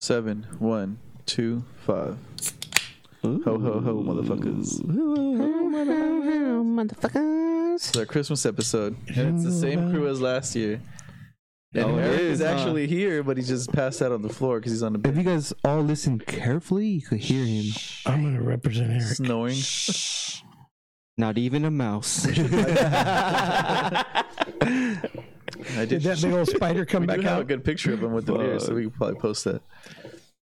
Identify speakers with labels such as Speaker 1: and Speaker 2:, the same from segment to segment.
Speaker 1: seven, one, two, five. Ho ho ho, motherfuckers!
Speaker 2: Motherfuckers.
Speaker 1: It's our Christmas episode, and it's the same crew as last year. And
Speaker 3: Oh, it
Speaker 1: Eric is
Speaker 3: is, huh?
Speaker 1: actually here, but he just passed out on the floor because he's on the
Speaker 3: If
Speaker 1: bed
Speaker 3: you guys all listen carefully, you could hear him.
Speaker 4: I'm gonna represent Eric.
Speaker 1: snoring.
Speaker 3: Not even a mouse.
Speaker 1: I
Speaker 4: Did
Speaker 1: did.
Speaker 4: that big old spider come
Speaker 1: we do
Speaker 4: back
Speaker 1: have a
Speaker 4: out?
Speaker 1: good picture of him with the beard, so we can probably post that.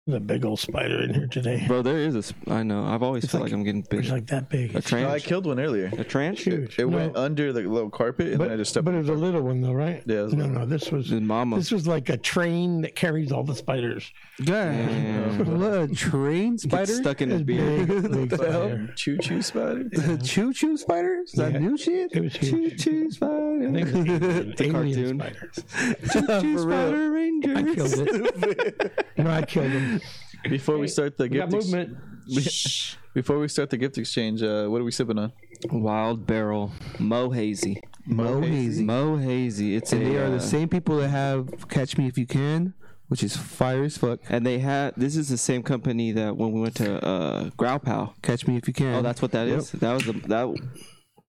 Speaker 4: The big old spider in here today.
Speaker 3: Bro, there is a. Sp- I know. I've always
Speaker 4: It's
Speaker 3: felt
Speaker 4: like-
Speaker 3: like, I'm getting
Speaker 4: It's
Speaker 3: bit.
Speaker 4: like that big.
Speaker 3: a
Speaker 1: No, Oh, I
Speaker 3: tranch.
Speaker 1: killed one earlier.
Speaker 3: A tranch.
Speaker 4: Huge.
Speaker 1: It
Speaker 4: No,
Speaker 1: went under the little carpet, and
Speaker 4: but,
Speaker 1: then I just stepped.
Speaker 4: but it was a little one though, right?
Speaker 1: Yeah, it was a
Speaker 4: no,
Speaker 1: little
Speaker 4: no. This was
Speaker 3: The mama.
Speaker 4: this was like a train that carries all the spiders.
Speaker 3: Yeah.
Speaker 5: God, what a train
Speaker 3: Gets
Speaker 5: spider?
Speaker 3: stuck in his
Speaker 4: It's
Speaker 3: beard.
Speaker 4: big, big
Speaker 1: What the hell?
Speaker 4: spider.
Speaker 1: Choo choo spider.
Speaker 5: The choo choo spider? Is that
Speaker 4: Yeah.
Speaker 5: new shit?
Speaker 4: It was
Speaker 3: Choo
Speaker 4: huge.
Speaker 3: choo
Speaker 4: I think
Speaker 3: spider.
Speaker 4: it was an
Speaker 3: It's a
Speaker 4: alien
Speaker 3: cartoon.
Speaker 4: spider.
Speaker 5: For
Speaker 3: Choo
Speaker 5: real.
Speaker 3: spider
Speaker 4: I
Speaker 3: ranger.
Speaker 4: killed it. no, I killed him.
Speaker 1: Before we start the
Speaker 4: We got
Speaker 1: gift ex-
Speaker 4: movement.
Speaker 1: before we start the gift exchange, uh, what are we sipping on?
Speaker 3: Wild barrel. Mo hazy.
Speaker 5: Mo Hazy.
Speaker 3: Mo hazy. It's
Speaker 5: And
Speaker 3: a,
Speaker 5: they are
Speaker 3: uh,
Speaker 5: the same people that have Catch Me If You Can, which is fire as fuck.
Speaker 3: And they had. This is the same company that when we went to uh, Growl Pow.
Speaker 5: Catch Me If You Can.
Speaker 3: Oh, that's what that
Speaker 5: Yep.
Speaker 3: is. That was the that.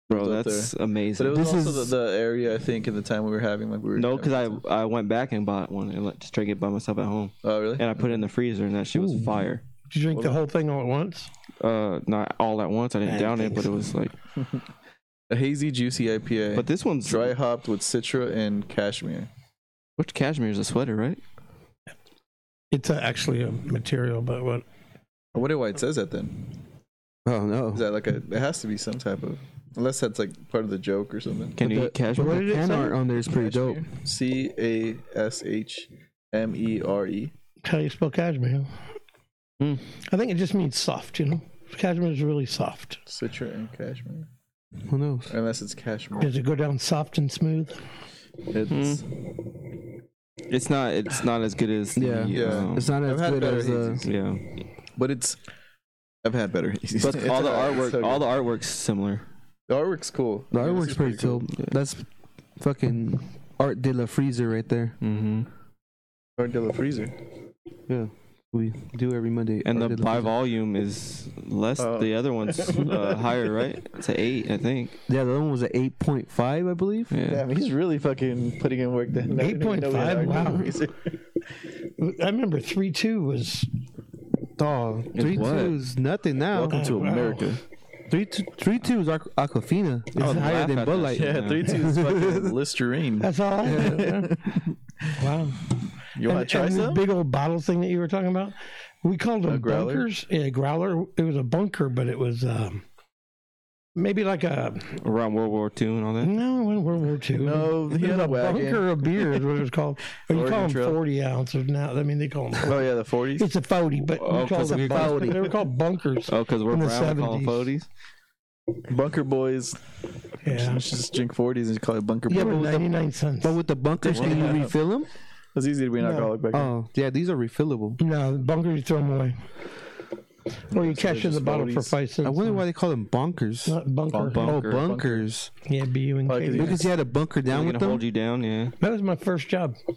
Speaker 3: Bro,
Speaker 1: It's up
Speaker 3: that's
Speaker 1: But it
Speaker 3: amazing.
Speaker 1: was
Speaker 5: This
Speaker 1: also
Speaker 5: is-
Speaker 1: the, the area I think in the time we were having like we were
Speaker 3: No, because I I went back and bought one and let, just drank it by myself at home,
Speaker 1: oh really
Speaker 3: and I put it in the freezer, and that shit was fire.
Speaker 4: Did you drink the whole thing all at once?
Speaker 3: Uh, not all at once. I didn't down it, but it was like.
Speaker 1: a hazy juicy IPA,
Speaker 3: But
Speaker 1: but
Speaker 3: this one's
Speaker 1: dry hopped with citra and cashmere.
Speaker 3: Which cashmere is a sweater, right?
Speaker 4: It's a, actually a material, but what?
Speaker 1: I wonder why it says that then.
Speaker 5: Oh, no.
Speaker 1: Is that like a? It has to be some type of unless that's like part of the joke or something.
Speaker 3: Can you
Speaker 5: the,
Speaker 3: eat cashmere?
Speaker 5: but the can art on there is pretty dope.
Speaker 1: C A S H M E R E.
Speaker 4: That's how you spell cashmere.
Speaker 3: Hmm.
Speaker 4: I think it just means soft. You know, cashmere is really soft.
Speaker 1: Citra and cashmere.
Speaker 5: Who knows?
Speaker 1: Unless it's cashmere.
Speaker 4: Does it go down soft and smooth?
Speaker 3: Hmm.
Speaker 1: It's
Speaker 3: It's not. It's not as good as. The,
Speaker 5: Yeah.
Speaker 1: Yeah.
Speaker 3: um,
Speaker 5: It's not
Speaker 1: I've
Speaker 5: as
Speaker 1: had
Speaker 5: good
Speaker 1: better
Speaker 5: as uh,
Speaker 1: hazes.
Speaker 3: yeah.
Speaker 1: but it's I've had better hazes.
Speaker 3: But
Speaker 1: It's
Speaker 3: all the
Speaker 1: alright,
Speaker 3: artwork,
Speaker 1: it's so
Speaker 3: all
Speaker 1: good.
Speaker 3: the artwork's similar.
Speaker 1: the artwork's cool.
Speaker 5: The
Speaker 1: I mean, this
Speaker 5: artwork's
Speaker 1: is
Speaker 5: pretty dope. That's fucking Art de la Freezer right there.
Speaker 3: Mm-hmm.
Speaker 1: Art de la Freezer.
Speaker 5: Yeah. We do every Monday.
Speaker 3: And
Speaker 5: Art
Speaker 3: the
Speaker 5: de la
Speaker 3: by
Speaker 5: Freezer.
Speaker 3: volume is less.
Speaker 1: Oh.
Speaker 3: The other one's uh, higher, right? It's a eight, I think.
Speaker 5: Yeah, the other one was an 8.5, I believe.
Speaker 3: Yeah.
Speaker 1: Damn, he's really fucking putting in work. Then
Speaker 4: 8.5, wow.
Speaker 1: Freezer.
Speaker 4: I remember three two was
Speaker 5: Dog. Three
Speaker 3: what?
Speaker 5: twos, nothing now.
Speaker 1: Welcome to
Speaker 4: wow.
Speaker 1: America.
Speaker 5: Three two, three two is Aqu- Aquafina. It's
Speaker 3: Oh,
Speaker 5: higher
Speaker 3: laugh
Speaker 5: than
Speaker 3: at
Speaker 5: Bud
Speaker 3: that
Speaker 5: Light.
Speaker 3: shit.
Speaker 1: Yeah, three two is fucking Listerine.
Speaker 4: that's all. I knew. wow.
Speaker 1: You want
Speaker 4: and,
Speaker 1: to try
Speaker 4: and the
Speaker 1: some?
Speaker 4: big old bottle thing that you were talking about. We called them
Speaker 1: growler?
Speaker 4: bunkers. Yeah, growler. It was a bunker, but it was um, maybe like a
Speaker 3: Around World War II and all that.
Speaker 5: Mm-hmm.
Speaker 4: no, it wasn't World War II.
Speaker 1: No,
Speaker 4: it
Speaker 1: he
Speaker 4: was
Speaker 1: had
Speaker 4: a
Speaker 1: a wagon.
Speaker 4: bunker of beer is what it was called. Or you
Speaker 1: Oregon
Speaker 4: call them
Speaker 1: Trail.
Speaker 4: forty ounces now. I mean, they call them.
Speaker 1: Oh yeah, the forties.
Speaker 4: It's a forty, but
Speaker 3: Oh,
Speaker 4: we call
Speaker 3: 'cause
Speaker 4: them
Speaker 3: we-
Speaker 4: bunkers. They were called bunkers.
Speaker 3: Oh, because we're
Speaker 4: In the
Speaker 3: brown, we call them
Speaker 4: 70s.
Speaker 3: floaties.
Speaker 1: Bunker boys.
Speaker 4: Yeah,
Speaker 1: Let's just drink forties and call it bunker
Speaker 4: yeah,
Speaker 1: boys.
Speaker 4: but ninety nine cents.
Speaker 5: But with the bunkers, can you refill them?
Speaker 1: It's easy to be an
Speaker 4: No.
Speaker 1: alcoholic back then.
Speaker 5: Oh, yeah, these are refillable.
Speaker 4: No, bunkers you throw them away. Or you cash in the
Speaker 1: just
Speaker 4: bottle for
Speaker 1: bodies.
Speaker 4: five cents.
Speaker 5: I wonder why they call them bunkers.
Speaker 4: Not bunker.
Speaker 3: Bunk-
Speaker 5: Oh,
Speaker 3: Bunker.
Speaker 5: bunkers.
Speaker 4: Yeah, B U N
Speaker 1: Probably
Speaker 4: K.
Speaker 1: 'cause
Speaker 4: Yeah.
Speaker 5: Because you had to bunker
Speaker 3: They're
Speaker 5: down with
Speaker 3: gonna
Speaker 5: them.
Speaker 3: hold you down, yeah.
Speaker 4: That was my first job.
Speaker 3: Oh,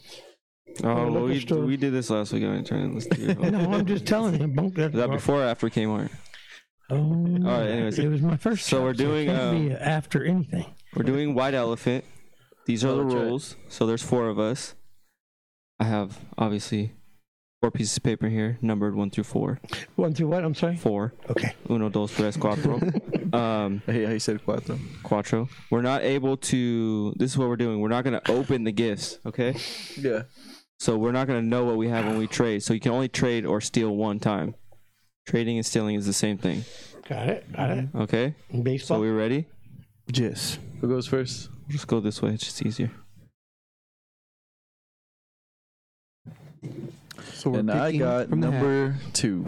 Speaker 3: well,
Speaker 4: liquor
Speaker 3: we,
Speaker 4: store.
Speaker 3: we did this last week. I ain't trying to listen to you.
Speaker 4: No, I'm just telling you. Bunker.
Speaker 3: Is that before or after Kmart?
Speaker 4: Oh,
Speaker 3: All right, anyways.
Speaker 4: It was my first.
Speaker 3: So
Speaker 4: job,
Speaker 3: we're
Speaker 4: it
Speaker 3: doing,
Speaker 4: can't
Speaker 3: um,
Speaker 4: be after anything.
Speaker 3: We're doing White Elephant. These are
Speaker 1: Oh,
Speaker 3: the
Speaker 1: that's right.
Speaker 3: rules. So there's four of us. I have obviously four pieces of paper here, numbered one through four.
Speaker 4: One through what? I'm sorry.
Speaker 3: Four.
Speaker 4: Okay.
Speaker 3: Uno, dos, tres, cuatro. um,
Speaker 1: I hate how you said cuatro.
Speaker 3: cuatro. We're not able to. This is what we're doing. We're not going to open the gifts, okay?
Speaker 1: Yeah.
Speaker 3: So we're not going to know what we have when we trade. So you can only trade or steal one time. Trading and stealing is the same thing,
Speaker 4: Got it. Got it.
Speaker 3: okay?
Speaker 4: Baseball.
Speaker 3: So we ready?
Speaker 5: Yes.
Speaker 1: Who goes first?
Speaker 3: We'll just go this way. It's just easier.
Speaker 5: So
Speaker 1: and I
Speaker 5: picking
Speaker 1: got
Speaker 5: from the hat.
Speaker 1: number two.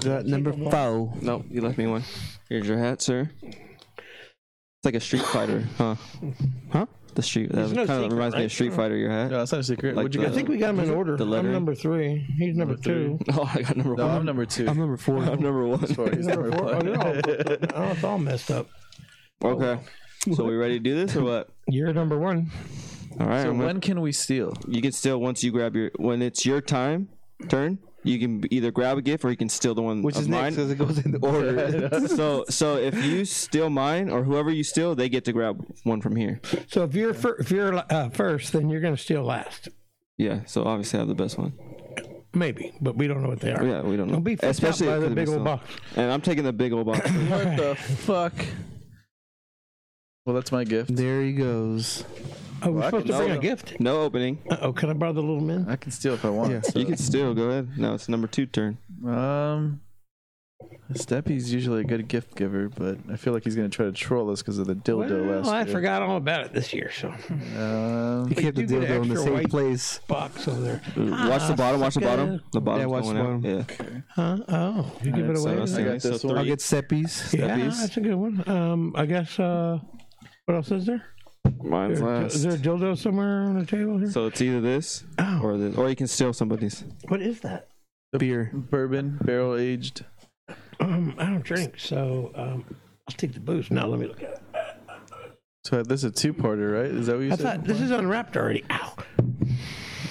Speaker 5: Got number four.
Speaker 3: No, you left me one. Here's your hat, sir. It's like a Street Fighter, huh?
Speaker 5: Huh?
Speaker 3: The Street. That
Speaker 4: There's no
Speaker 3: kind of
Speaker 4: secret,
Speaker 3: reminds me
Speaker 4: right?
Speaker 3: of Street Fighter. Your hat.
Speaker 1: No, it's not a secret.
Speaker 3: Like
Speaker 1: What'd you
Speaker 3: the-
Speaker 4: I
Speaker 1: get?
Speaker 4: think we got him in order.
Speaker 3: the
Speaker 4: I'm
Speaker 3: lettering?
Speaker 4: number three. He's number, two.
Speaker 3: Oh, I got number
Speaker 1: No,
Speaker 3: one.
Speaker 1: I'm number two.
Speaker 5: I'm number four.
Speaker 3: I'm number one.
Speaker 1: Sorry, it's
Speaker 4: Number
Speaker 1: number
Speaker 4: four. Oh,
Speaker 1: one.
Speaker 4: they're all, oh, it's all messed up.
Speaker 3: Okay. So we ready to do this or what?
Speaker 4: You're number one.
Speaker 3: All right.
Speaker 1: so
Speaker 3: I'm gonna-
Speaker 1: when can we steal?
Speaker 3: you can steal once you grab your. When it's your time, turn. You can either grab a gift or you can steal the one
Speaker 5: Which
Speaker 3: of
Speaker 5: is
Speaker 3: mine.
Speaker 5: next because it goes in the order.
Speaker 3: so so if you steal mine or whoever you steal, they get to grab one from here.
Speaker 4: So if you're fir- if you're uh, first, then you're going to steal last,
Speaker 3: Yeah. So obviously I have the best one.
Speaker 4: maybe. But we don't know what they are.
Speaker 3: Yeah, we don't know.
Speaker 4: Don't be freaked out by
Speaker 3: if
Speaker 4: the
Speaker 3: it's
Speaker 4: big
Speaker 3: still-
Speaker 4: old box.
Speaker 3: And I'm taking the big old box.
Speaker 1: What the fuck? Well, that's my gift.
Speaker 5: there he goes.
Speaker 4: Oh, we're
Speaker 1: Well, I
Speaker 4: supposed to
Speaker 1: can
Speaker 4: bring
Speaker 1: know.
Speaker 4: a gift.
Speaker 3: no opening.
Speaker 4: Uh oh, can I borrow the little man?
Speaker 1: I can steal if I want.
Speaker 5: Yeah.
Speaker 1: so-
Speaker 3: You can steal. Go ahead. Now it's number two turn.
Speaker 1: Um, Steppy's usually a good gift giver, but I feel like he's gonna try to troll us because of the dildo
Speaker 4: well,
Speaker 1: last
Speaker 4: I
Speaker 1: year.
Speaker 4: forgot all about it this year, so
Speaker 1: Um,
Speaker 5: You
Speaker 4: But
Speaker 5: kept the
Speaker 4: you get an
Speaker 5: dildo in the
Speaker 4: extra
Speaker 5: same
Speaker 4: white-
Speaker 5: place.
Speaker 4: box over there.
Speaker 3: watch the bottom. Watch the bottom. The bottom.
Speaker 5: Yeah, watch the bottom.
Speaker 3: Yeah.
Speaker 4: Huh? Oh, you give
Speaker 1: Alright,
Speaker 4: it
Speaker 1: so
Speaker 4: away.
Speaker 1: I'll
Speaker 3: So
Speaker 1: I got
Speaker 3: so
Speaker 1: this one.
Speaker 5: I'll
Speaker 3: three.
Speaker 5: get Seppies.
Speaker 4: yeah,
Speaker 3: steppies.
Speaker 4: that's a good one. Um, I guess. Uh, what else is there?
Speaker 3: Mine's
Speaker 4: Is there, is
Speaker 3: last.
Speaker 4: there Oh. a dildo somewhere on the table here?
Speaker 3: So it's either this or this, or you can steal somebody's.
Speaker 4: what is that?
Speaker 5: Beer.
Speaker 1: bourbon barrel aged.
Speaker 4: Um, I don't drink, so um, I'll take the booze. Now let me look at it.
Speaker 1: So this is a two-parter, right? Is that what you
Speaker 4: I
Speaker 1: said?
Speaker 4: thought this is unwrapped already. Ow!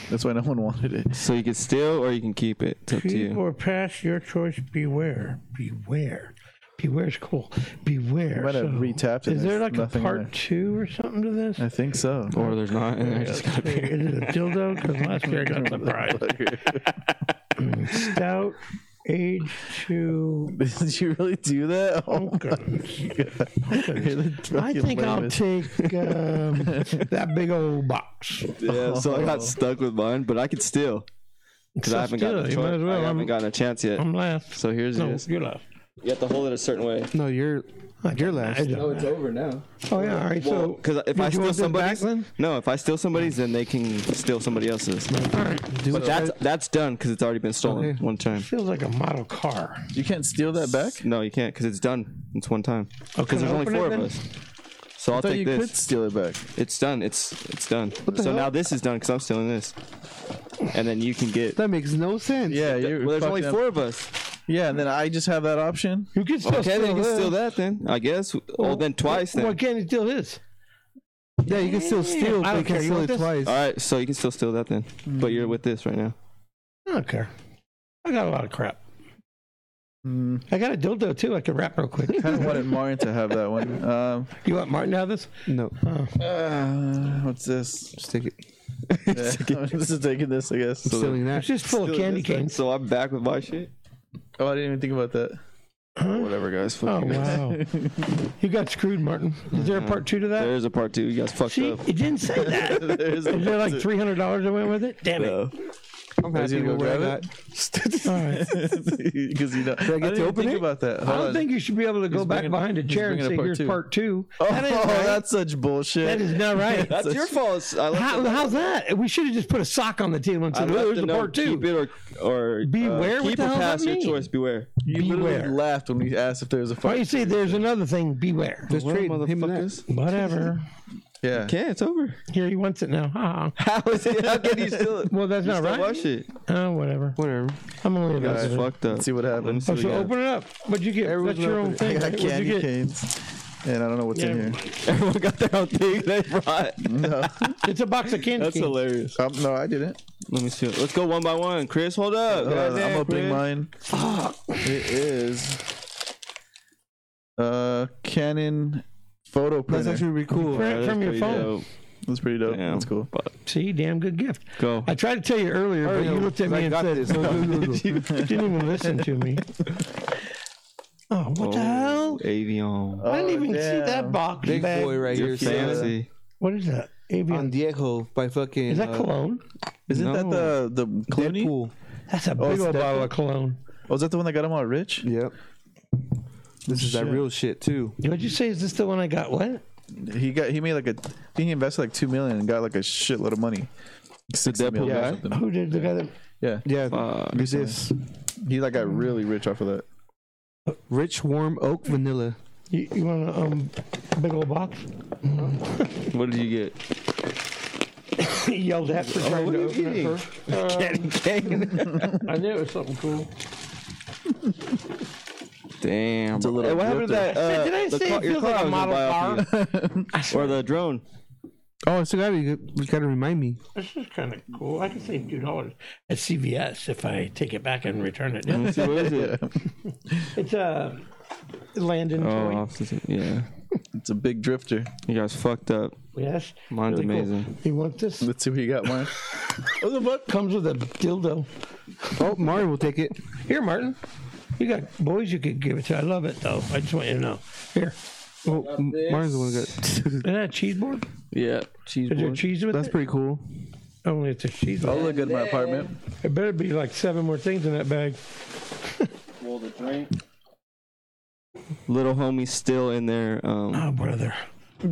Speaker 1: That's why no one wanted it.
Speaker 3: So you can steal or you can keep it. It's up to
Speaker 4: Keep
Speaker 3: you.
Speaker 4: or pass your choice. Beware, beware, beware's cool. Beware.
Speaker 1: I might have
Speaker 4: so-
Speaker 1: retapped it.
Speaker 4: Is there
Speaker 1: There's
Speaker 4: like a
Speaker 1: nothing
Speaker 4: part
Speaker 1: there.
Speaker 4: two or something to this?
Speaker 1: I think so.
Speaker 3: Or there's not. And I just got
Speaker 4: Is it a dildo? Because last year I got the prize. Stout, age two.
Speaker 1: Did you really do that? Oh my
Speaker 4: Pumpkins.
Speaker 1: god! You're the
Speaker 4: I
Speaker 1: fucking
Speaker 4: think I'll
Speaker 1: lamest.
Speaker 4: take um, that big old box.
Speaker 3: yeah. So I got stuck with mine, but I can steal because I
Speaker 4: So
Speaker 3: haven't
Speaker 4: still,
Speaker 3: gotten a
Speaker 4: you
Speaker 3: choice.
Speaker 4: might as well.
Speaker 3: I haven't
Speaker 4: I'm-
Speaker 3: gotten a chance yet.
Speaker 4: I'm last.
Speaker 3: So here's
Speaker 4: No,
Speaker 3: yours.
Speaker 4: you're last.
Speaker 3: You have to hold it a certain way.
Speaker 5: No, you're you're last.
Speaker 4: Oh, it's
Speaker 3: over now.
Speaker 4: yeah. All right.
Speaker 3: Well,
Speaker 4: So,
Speaker 3: because if I
Speaker 4: you want
Speaker 3: steal
Speaker 4: this back
Speaker 3: somebody's,
Speaker 4: then?
Speaker 3: no, if I steal somebody's, then they can steal somebody else's.
Speaker 4: all right.
Speaker 5: Do
Speaker 3: But
Speaker 5: it.
Speaker 3: that's that's done because it's already been stolen
Speaker 5: Okay.
Speaker 3: one time.
Speaker 4: Feels like a model car.
Speaker 1: You can't steal that back.
Speaker 3: No, you can't because it's done. It's one time.
Speaker 4: Oh,
Speaker 3: Because
Speaker 4: can I
Speaker 3: there's only
Speaker 4: open it
Speaker 3: four of
Speaker 4: then?
Speaker 3: us. So I'll
Speaker 1: I thought
Speaker 3: take
Speaker 1: you
Speaker 3: this.
Speaker 1: could steal it back.
Speaker 3: It's done. It's it's done.
Speaker 5: the
Speaker 3: So
Speaker 5: hell?
Speaker 3: now this is done because I'm stealing this, and then you can get.
Speaker 5: that makes no sense.
Speaker 1: Yeah, you're
Speaker 3: well, there's only
Speaker 1: fucking-
Speaker 3: four of us.
Speaker 1: Yeah, and then I just have that option.
Speaker 4: You can still
Speaker 3: Okay,
Speaker 4: steal
Speaker 3: then you can
Speaker 4: his.
Speaker 3: steal that then. I guess. oh, then twice then.
Speaker 4: Well, can you steal his?
Speaker 5: Yeah, you can still steal,
Speaker 4: I
Speaker 5: but
Speaker 4: don't
Speaker 5: you
Speaker 4: care.
Speaker 5: can
Speaker 4: You
Speaker 5: steal
Speaker 4: want
Speaker 5: it
Speaker 4: this?
Speaker 5: twice.
Speaker 3: All right, so you can still steal that then. But you're with this right now.
Speaker 4: I don't care. I got a lot of crap.
Speaker 1: Mm,
Speaker 4: I got a dildo too. I can wrap real quick.
Speaker 1: kind of wanted Martin to have that one. Um,
Speaker 4: you want Martin to have this?
Speaker 5: No,
Speaker 4: Oh.
Speaker 1: uh, what's this?
Speaker 5: stick it.
Speaker 1: Yeah, I'm just taking this, I guess.
Speaker 5: I'm
Speaker 1: So-
Speaker 5: stealing
Speaker 4: It's
Speaker 5: that.
Speaker 4: just full of
Speaker 3: Stealing
Speaker 4: candy
Speaker 3: this then,
Speaker 4: canes.
Speaker 3: So I'm back with my shit.
Speaker 1: oh, I didn't even think about that.
Speaker 4: Huh?
Speaker 3: Whatever, guys.
Speaker 4: Oh
Speaker 3: fuck you guys.
Speaker 4: wow! you got screwed, Martin. Is there a part two to that?
Speaker 3: There's a part two. You guys fucked
Speaker 4: See,
Speaker 3: up.
Speaker 4: it didn't say that.
Speaker 1: There's
Speaker 4: Is there like three hundred dollars that went with it? Damn it!
Speaker 3: No.
Speaker 5: I'm
Speaker 1: Guys, you gonna
Speaker 5: happy with what I
Speaker 1: go grab
Speaker 5: got.
Speaker 4: All right.
Speaker 1: because you know. I,
Speaker 5: get
Speaker 1: didn't
Speaker 5: to
Speaker 1: even
Speaker 5: open
Speaker 1: think
Speaker 5: it?
Speaker 1: about that. Hold
Speaker 4: I don't
Speaker 1: on.
Speaker 4: think you should be able to go
Speaker 1: He's
Speaker 4: back
Speaker 1: bringing-
Speaker 4: behind a
Speaker 1: he's
Speaker 4: chair and
Speaker 1: bringing a
Speaker 4: say,
Speaker 1: part
Speaker 4: "Here's
Speaker 1: two."
Speaker 4: part two.
Speaker 1: Oh,
Speaker 4: That ain't right.
Speaker 1: that's such bullshit.
Speaker 4: That is not right.
Speaker 3: That's your fault. I left
Speaker 4: How,
Speaker 3: the-
Speaker 4: how's that? We should have just put a sock on the table and
Speaker 3: I
Speaker 4: said,
Speaker 3: left
Speaker 4: "Well, there's the
Speaker 3: note,
Speaker 4: part two.
Speaker 3: Keep it or or
Speaker 4: Beware?
Speaker 3: Uh,
Speaker 4: What
Speaker 3: keep
Speaker 4: the
Speaker 3: or
Speaker 4: hell does
Speaker 3: pass
Speaker 4: that
Speaker 3: your
Speaker 4: mean?
Speaker 3: choice. Beware.
Speaker 1: you literally
Speaker 4: Beware.
Speaker 1: laughed when we asked if there was a
Speaker 4: Why
Speaker 1: fight.
Speaker 4: you say there's another thing? Beware.
Speaker 5: Just
Speaker 3: Well,
Speaker 5: trade him and that.
Speaker 3: motherfuckers.
Speaker 4: Whatever.
Speaker 1: Yeah.
Speaker 3: Okay, it's over.
Speaker 4: Here, he wants it now. Ah.
Speaker 3: How is it? How can you steal it?
Speaker 4: Well, that's
Speaker 3: You
Speaker 4: not
Speaker 3: still
Speaker 4: right.
Speaker 3: Watch it.
Speaker 4: Oh, whatever.
Speaker 5: Whatever.
Speaker 4: I'm only
Speaker 3: That's
Speaker 4: right.
Speaker 3: fucked up.
Speaker 1: Let's see what
Speaker 3: Let me
Speaker 1: happens.
Speaker 3: see
Speaker 4: Oh,
Speaker 3: what
Speaker 4: so
Speaker 3: you got.
Speaker 4: open it up. What'd you get?
Speaker 5: Everyone's
Speaker 4: That's your
Speaker 5: open
Speaker 4: own
Speaker 1: I
Speaker 4: thing.
Speaker 1: got
Speaker 4: What'd you
Speaker 1: candy
Speaker 4: get?
Speaker 1: canes, and I don't know what's in here.
Speaker 3: Everyone got their own thing they brought.
Speaker 1: No,
Speaker 4: It's a box of candy.
Speaker 3: That's
Speaker 4: canes.
Speaker 3: hilarious.
Speaker 1: um, no, I didn't.
Speaker 3: Let me see. it. Let's go one by one. Chris, hold up.
Speaker 1: Hold on,
Speaker 3: Goddamn,
Speaker 1: I'm opening
Speaker 3: Chris.
Speaker 1: mine. It is uh Canon photo
Speaker 5: That's
Speaker 1: printer.
Speaker 5: actually really cool.
Speaker 4: Print
Speaker 3: That's
Speaker 4: from your
Speaker 3: pretty
Speaker 4: phone.
Speaker 3: dope.
Speaker 1: That's pretty dope.
Speaker 3: Damn.
Speaker 1: That's cool.
Speaker 3: Fuck.
Speaker 4: See, damn good gift.
Speaker 3: Go.
Speaker 4: I tried to tell you earlier, but you looked at me and said,
Speaker 5: No, no, no, no.
Speaker 4: you didn't even listen to me. Oh, what the hell?
Speaker 3: Avion.
Speaker 4: I didn't
Speaker 1: Oh,
Speaker 4: even see
Speaker 1: damn.
Speaker 4: that box.
Speaker 5: Big
Speaker 4: bag.
Speaker 5: boy right
Speaker 3: You're
Speaker 5: here. Sam.
Speaker 3: fancy.
Speaker 4: What is that?
Speaker 5: On
Speaker 4: Avian.
Speaker 5: Diego by fucking.
Speaker 4: Is that
Speaker 5: uh,
Speaker 4: cologne?
Speaker 1: Isn't that
Speaker 3: No.
Speaker 1: the the Clooney?
Speaker 5: Deadpool.
Speaker 4: That's a
Speaker 1: Oh,
Speaker 4: big
Speaker 1: it's
Speaker 4: old
Speaker 1: that-
Speaker 4: bottle of cologne.
Speaker 1: Oh, is that the one that got him all rich?
Speaker 5: Yep. This is that
Speaker 1: Shit.
Speaker 5: real shit too.
Speaker 4: What'd you say? Is this the one I got? What?
Speaker 1: He got he made like a he invested like two million and got like a shitload of money. Six
Speaker 3: Deadpool
Speaker 1: million or
Speaker 3: guy?
Speaker 1: something.
Speaker 4: Who did the guy that?
Speaker 1: Yeah,
Speaker 5: Yeah.
Speaker 3: Fuck.
Speaker 5: There's this
Speaker 1: he like got really rich off of that.
Speaker 5: rich, warm oak vanilla.
Speaker 4: You, you want a um, big old box?
Speaker 3: What did you get?
Speaker 4: he yelled at for trying
Speaker 3: what
Speaker 4: to
Speaker 3: are you
Speaker 4: open it
Speaker 3: eating?
Speaker 4: first.
Speaker 3: Candy cane.
Speaker 4: I knew it was something cool.
Speaker 3: Damn.
Speaker 1: a little
Speaker 3: hey, what happened to
Speaker 1: drifter.
Speaker 3: that? Uh,
Speaker 4: Did I
Speaker 3: the
Speaker 4: say
Speaker 3: car-
Speaker 4: it
Speaker 3: your
Speaker 4: feels like
Speaker 3: car
Speaker 4: a
Speaker 3: I was gonna
Speaker 4: model
Speaker 3: buy off
Speaker 4: car?
Speaker 3: you? or the drone?
Speaker 5: Oh, I still got it. You you gotta remind me.
Speaker 4: This is kind of cool. I can save two dollars at CVS if I take it back and return it.
Speaker 3: Let's see, what is it?
Speaker 4: It's a Landon
Speaker 3: Oh,
Speaker 4: toy.
Speaker 3: off-season. yeah.
Speaker 1: It's a big drifter.
Speaker 3: You guys fucked up.
Speaker 4: Yes,
Speaker 3: Mine's
Speaker 4: Really cool.
Speaker 3: amazing.
Speaker 4: you want this?
Speaker 1: Let's see what you got, Mark.
Speaker 4: Oh, the book comes with a dildo.
Speaker 5: Oh, Mario will take it.
Speaker 4: Here, Martin. You got boys you could give it to. I love it though. I just want you to know. Here,
Speaker 5: Oh, M- Mario's the one that got.
Speaker 4: is that a cheese board?
Speaker 3: Yeah, cheese
Speaker 4: Is there cheese with
Speaker 5: That's
Speaker 4: it?
Speaker 5: pretty cool.
Speaker 4: Only it's a cheese.
Speaker 1: I'll
Speaker 4: board.
Speaker 1: look at my apartment.
Speaker 4: It better be like seven more things in that bag.
Speaker 2: Roll the drink.
Speaker 3: Little homie still in there. Um,
Speaker 4: Oh, brother.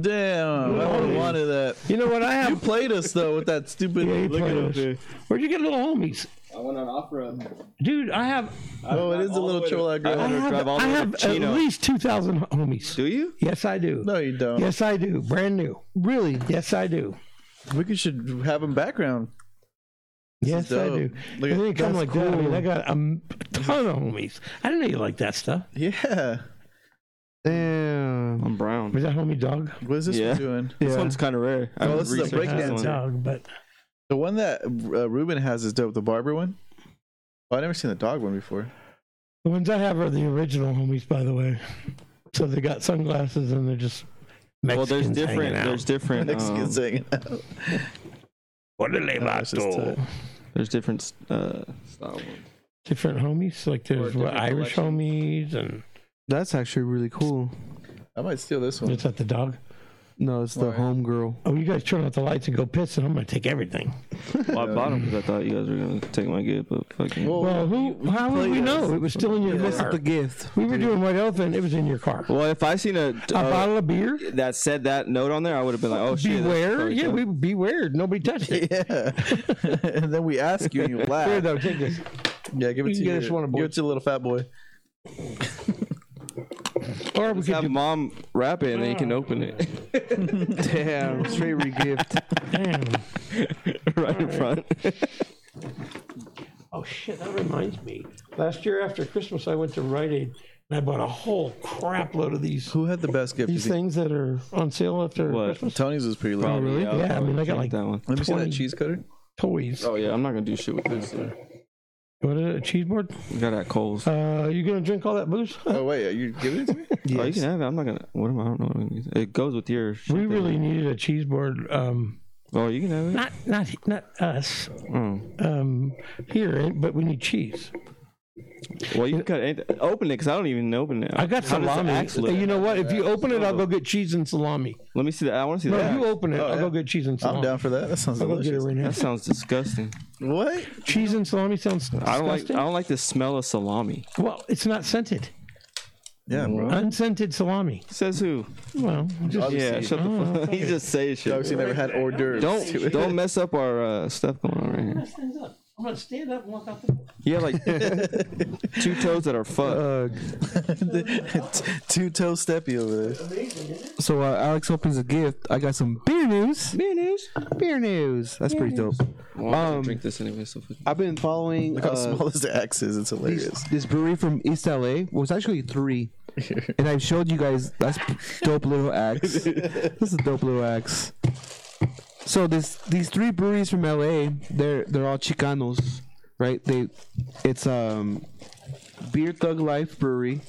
Speaker 1: Damn, I would've wanted that.
Speaker 4: You know what I
Speaker 1: You
Speaker 4: have?
Speaker 1: played us though with that stupid.
Speaker 4: Yeah, you
Speaker 1: look at
Speaker 4: played
Speaker 1: him.
Speaker 4: us. Where'd you get little homies?
Speaker 2: I went on off road.
Speaker 4: Dude, I have
Speaker 1: Oh, it is a little Cholac.
Speaker 3: I
Speaker 1: girl.
Speaker 4: I
Speaker 3: don't
Speaker 4: have,
Speaker 3: drive all the
Speaker 4: I
Speaker 3: way to
Speaker 4: have at
Speaker 3: Chino.
Speaker 4: least 2,000 homies.
Speaker 3: do you?
Speaker 4: Yes, I do.
Speaker 1: No, you don't.
Speaker 4: Yes, I do. Brand new.
Speaker 5: Really?
Speaker 4: Yes, I do.
Speaker 1: We could should have him background.
Speaker 4: Yes, I
Speaker 1: dope.
Speaker 4: do.
Speaker 1: Look at-
Speaker 4: and then it comes
Speaker 5: that's
Speaker 4: like that. I mean,
Speaker 5: cool.
Speaker 4: I got a m- ton of homies. I didn't know you like that stuff.
Speaker 1: Yeah.
Speaker 5: Damn.
Speaker 3: I'm brown.
Speaker 4: Was that homie dog?
Speaker 1: What is this
Speaker 3: Yeah.
Speaker 1: one doing?
Speaker 3: This one's kind of rare. I
Speaker 1: Oh,
Speaker 3: haven't
Speaker 1: this is a
Speaker 3: researched
Speaker 1: breakdance
Speaker 3: this
Speaker 1: That's
Speaker 3: one.
Speaker 4: dog, but
Speaker 1: The one that uh, Ruben has is dope. The barber one. Oh, I never seen the dog one before.
Speaker 4: the ones I have are the original homies, by the way. So they got sunglasses and they're just
Speaker 3: Well,
Speaker 4: Mexicans
Speaker 3: there's
Speaker 4: hanging
Speaker 3: different.
Speaker 4: out.
Speaker 3: There's different.
Speaker 1: Mexican
Speaker 3: Um,
Speaker 1: singing.
Speaker 4: Órale,
Speaker 1: Oh, that's just
Speaker 4: vato.
Speaker 3: there's different uh, style ones.
Speaker 4: different homies. Like
Speaker 2: Or
Speaker 4: there's
Speaker 2: different
Speaker 4: what, Irish homies and
Speaker 5: That's actually really cool.
Speaker 1: I might steal this one.
Speaker 4: is that the dog?
Speaker 5: No, it's the
Speaker 1: Mario.
Speaker 5: homegirl.
Speaker 4: Oh, you guys turn out the lights and go piss, and I'm gonna take everything.
Speaker 3: Well, I bought them because I thought you guys were gonna take my gift, but fucking. Well,
Speaker 4: Well, who? how would we know? It was still in your
Speaker 5: That's
Speaker 4: car.
Speaker 5: the gift.
Speaker 4: we were doing White Elephant. It was in your car.
Speaker 3: if I seen a,
Speaker 4: a
Speaker 3: uh,
Speaker 4: bottle of beer.
Speaker 3: that said that note on there, I would have been like, oh shit. that's
Speaker 4: beware.
Speaker 3: fucked
Speaker 4: Yeah,
Speaker 3: up.
Speaker 4: we beware. Nobody touched it.
Speaker 1: Yeah. and then we ask you and you laugh.
Speaker 4: Here, though, take this.
Speaker 1: Yeah, give it to
Speaker 4: You can get
Speaker 1: your,
Speaker 4: us one of
Speaker 1: give
Speaker 4: both.
Speaker 1: it to your little fat boy.
Speaker 4: Or we
Speaker 3: Just
Speaker 4: could
Speaker 3: have
Speaker 4: do,
Speaker 3: mom wrap it and then you can open it
Speaker 5: Damn. Straight re gift.
Speaker 4: damn.
Speaker 3: right in front.
Speaker 4: Oh shit, that reminds me. Last year after Christmas, I went to Rite Aid and I bought a whole crap load of these
Speaker 1: Who had the best gift?
Speaker 4: these
Speaker 1: You think?
Speaker 4: things that are on sale after
Speaker 3: What?
Speaker 4: Christmas.
Speaker 1: Tony's was pretty
Speaker 3: Oh,
Speaker 1: low.
Speaker 4: really? Yeah, I mean, I got like
Speaker 3: that one.
Speaker 1: Let me see that
Speaker 4: 20.
Speaker 1: cheese cutter.
Speaker 4: toys.
Speaker 3: Oh yeah, I'm not gonna do shit with this. Dude.
Speaker 4: What is it? A cheese board?
Speaker 3: We got that Coles.
Speaker 4: Uh, you gonna drink all that booze?
Speaker 1: Oh wait, are you giving it to me?
Speaker 3: Oh, you can have it. I'm not gonna. What am I? I don't know. What I'm gonna use. It goes with your. shit
Speaker 4: we
Speaker 3: that-
Speaker 4: really needed a cheese board. Um,
Speaker 3: Oh, you can have it.
Speaker 4: not not not us.
Speaker 3: Oh.
Speaker 4: Um, here, but we need cheese.
Speaker 3: Well, you got anything. open it because I don't even open it.
Speaker 4: I got
Speaker 3: How does the
Speaker 4: salami.
Speaker 3: axe look?
Speaker 4: You know what? If you open it, I'll go get cheese and salami.
Speaker 3: Let me see that. I want to see
Speaker 4: No,
Speaker 3: that.
Speaker 4: you open it.
Speaker 1: Oh,
Speaker 4: I'll
Speaker 1: yeah.
Speaker 4: go get cheese and salami.
Speaker 1: I'm down for that. That sounds
Speaker 4: I'll go get it
Speaker 1: delicious.
Speaker 4: right now.
Speaker 3: That sounds disgusting.
Speaker 1: What?
Speaker 4: Cheese and salami sounds disgusting.
Speaker 3: I don't like. I don't like the smell of salami.
Speaker 4: Well, it's not scented.
Speaker 1: Yeah, bro.
Speaker 4: Unscented salami.
Speaker 3: Says who?
Speaker 4: Well, just
Speaker 1: Obviously,
Speaker 3: Yeah, shut the fuck. up. He just says shit.
Speaker 1: obviously never had hors d'oeuvres.
Speaker 3: Don't don't mess up our uh, stuff going on right here.
Speaker 4: stand up. I'm gonna stand up and walk out the door.
Speaker 3: You have like two toes that are fucked.
Speaker 5: Uh,
Speaker 1: Two toe steppy over there.
Speaker 5: so uh, Alex opens a gift. I got some beer news.
Speaker 3: Beer news.
Speaker 5: Beer news. That's pretty dope.
Speaker 3: Well, I'm gonna
Speaker 5: Um,
Speaker 3: drink this anyway. So fuck it.
Speaker 5: I've been following
Speaker 1: How
Speaker 5: uh,
Speaker 1: small is the axe is? It's hilarious.
Speaker 5: this brewery from East LA. Well, it's actually three, and I showed you guys. That's dope little axe. this is a dope little axe. So this these three breweries from LA. They're they're all Chicanos, right? They it's um Beer Thug Life Brewery,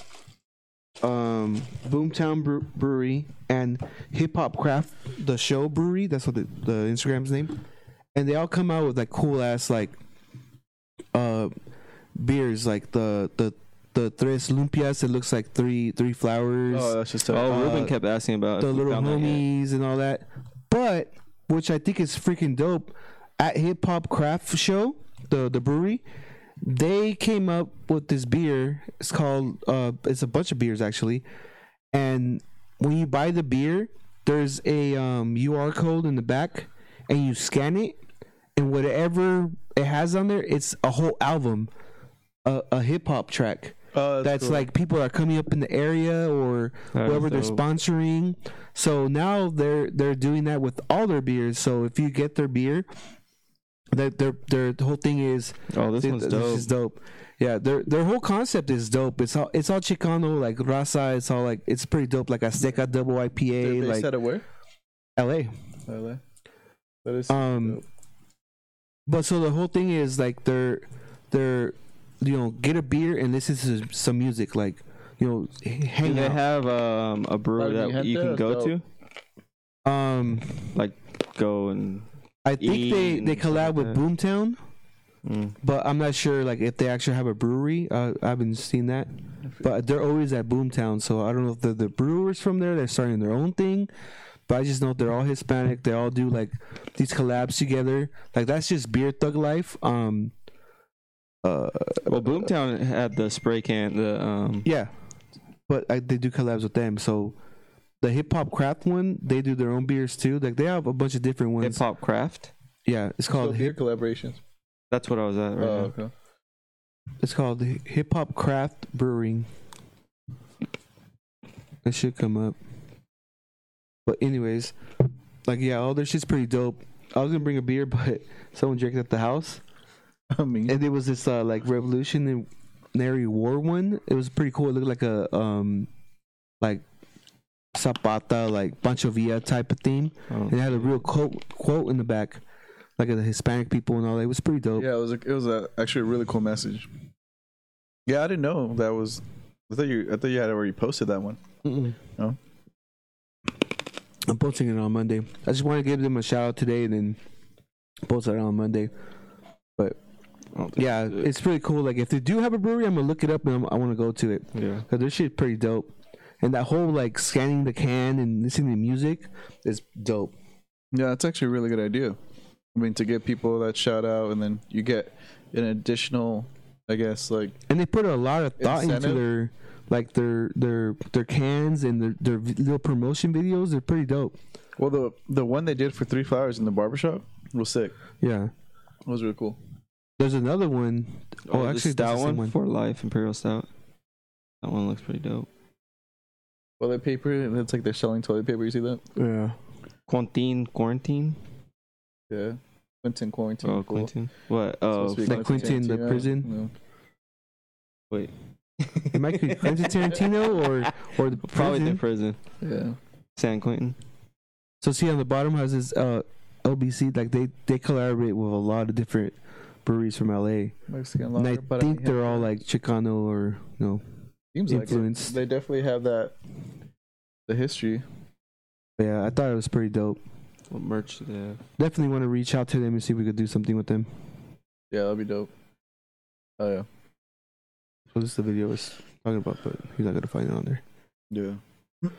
Speaker 5: um Boomtown Bre- Brewery, and Hip Hop Craft the Show Brewery. That's what the, the Instagram's name. And they all come out with like cool ass like uh beers like the the the tres lumpias. It looks like three three flowers
Speaker 1: Oh, that's just
Speaker 3: Oh,
Speaker 1: tough.
Speaker 3: Ruben kept asking about
Speaker 5: the
Speaker 3: if we
Speaker 5: little
Speaker 3: found that yet.
Speaker 5: homies and all that. But which I think is freaking dope. At Hip Hop Craft Show, the the brewery, they came up with this beer. It's called uh, it's a bunch of beers actually, and when you buy the beer, there's a um, UR code in the back, and you scan it, and whatever it has on there, it's a whole album, a, a hip hop track
Speaker 1: Oh,
Speaker 5: that's
Speaker 1: cool.
Speaker 5: like people that are coming up in the area or
Speaker 3: That is
Speaker 5: whoever they're
Speaker 3: dope.
Speaker 5: sponsoring. So now they're they're doing that with all their beers. So if you get their beer, that their their the whole thing is
Speaker 3: Oh, this
Speaker 5: thi-
Speaker 3: one's
Speaker 5: This
Speaker 3: dope.
Speaker 5: is dope. Yeah, their their whole concept is dope. It's all it's all Chicano like raza. It's all like it's pretty dope. Like Azteca double
Speaker 1: They're
Speaker 5: IPA,
Speaker 1: based
Speaker 5: like
Speaker 1: out of where?
Speaker 5: LA.
Speaker 1: LA. That is
Speaker 5: Um, but so the whole thing is like they're they're you know get a beer and listen to some music like you know h-
Speaker 3: Do
Speaker 5: hang
Speaker 3: they
Speaker 5: out.
Speaker 3: have um, a brewer
Speaker 1: Probably
Speaker 3: that
Speaker 1: gente
Speaker 3: you can
Speaker 1: or
Speaker 3: go
Speaker 1: no?
Speaker 3: to?
Speaker 5: um,
Speaker 3: Like, go and.
Speaker 5: I think they
Speaker 3: Eating
Speaker 5: they
Speaker 3: and stuff
Speaker 5: collab
Speaker 3: like
Speaker 5: with
Speaker 3: that.
Speaker 5: Boomtown,
Speaker 3: Mm.
Speaker 5: but I'm not sure like if they actually have a brewery. Uh, I haven't seen that, but they're always at Boomtown, so I don't know if they're the brewers from there. They're starting their own thing, but I just know they're all Hispanic. They all do like these collabs together. Like that's just beer thug life. Um, uh,
Speaker 3: Well, Boomtown had the spray can, the um,
Speaker 5: Yeah, but I, they do collabs with them. So the hip hop craft one, they do their own beers too. Like they have a bunch of different ones.
Speaker 3: hip hop craft.
Speaker 5: Yeah, it's
Speaker 1: so
Speaker 5: called
Speaker 1: beer collaborations.
Speaker 3: That's what I was at right
Speaker 1: Oh,
Speaker 3: now.
Speaker 1: okay.
Speaker 5: it's called Hip Hop Craft Brewing. That should come up. But anyways, like yeah, all their shit's pretty dope. I was gonna bring a beer, but someone drank it at the house,
Speaker 1: I mean,
Speaker 5: and it was this uh, like Revolutionary War one. It was pretty cool. It looked like a um, like Zapata, like Pancho Villa type of theme.
Speaker 3: Oh.
Speaker 5: It had a real quote quote in the back, like of the Hispanic people and all. that. It was pretty dope.
Speaker 1: yeah, it was a, it was a, actually a really cool message. Yeah, I didn't know that was. I thought you I thought you had already posted that one.
Speaker 5: Mm-mm.
Speaker 1: No?
Speaker 5: I'm posting it on Monday. I just want to give them a shout out today and then post it on Monday.
Speaker 3: I don't think
Speaker 5: Yeah,
Speaker 3: that's it.
Speaker 5: it's pretty cool. Like if they do have a brewery, I'm gonna look it up and I'm, I want to go to it
Speaker 3: yeah.
Speaker 5: because this shit's pretty dope. And that whole like scanning the can and listening to music is dope.
Speaker 1: Yeah, that's actually a really good idea. I mean, to get people that shout out, and then you get an additional, I guess, like
Speaker 5: and they put a lot of thought into
Speaker 1: Incentive?
Speaker 5: their like their their their cans and their their vi- little promotion videos. They're pretty dope.
Speaker 1: well the the one they did for three flowers in the barbershop was sick.
Speaker 5: Yeah.
Speaker 1: It was really cool.
Speaker 5: There's another one. Oh,
Speaker 3: the
Speaker 5: actually,
Speaker 3: stout
Speaker 5: that's the same
Speaker 3: one,
Speaker 5: one.
Speaker 3: for life imperial stout. That one looks pretty dope.
Speaker 1: Toilet paper. That's like they're selling toilet paper. You see that?
Speaker 5: Yeah.
Speaker 3: Quentin quarantine.
Speaker 1: Yeah. Quentin quarantine.
Speaker 3: Oh,
Speaker 1: cool.
Speaker 3: Quentin. What?
Speaker 1: Supposed
Speaker 3: Oh,
Speaker 1: to be
Speaker 5: Like Quentin, the
Speaker 1: Tarantino.
Speaker 5: prison?
Speaker 3: wait.
Speaker 5: It might be Quentin Tarantino or or the
Speaker 3: probably
Speaker 5: prison.
Speaker 3: the prison.
Speaker 1: No. Yeah.
Speaker 3: San Quentin.
Speaker 5: So see on the bottom has this uh, LBC. Like they they collaborate with a lot of different breweries from LA,
Speaker 1: Mexican
Speaker 5: and
Speaker 1: lager.
Speaker 5: I
Speaker 1: but
Speaker 5: think
Speaker 1: hate
Speaker 5: they're
Speaker 1: it.
Speaker 5: all like Chicano or no
Speaker 1: Seems like it.
Speaker 5: influenced.
Speaker 1: They definitely have that. The history.
Speaker 5: yeah, I thought it was pretty dope.
Speaker 3: What merch do they have?
Speaker 5: Definitely want to reach out to them and see if we could do something with them.
Speaker 1: Yeah, that'd be dope. Oh yeah.
Speaker 5: So this is the video I was talking about, but you're not gonna find it on there.
Speaker 1: Yeah.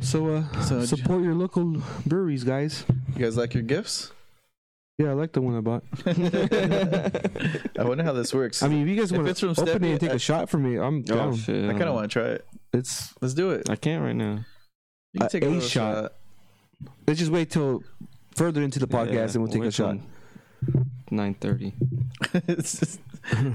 Speaker 5: So uh,
Speaker 1: So, j-
Speaker 5: support your local breweries, guys.
Speaker 1: You guys like your gifts?
Speaker 5: Yeah, I like the one I bought.
Speaker 1: I wonder how this works.
Speaker 5: I mean, if you guys
Speaker 1: If
Speaker 5: want
Speaker 1: it's
Speaker 5: to
Speaker 1: from
Speaker 5: open it
Speaker 1: Stephanie,
Speaker 5: and take
Speaker 1: I-
Speaker 5: a shot for me, I'm
Speaker 3: Oh
Speaker 5: down.
Speaker 3: shit!
Speaker 1: I kind of want to try it.
Speaker 5: It's
Speaker 1: Let's do it.
Speaker 3: I can't right now.
Speaker 1: You can
Speaker 5: Uh,
Speaker 1: take a,
Speaker 5: a
Speaker 1: little
Speaker 5: shot.
Speaker 1: shot.
Speaker 5: let's just wait till further into the podcast and we'll take a shot.
Speaker 3: Nine thirty.
Speaker 1: It's just-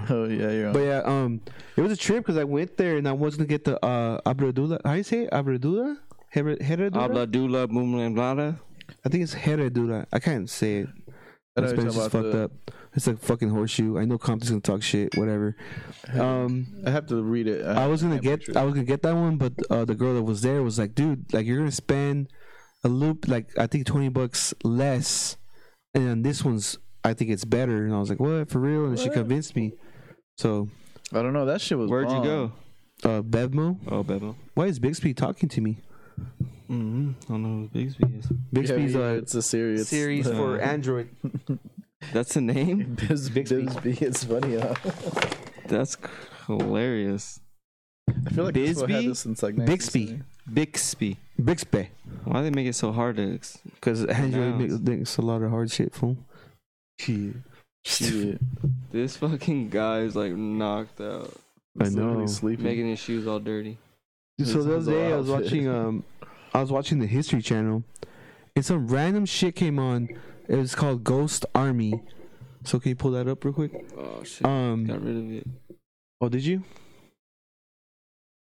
Speaker 1: oh yeah, you're on.
Speaker 5: But yeah, um, it was a trip because I went there and I was gonna get the uh abradula. How you say it? abradula? Here- Heredura?
Speaker 3: Abladula blada.
Speaker 5: I think it's heredura. I can't say it.
Speaker 1: I
Speaker 5: My
Speaker 1: know what you're
Speaker 5: Spanish is
Speaker 1: talking
Speaker 5: fucked
Speaker 1: about,
Speaker 5: up. It's a fucking horseshoe. I know Compton's gonna talk shit. Whatever. Um,
Speaker 1: I
Speaker 5: uh,
Speaker 1: have to read it.
Speaker 5: I was gonna
Speaker 1: can't
Speaker 5: get
Speaker 1: picture it.
Speaker 5: I was gonna get that one, but uh, the girl that was there was like, dude, like you're gonna spend a loop like I think twenty bucks less, and then this one's I think it's better. And I was like, what for real? And she
Speaker 1: What?
Speaker 5: convinced me. So
Speaker 1: I don't know. That shit was.
Speaker 3: Where'd
Speaker 1: bomb.
Speaker 3: you go?
Speaker 5: uh, Bevmo,
Speaker 3: Oh, Bebo.
Speaker 5: why is Bixby talking to me?
Speaker 3: Mm-hmm. I don't know who Bigsby is.
Speaker 5: Bixby's
Speaker 1: yeah,
Speaker 5: uh,
Speaker 1: it's a series.
Speaker 5: series
Speaker 3: uh,
Speaker 5: for Android.
Speaker 3: That's the name.
Speaker 1: Biz,
Speaker 5: Bixby.
Speaker 1: Bisbee. It's funny, huh?
Speaker 3: That's c- hilarious.
Speaker 1: I feel like this one had
Speaker 3: Bisbee?
Speaker 1: this since like
Speaker 5: Bixby.
Speaker 1: 1970.
Speaker 3: Bixby.
Speaker 5: Bixby,
Speaker 3: Why do they make it so hard to? Ex-
Speaker 5: because Android
Speaker 3: Pronounced.
Speaker 5: ma- makes a lot of hard shit, fool. Shit.
Speaker 1: Shit.
Speaker 3: this fucking guy is like knocked out,
Speaker 5: I
Speaker 1: It's literally
Speaker 5: know.
Speaker 1: Sleeping.
Speaker 3: making his shoes all dirty.
Speaker 5: Dude, so
Speaker 1: This
Speaker 5: the
Speaker 1: is
Speaker 5: other
Speaker 1: a
Speaker 5: day I was
Speaker 1: lot.
Speaker 5: watching um I was watching the History Channel and some random shit came on. It was called Ghost Army. So can you pull that up real quick?
Speaker 3: Oh shit!
Speaker 5: Um
Speaker 3: Got rid of it.
Speaker 5: oh did you?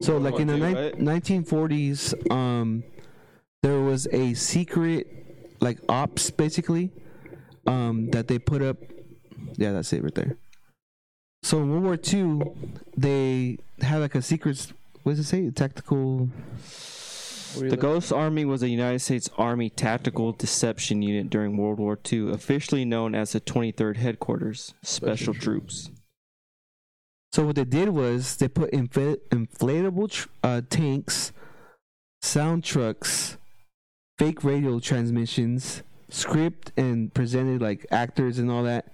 Speaker 5: So like in the
Speaker 3: Oh, dude,
Speaker 5: ni-
Speaker 3: right?
Speaker 5: 1940s um there was a secret like ops basically um that they put up yeah that's it right there. So in World War II they had like a secret what does it say? Tactical
Speaker 3: The Ghost Army was a United States Army tactical deception unit during World War II, officially known as the 23rd Headquarters Special, Troops.
Speaker 5: So what they did was they put infl- inflatable tr- uh, tanks, sound trucks, fake radio transmissions, script, and presented like actors and all that,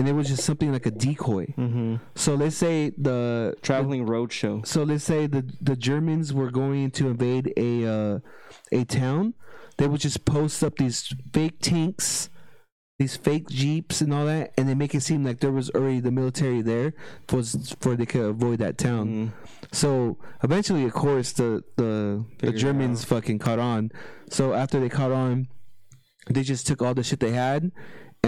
Speaker 5: and it was just something like a decoy.
Speaker 3: Mm-hmm.
Speaker 5: So let's say the
Speaker 3: Traveling roadshow.
Speaker 5: So let's say the the Germans were going to invade a uh, a town, they would just post up these fake tanks, these fake jeeps and all that, and they make it seem like there was already the military there for for they could avoid that town.
Speaker 3: Mhm.
Speaker 5: So eventually, of course, the the, the
Speaker 3: Figured it
Speaker 5: Germans fucking caught on. So after they caught on, they just took all the shit they had.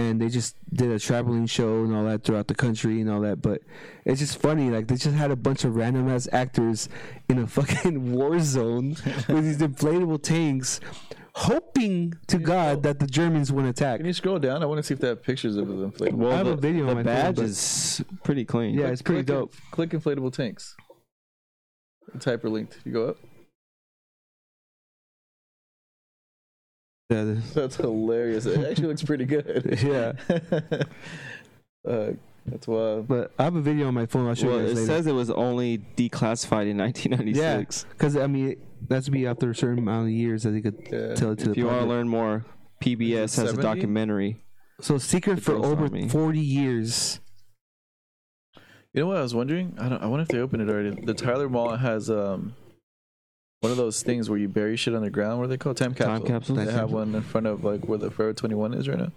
Speaker 5: And they just did a traveling show and all that throughout the country and all that, but it's just funny. Like they just had a bunch of random ass actors in a fucking war zone with these inflatable tanks, hoping to God that the Germans wouldn't attack.
Speaker 1: Can you scroll down? I want to see if they have pictures of them. Like,
Speaker 5: I have a video
Speaker 3: The
Speaker 5: on my phone,
Speaker 3: badge
Speaker 5: but-
Speaker 3: is pretty clean.
Speaker 5: yeah, it's pretty
Speaker 1: click,
Speaker 5: dope.
Speaker 1: Click inflatable tanks. It's hyperlinked. You go up.
Speaker 5: Yeah,
Speaker 1: That's hilarious. It actually looks pretty good.
Speaker 5: Yeah.
Speaker 1: uh, that's wild.
Speaker 5: but I have a video on my phone. I'll show
Speaker 3: Well,
Speaker 5: you
Speaker 3: it
Speaker 5: guys later.
Speaker 3: says it was only declassified in 1996.
Speaker 5: Because I mean, that's be after a certain amount of years that they could
Speaker 1: Yeah.
Speaker 5: tell it to
Speaker 3: If
Speaker 5: the
Speaker 3: you want
Speaker 5: public.
Speaker 3: to learn more, PBS has
Speaker 1: Is it
Speaker 3: a
Speaker 1: 70?
Speaker 3: documentary.
Speaker 5: so secret
Speaker 3: The
Speaker 5: for
Speaker 3: Girls
Speaker 5: over
Speaker 3: Army.
Speaker 5: forty years.
Speaker 1: You know what I was wondering? I don't. I wonder if they opened it already. The Tyler Mall has um one of those things where you bury shit on the ground. What are they called? Time capsule.
Speaker 3: Time capsules.
Speaker 1: They have one in front of like where the Forever 21 is right now.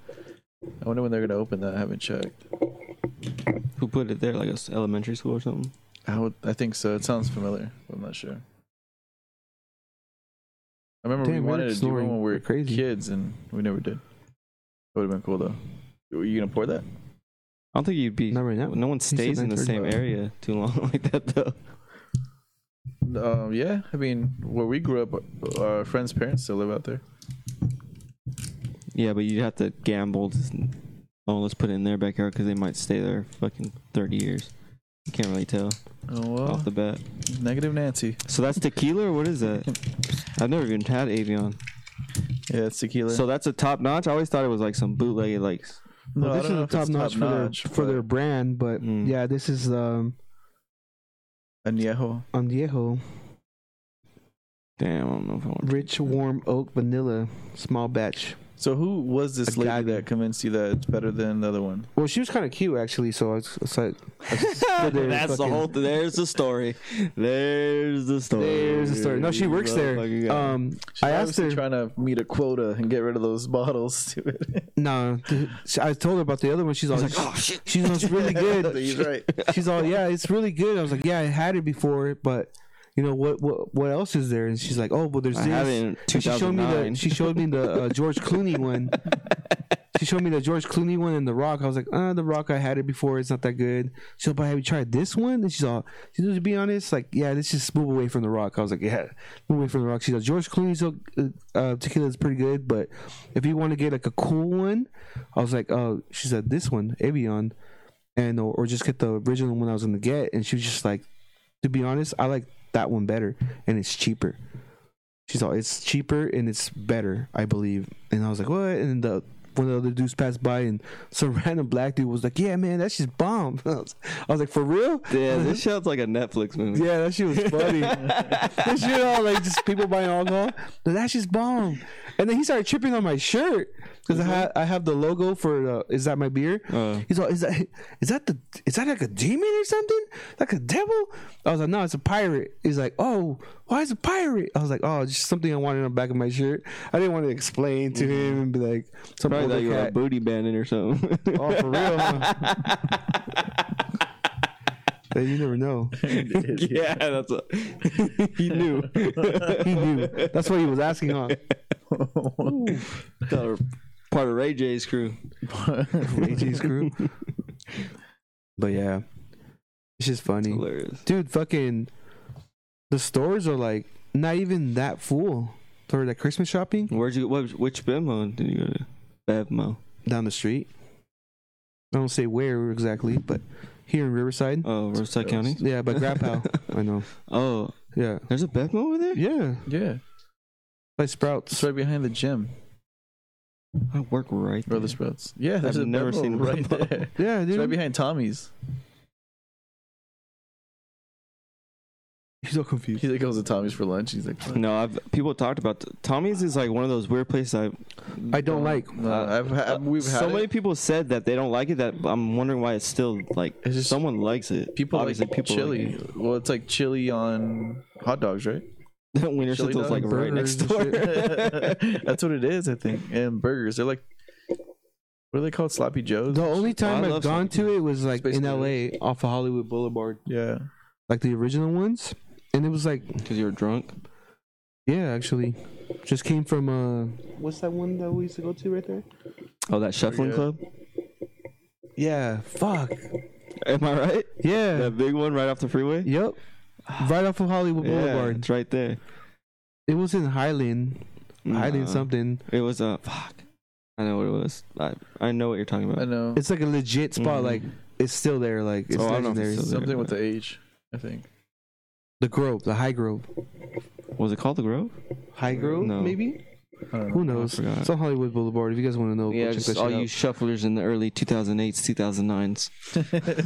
Speaker 1: I wonder when they're gonna open that. I haven't checked.
Speaker 3: Who put it there? Like it was elementary school or something?
Speaker 1: I would. I think so. It sounds familiar. But I'm not sure. I remember
Speaker 5: Damn,
Speaker 1: we wanted to
Speaker 5: Eric's
Speaker 1: do one
Speaker 5: snoring.
Speaker 1: when we were
Speaker 5: Crazy.
Speaker 1: kids, and we never did. It would have been cool though. Were you gonna pour that?
Speaker 3: I don't think you'd be.
Speaker 5: Not right now.
Speaker 3: No one
Speaker 5: said
Speaker 3: stays in the
Speaker 5: 9:30.
Speaker 3: same area too long like that though.
Speaker 1: Um, yeah, I mean, where we grew up, our friends' parents still live out there.
Speaker 3: Yeah, but you'd have to gamble. Just, oh, let's put it in their backyard because they might stay there fucking 30 years. You can't really tell
Speaker 1: Oh well,
Speaker 3: off the bat.
Speaker 1: negative Nancy.
Speaker 3: So that's tequila. Or what is that? I've never even had Avion.
Speaker 1: Yeah, it's tequila.
Speaker 3: So that's a top notch. I always thought it was like some bootlegged like.
Speaker 1: no, I
Speaker 5: this
Speaker 1: don't
Speaker 5: is
Speaker 1: know
Speaker 5: a
Speaker 1: if it's
Speaker 5: top notch for their
Speaker 1: top-notch,
Speaker 5: for their brand, but
Speaker 3: Mm.
Speaker 5: yeah, this is um
Speaker 1: but añejo.
Speaker 5: Añejo,
Speaker 3: Damn, I don't know if I want.
Speaker 5: rich warm oak vanilla, small batch.
Speaker 1: So who was this lady
Speaker 5: Agave.
Speaker 1: that convinced you that it's better than the other one?
Speaker 5: Well, she was kind of cute actually, so I was, I was like, their
Speaker 3: That's the
Speaker 5: fucking-
Speaker 3: whole. There's the story. There's the
Speaker 1: Oh,
Speaker 3: story.
Speaker 5: There's the story. No, she works there.
Speaker 3: Motherfucker, yeah.
Speaker 5: um,
Speaker 1: She's
Speaker 5: I asked
Speaker 1: obviously
Speaker 5: her.
Speaker 1: trying to meet a quota and get rid of those bottles.
Speaker 5: No, th- I told her about the other one. She's all,
Speaker 3: He's like, oh shit.
Speaker 5: she smells really good.
Speaker 1: He's right.
Speaker 5: she's all, "Yeah, it's really good." I was like, "Yeah, I had it before, but you know what? What what else is there?" And she's like, "Oh, well, there's
Speaker 3: I
Speaker 5: this."
Speaker 3: had it in
Speaker 5: And she showed me the
Speaker 3: 2009.
Speaker 5: she showed me the uh, George Clooney one. She showed me the George Clooney one and the Rock. I was like, "Uh, the Rock, I had it before. It's not that good." She's like, "But have you tried this one?" And she's all, "She's like, to be honest, like, yeah, let's just move away from the Rock." I was like, "Yeah, move away from the Rock." She's like, "George Clooney's uh, uh, tequila is pretty good, but if you want to get like a cool one," I was like, "Oh," she said, "This one, Avion." and or, or just get the original one I was gonna get. And she was just like, to be honest, I like that one better, and it's cheaper. She's all, it's cheaper and it's better, I believe. And I was like, what? And the one of the other dudes passed by, and some random black dude was like, yeah, man, that's just bomb. I was, I was like, for real?
Speaker 3: Yeah, this sounds like a Netflix movie.
Speaker 5: Yeah, that shit was funny. that shit all like just people buying alcohol. But that shit's bomb. And then he started tripping on my shirt because I had I have the logo for uh, is that my beer?
Speaker 3: Uh.
Speaker 5: He's all is that is that the is that like a demon or something like a devil? I was like no, it's a pirate. He's like oh why is it a pirate? I was like oh it's just something I wanted on the back of my shirt. I didn't want to explain to him and be like some
Speaker 3: Mm-hmm.
Speaker 5: older
Speaker 3: Probably thought you were a
Speaker 5: cat.
Speaker 3: booty bandit or something.
Speaker 5: Oh for real? Huh? Hey, you never know.
Speaker 3: yeah, that's what he knew.
Speaker 5: He knew. That's what he was asking on.
Speaker 3: Thought we were part of Ray J's crew.
Speaker 5: AJ's crew. but yeah, it's just funny,
Speaker 3: Hilarious.
Speaker 5: dude. Fucking the stores are like not even that full for the Christmas shopping
Speaker 3: Where'd you? What, which Bevmo did you go to? Bevmo.
Speaker 5: down the street. I don't say where exactly, but here in Riverside.
Speaker 3: Oh, Riverside County.
Speaker 5: Yeah, but Grandpa. I know.
Speaker 3: Oh,
Speaker 5: Yeah,
Speaker 3: there's a Bevmo over there.
Speaker 5: yeah.
Speaker 1: yeah.
Speaker 5: by
Speaker 1: It's
Speaker 5: Sprouts.
Speaker 1: right behind the gym.
Speaker 3: I work right there.
Speaker 1: Brother Sprouts. Yeah, there's
Speaker 3: I've
Speaker 1: a
Speaker 3: never
Speaker 1: Bevmo
Speaker 3: seen a
Speaker 1: right
Speaker 3: Bevmo.
Speaker 1: there.
Speaker 5: Yeah,
Speaker 1: It's right
Speaker 5: dude.
Speaker 1: behind Tommy's.
Speaker 5: He's all confused.
Speaker 1: He like, goes to Tommy's for lunch. He's like, "What?"
Speaker 3: No, I've people talked about Tommy's is like one of those weird places I
Speaker 5: I don't like.
Speaker 1: No, I've, ha- we've had
Speaker 3: Uh, so
Speaker 1: it.
Speaker 3: many people said that they don't like it. That I'm wondering why it's still like
Speaker 1: It's just-
Speaker 3: someone likes it.
Speaker 1: people
Speaker 3: Obviously,
Speaker 1: like chili.
Speaker 3: like
Speaker 1: well, it's like chili on hot dogs, right?
Speaker 3: it. Winter
Speaker 1: Chili
Speaker 3: Central's like
Speaker 1: dog
Speaker 3: right next
Speaker 5: burgers
Speaker 3: door.
Speaker 5: and
Speaker 1: That's what it is, I think. And burgers, they're like, what are they called? Sloppy Joes.
Speaker 5: The only time
Speaker 3: I
Speaker 5: I've
Speaker 3: love
Speaker 5: gone to it was like
Speaker 1: Space
Speaker 5: in
Speaker 1: Needle.
Speaker 5: LA off of Hollywood Boulevard,
Speaker 1: Yeah,
Speaker 5: like the original ones, and it was like
Speaker 3: Because you were drunk.
Speaker 5: yeah, actually, just came from uh, what's that one that we used to go to right there?
Speaker 3: Oh, that shuffling
Speaker 1: Forget.
Speaker 3: club.
Speaker 5: Yeah, fuck.
Speaker 3: Am I right?
Speaker 5: Yeah,
Speaker 3: That big one right off the freeway.
Speaker 5: yep. Right off of Hollywood
Speaker 3: Yeah,
Speaker 5: Boulevard.
Speaker 3: it's right there.
Speaker 5: It was in Highland, Highland
Speaker 3: Nah.
Speaker 5: something.
Speaker 3: It was a uh, fuck. I know what it was. I I know what you're talking
Speaker 1: I
Speaker 3: about.
Speaker 1: know.
Speaker 5: It's like a legit spot.
Speaker 3: Mhm.
Speaker 5: Like it's still there. Like it's
Speaker 3: Oh, I don't know if it's
Speaker 5: legendary.
Speaker 3: still there.
Speaker 1: something with the age, I think.
Speaker 5: The Grove, the High Grove,
Speaker 3: Was it called the Grove?
Speaker 5: High Grove,
Speaker 3: No.
Speaker 5: maybe.
Speaker 1: I don't know.
Speaker 5: Who knows?
Speaker 3: forgot.
Speaker 5: It's on Hollywood Boulevard. If you guys want to know,
Speaker 3: yeah,
Speaker 5: go check
Speaker 3: just
Speaker 5: that
Speaker 3: all
Speaker 5: shit
Speaker 3: you
Speaker 5: out.
Speaker 3: shufflers in the early 2008s, 2009s.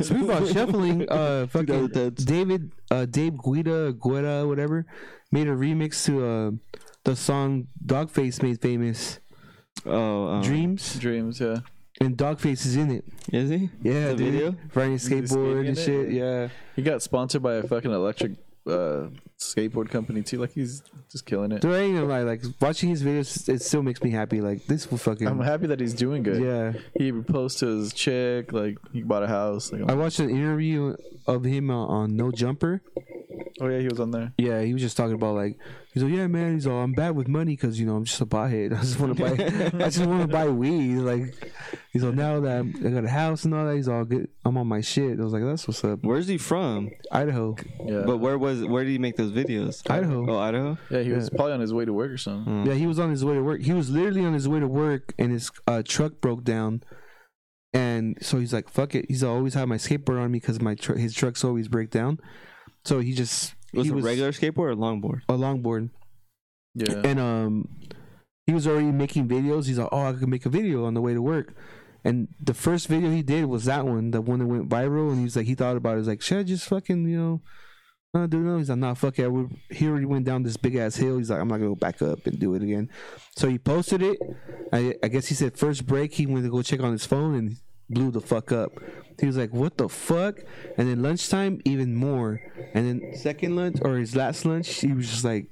Speaker 5: Speaking about shuffling, uh, fucking
Speaker 3: 2010s.
Speaker 5: David, uh, Dave Guida, Guida, whatever, made a remix to uh, the song Dogface made famous,
Speaker 3: Oh, um,
Speaker 5: Dreams,
Speaker 1: Dreams, yeah.
Speaker 5: and Dogface is in it.
Speaker 3: Is he?
Speaker 5: Yeah,
Speaker 3: The
Speaker 5: dude.
Speaker 3: video?
Speaker 5: riding a
Speaker 1: skating
Speaker 5: skateboard
Speaker 1: in
Speaker 5: and
Speaker 1: it?
Speaker 5: shit. Yeah,
Speaker 1: He got sponsored by a fucking electric uh, skateboard company too. Like he's just killing it.
Speaker 5: dude, I ain't gonna lie. Like watching his videos, it still makes me happy. Like this will fucking.
Speaker 1: I'm happy that he's doing good.
Speaker 5: yeah,
Speaker 1: He proposed to his chick. Like he bought a house. Like,
Speaker 5: I watched an interview of him uh, on No Jumper.
Speaker 1: oh yeah, he was on there.
Speaker 5: Yeah, he was just talking about like he's like, yeah, man. He's all, I'm bad with money because you know I'm just a pothead. I just want to buy, I just want to buy weed. Like he's all now that I'm- I got a house and all that. He's all good. I'm on my shit. I was like, that's what's up,
Speaker 3: Where's he from?
Speaker 5: Idaho.
Speaker 1: Yeah,
Speaker 3: But where was? Where did he make those videos?
Speaker 5: Idaho.
Speaker 3: Oh, Idaho.
Speaker 1: yeah, he was probably on his way to work or something.
Speaker 5: Yeah, he was on his way to work. He was literally on his way to work, and his uh, truck broke down. And so he's like, "Fuck it." He's all, always had my skateboard on me because my tr- his trucks always break down. So he just
Speaker 3: Was
Speaker 5: he
Speaker 3: it a regular skateboard or longboard?
Speaker 5: a longboard.
Speaker 1: Yeah,
Speaker 5: and um he was already making videos he's like oh i could make a video on the way to work and the first video he did was that one the one that went viral and he was like he thought about it he was like should i just fucking you know not do no he's like nah fuck it I would- he already went down this big ass hill he's like i'm not gonna go back up and do it again so he posted it i, I guess he said first break he went to go check on his phone and blew the fuck up he was like what the fuck and then lunchtime even more and then second lunch or his last lunch he was just like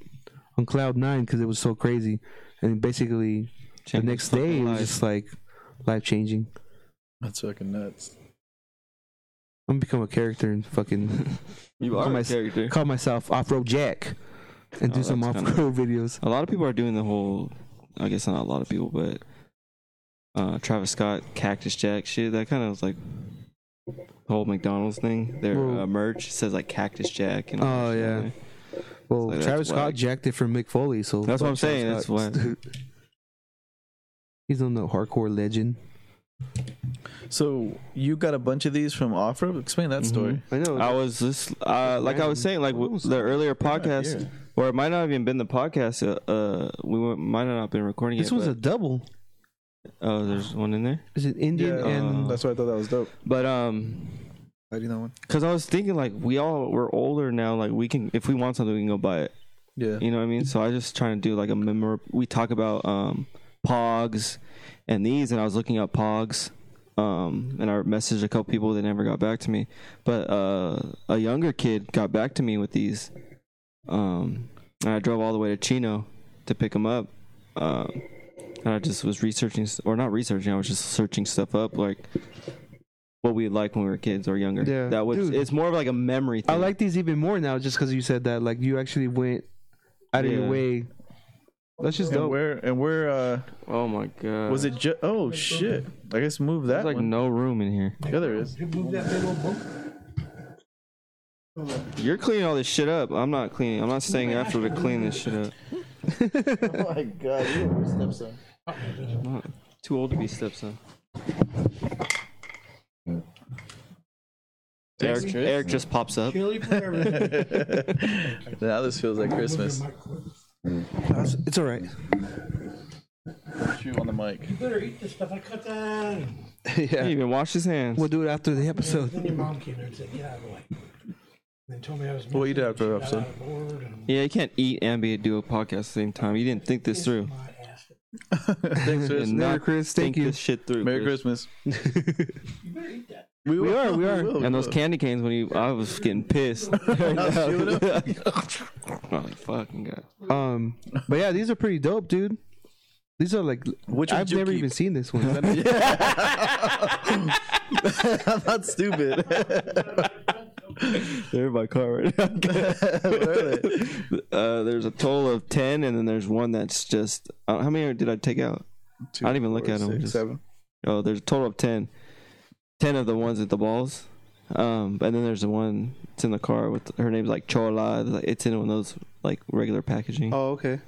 Speaker 5: on cloud nine because it was so crazy, and basically the
Speaker 3: Changed
Speaker 5: next
Speaker 3: his
Speaker 5: day it
Speaker 3: fucking
Speaker 5: was
Speaker 3: life.
Speaker 5: just like life changing.
Speaker 1: that's fucking nuts.
Speaker 5: I'm gonna become a character and fucking
Speaker 3: You
Speaker 5: Call
Speaker 3: are
Speaker 5: my-
Speaker 3: a character.
Speaker 5: call myself Off Road Jack and
Speaker 3: Oh,
Speaker 5: do some
Speaker 3: that's
Speaker 5: off
Speaker 3: kinda-
Speaker 5: road videos.
Speaker 3: A lot of people are doing the whole. I guess not a lot of people, but uh, Travis Scott, Cactus Jack, shit. That kind of was like the whole McDonald's thing. Their
Speaker 5: Well-
Speaker 3: uh, merch says like Cactus Jack. And all
Speaker 5: Oh,
Speaker 3: that shit
Speaker 5: yeah.
Speaker 3: on there.
Speaker 5: Well,
Speaker 3: like, that's
Speaker 5: Travis Scott
Speaker 3: whack.
Speaker 5: jacked it from Mick Foley, so
Speaker 3: That's what I'm
Speaker 5: fuck Travis
Speaker 3: saying, that's
Speaker 5: Scott. He's on the hardcore legend.
Speaker 1: So you got a bunch of these from off road. Explain that
Speaker 3: Mm-hmm.
Speaker 1: story.
Speaker 5: I know.
Speaker 3: I was just uh, like I was saying, like w- the earlier podcast,
Speaker 1: here.
Speaker 3: or it might not have even been the podcast. Uh, uh we went, might not have been recording
Speaker 5: this
Speaker 3: it.
Speaker 5: was a
Speaker 3: but,
Speaker 5: double.
Speaker 3: oh, there's one in there.
Speaker 5: Is it Indian
Speaker 1: Yeah,
Speaker 5: and
Speaker 1: that's why I thought that was dope.
Speaker 3: But um,
Speaker 1: I do that one.
Speaker 3: Cause I was thinking like we all we're older now. Like we can if we want something we can go buy it.
Speaker 1: Yeah,
Speaker 3: You know what I mean? So I was just trying to do like a memor. We talk about um pogs and these, and I was looking up pogs. Um, and I messaged a couple people. They never got back to me. But uh, a younger kid got back to me with these. Um, and I drove all the way to Chino to pick them up. Um, and I just was researching, or not researching. I was just searching stuff up, like what we liked when we were kids or younger.
Speaker 5: Yeah,
Speaker 3: that was.
Speaker 5: dude.
Speaker 3: It's more of like a memory. Thing.
Speaker 5: I like these even more now just because you said that. Like you actually went out of your
Speaker 3: Yeah.
Speaker 5: way. That's just
Speaker 1: and
Speaker 5: dope.
Speaker 1: where and where uh,
Speaker 3: Oh my god.
Speaker 1: was it? Ju- oh shit! I guess move that
Speaker 3: There's like
Speaker 1: one.
Speaker 3: no room in here.
Speaker 1: Yeah, there is.
Speaker 3: You're cleaning all this shit up. I'm not cleaning. I'm not staying after to clean this shit up.
Speaker 1: oh my god, you stepson.
Speaker 3: I'm not too old to be stepson. Eric, Eric just pops up.
Speaker 1: now this feels like Christmas.
Speaker 5: That's- It's all right.
Speaker 1: Chew on the mic.
Speaker 4: Better eat this stuff. I cut that.
Speaker 3: He
Speaker 1: yeah.
Speaker 3: even washed his hands.
Speaker 5: We'll do it after the episode.
Speaker 4: Then your mom came in and said, "Get out of the way." And then told me I was.
Speaker 1: Well, you did after
Speaker 4: missing,
Speaker 1: episode.
Speaker 4: she got out of board and
Speaker 3: Yeah, you can't eat and be do a podcast at the same time. You didn't think this through.
Speaker 4: my ass.
Speaker 1: Thanks, Chris.
Speaker 3: And
Speaker 5: Merry
Speaker 3: not
Speaker 5: Chris,
Speaker 3: think
Speaker 5: thank you.
Speaker 3: this shit through.
Speaker 1: Merry
Speaker 3: Chris.
Speaker 1: Christmas.
Speaker 4: You better eat that.
Speaker 5: We
Speaker 1: will.
Speaker 5: are, we are.
Speaker 1: will,
Speaker 3: And those
Speaker 1: will.
Speaker 3: candy canes when you, I was getting pissed.
Speaker 1: chewing
Speaker 3: Oh my fucking god!
Speaker 5: Um, but yeah, these are pretty dope, dude. These are like
Speaker 1: Which
Speaker 5: I've
Speaker 1: would you
Speaker 5: never
Speaker 1: keep?
Speaker 5: even seen this one.
Speaker 1: I'm not stupid.
Speaker 3: They're in my car right uh, there's a total of ten, and then there's one that's just. Uh, how many did I take out? I didn't even look at 'em, just-
Speaker 1: Seven.
Speaker 3: Oh, there's a total of 10. 10 of the ones at the balls. Um, and then there's the one that's in the car with her name's like Chola. Like, It's in one of those like regular packaging.
Speaker 5: oh, okay.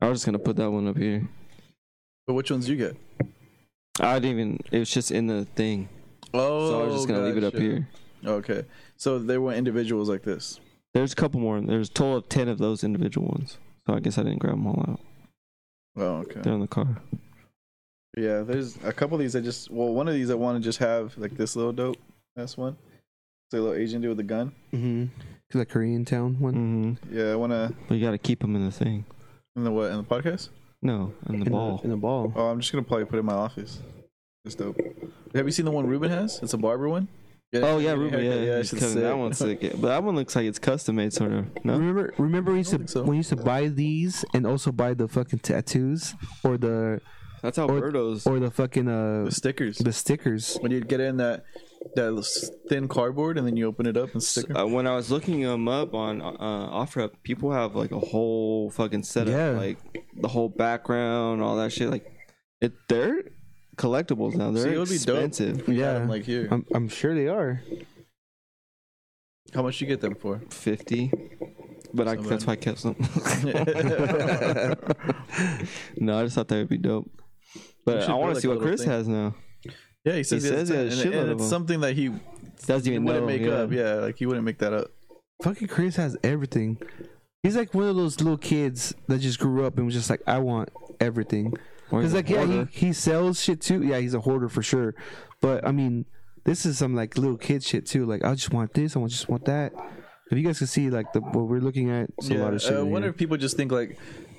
Speaker 3: I was just gonna put that one up here.
Speaker 1: But which ones you get?
Speaker 3: I didn't even. It was just in the thing,
Speaker 1: Oh,
Speaker 3: so I was just gonna leave it up
Speaker 1: gotcha.
Speaker 3: here.
Speaker 1: Okay, so they were individuals like this.
Speaker 3: There's a couple more. There's a total of 10 of those individual ones. So I guess I didn't grab them all out.
Speaker 1: Oh, okay.
Speaker 3: They're in the car.
Speaker 1: Yeah, there's a couple of these I just well, one of these I want to just have like this little dope. That's one. It's a little Asian dude with a gun.
Speaker 5: Mm-hmm. The Korean town one.
Speaker 3: Mm-hmm.
Speaker 1: Yeah, I want to
Speaker 3: But you gotta keep them in the thing.
Speaker 1: in the what in the podcast.
Speaker 3: No, Mm, in the
Speaker 5: In
Speaker 3: ball.
Speaker 5: in the ball.
Speaker 1: Oh, I'm just gonna probably put it in my office. It's dope. Have you seen the one Ruben has? It's a barber one.
Speaker 3: Oh yeah, Ruben.
Speaker 1: haircut.
Speaker 3: Yeah, yeah,
Speaker 1: that
Speaker 3: he's
Speaker 1: shit's
Speaker 3: cutting-
Speaker 1: sick.
Speaker 3: that one's sick. But that one looks like it's custom made, sort of. No,
Speaker 5: Remember, remember we used
Speaker 1: don't
Speaker 5: to
Speaker 1: think so.
Speaker 5: when we used to buy these and also buy the fucking tattoos or the
Speaker 3: that's Alberto's.
Speaker 5: or the fucking uh
Speaker 1: The stickers.
Speaker 5: the stickers.
Speaker 1: When you get in that that s- thin cardboard and then you open it up and stick.
Speaker 3: uh, when I was looking them up on uh, OfferUp, people have like a whole fucking setup,
Speaker 5: Yeah.
Speaker 3: like the whole background, all that shit. Like, it they're collectibles now. They're
Speaker 1: See, it would be dope.
Speaker 3: expensive.
Speaker 1: We got
Speaker 5: Yeah.
Speaker 1: 'em, like here.
Speaker 5: I'm I'm sure they are.
Speaker 1: How much you get them for?
Speaker 3: Fifty, but I,
Speaker 1: So
Speaker 3: that's
Speaker 1: bad.
Speaker 3: why I kept some. no, I just thought that would be dope.
Speaker 1: We
Speaker 3: But
Speaker 1: should
Speaker 3: I
Speaker 1: build,
Speaker 3: want to
Speaker 1: like,
Speaker 3: see
Speaker 1: a
Speaker 3: what
Speaker 1: little
Speaker 3: Chris
Speaker 1: thing.
Speaker 3: has now.
Speaker 1: Yeah, he says
Speaker 3: He
Speaker 1: he has
Speaker 3: says he
Speaker 1: ten,
Speaker 3: has a
Speaker 1: and,
Speaker 3: shitload
Speaker 1: and
Speaker 3: of
Speaker 1: it's
Speaker 3: them.
Speaker 1: something that he
Speaker 3: Doesn't even
Speaker 1: wouldn't
Speaker 3: know.
Speaker 1: make
Speaker 3: yeah.
Speaker 1: up. Yeah, like he wouldn't make that up.
Speaker 5: Fucking Chris has everything. He's like one of those little kids that just grew up and was just like, I want everything.
Speaker 3: Or
Speaker 5: Because
Speaker 3: he's a
Speaker 5: like yeah, he,
Speaker 3: hoarder.
Speaker 5: he sells shit too. Yeah, he's a hoarder for sure. But I mean, this is some like little kid shit too. Like I just want this. I want just want that. If you guys can see like the what we're looking at, it's a lot of shit.
Speaker 1: I
Speaker 5: in
Speaker 1: wonder
Speaker 5: here.
Speaker 1: if people just think like,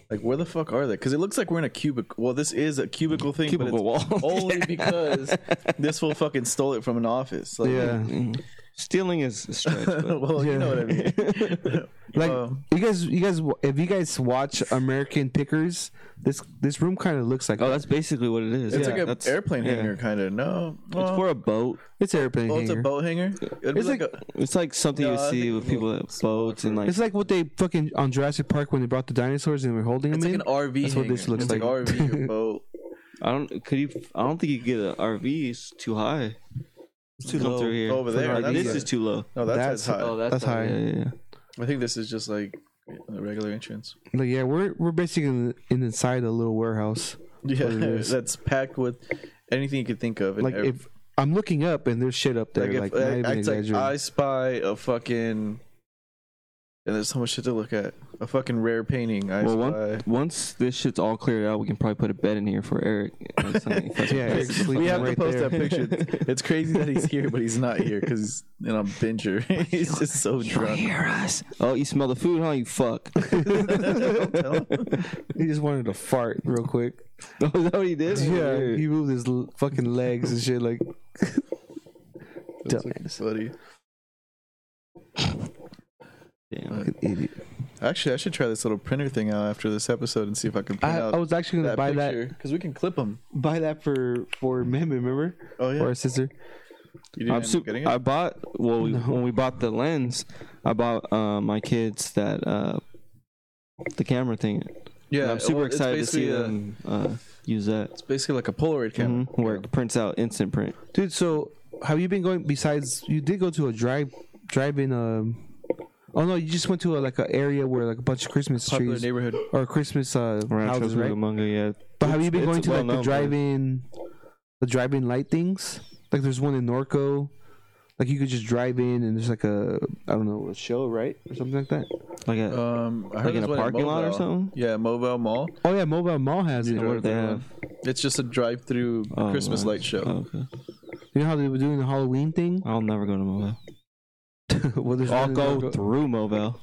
Speaker 1: like where the fuck are they? Because it looks like we're in a cubicle. Well, this is a cubicle thing,
Speaker 3: Cubicle
Speaker 1: but
Speaker 3: wall.
Speaker 1: it's only because this fool fucking stole it from an office. Like,
Speaker 5: yeah,
Speaker 3: Mm. Stealing is a stretch. But
Speaker 1: well, you know what I mean.
Speaker 5: like
Speaker 1: Um,
Speaker 5: you guys, you guys, if you guys watch American Pickers, this this room kind of looks like
Speaker 3: oh, that's basically what it is.
Speaker 1: It's
Speaker 3: Yeah,
Speaker 1: like an
Speaker 3: that's-
Speaker 1: airplane
Speaker 3: yeah.
Speaker 1: hanger, kind of. No,
Speaker 3: It's
Speaker 1: well,
Speaker 3: for a boat.
Speaker 5: it's airplane
Speaker 1: oh, it's a
Speaker 5: hanger.
Speaker 1: boat hanger. It'd
Speaker 5: It's
Speaker 1: be like,
Speaker 5: like-
Speaker 1: a,
Speaker 3: It's like something
Speaker 1: No,
Speaker 3: you
Speaker 1: I
Speaker 3: see
Speaker 1: think
Speaker 3: with
Speaker 1: it's a
Speaker 3: people at boats and like
Speaker 5: It's like what they fucking on Jurassic Park when they brought the dinosaurs and they were holding them
Speaker 1: it's like
Speaker 5: in.
Speaker 1: an RV.
Speaker 5: That's what this
Speaker 1: hanger.
Speaker 5: looks
Speaker 1: it's
Speaker 5: like.
Speaker 1: Like RV or boat.
Speaker 3: I don't could you I don't think you could get an RV. It's too high. It's
Speaker 1: too low.
Speaker 3: Through here.
Speaker 1: Over
Speaker 3: For an
Speaker 1: there,
Speaker 3: RV.
Speaker 1: that's
Speaker 3: This
Speaker 1: like-
Speaker 3: is too low.
Speaker 1: No, that's,
Speaker 5: That's- oh,
Speaker 1: high.
Speaker 5: that's high.
Speaker 3: Yeah, yeah, yeah.
Speaker 1: I think this is just like a regular entrance.
Speaker 5: Like yeah, we're we're basically in, in inside a little warehouse.
Speaker 1: Yeah,
Speaker 5: what it is.
Speaker 1: that's packed with anything you could think of. and
Speaker 5: Like
Speaker 1: every-
Speaker 5: if I'm looking up and there's shit up there,
Speaker 1: Like if
Speaker 5: like, not
Speaker 1: I,
Speaker 5: even
Speaker 1: act like
Speaker 5: exaggerating.
Speaker 1: I spy a fucking and there's so much shit to look at. A fucking rare painting. I
Speaker 3: Well,
Speaker 1: spy.
Speaker 3: one, once this shit's all cleared out, we can probably put a bed in here for Eric. Like, something- if that's
Speaker 5: Yeah,
Speaker 3: what
Speaker 5: Eric's
Speaker 3: this is.
Speaker 5: sleeping
Speaker 1: We have to
Speaker 5: right
Speaker 1: post
Speaker 5: there.
Speaker 1: that picture. It's crazy that he's here, but he's not here because you know binger. he's just so drunk.
Speaker 3: Hear us. Oh, you smell the food, huh? You fuck.
Speaker 1: Don't tell him.
Speaker 5: He just wanted to fart real quick.
Speaker 3: Oh, is that what he did?
Speaker 5: Yeah,
Speaker 3: Weird.
Speaker 5: he moved his l- fucking legs and shit. Like,
Speaker 1: That's so
Speaker 5: Dumbass.
Speaker 1: funny.
Speaker 3: Damn.
Speaker 5: fucking idiot.
Speaker 1: Actually, I should try this little printer thing out after this episode and see if I can print
Speaker 5: I,
Speaker 1: out
Speaker 5: I was actually gonna
Speaker 1: that
Speaker 5: buy
Speaker 1: picture because we can clip them.
Speaker 5: that, buy that for for Mem. Remember,
Speaker 1: Oh yeah,
Speaker 5: for our sister.
Speaker 1: you didn't
Speaker 3: I'm
Speaker 1: end up
Speaker 3: super,
Speaker 1: getting it.
Speaker 3: I bought well we, when we bought the lens, I bought uh, my kids that uh, the camera thing.
Speaker 1: yeah,
Speaker 3: And I'm super
Speaker 1: well, it's
Speaker 3: excited to see
Speaker 1: basically a-
Speaker 3: them uh, use that.
Speaker 1: It's basically like a Polaroid camera.
Speaker 3: Mhm, Where it prints out instant print.
Speaker 5: Dude, so have you been going? Besides, you did go to a drive drive-in. Um, oh no, you just went to a, like an area where like a bunch of Christmas
Speaker 1: Popular
Speaker 5: trees
Speaker 1: neighborhood.
Speaker 5: or Christmas uh,
Speaker 3: Around
Speaker 5: houses, right?
Speaker 3: Churubusco, yeah.
Speaker 5: But have you been
Speaker 3: It's-
Speaker 5: going
Speaker 3: it's
Speaker 5: to like the
Speaker 3: well-known, but-
Speaker 5: drive-in, the drive-in light things? Like there's one in Norco, like you could just drive in and there's like a I don't know a show right or something like that.
Speaker 3: Like uh, a,
Speaker 1: Um, I heard
Speaker 3: Like in
Speaker 1: there's
Speaker 3: a
Speaker 1: one
Speaker 3: parking lot or
Speaker 1: Mobile.
Speaker 3: something?
Speaker 1: Yeah, Mobile Mall.
Speaker 5: Oh yeah, Mobile Mall has
Speaker 1: You
Speaker 5: it.
Speaker 1: know
Speaker 3: what do they have?
Speaker 1: It's just a drive-through
Speaker 3: Oh,
Speaker 1: Christmas
Speaker 3: nice.
Speaker 1: light show.
Speaker 3: Oh, okay.
Speaker 5: You know how they were doing the Halloween thing?
Speaker 3: I'll never go to Mobile.
Speaker 5: well, there's
Speaker 3: I'll
Speaker 5: really
Speaker 3: go
Speaker 5: no
Speaker 3: through Mobile.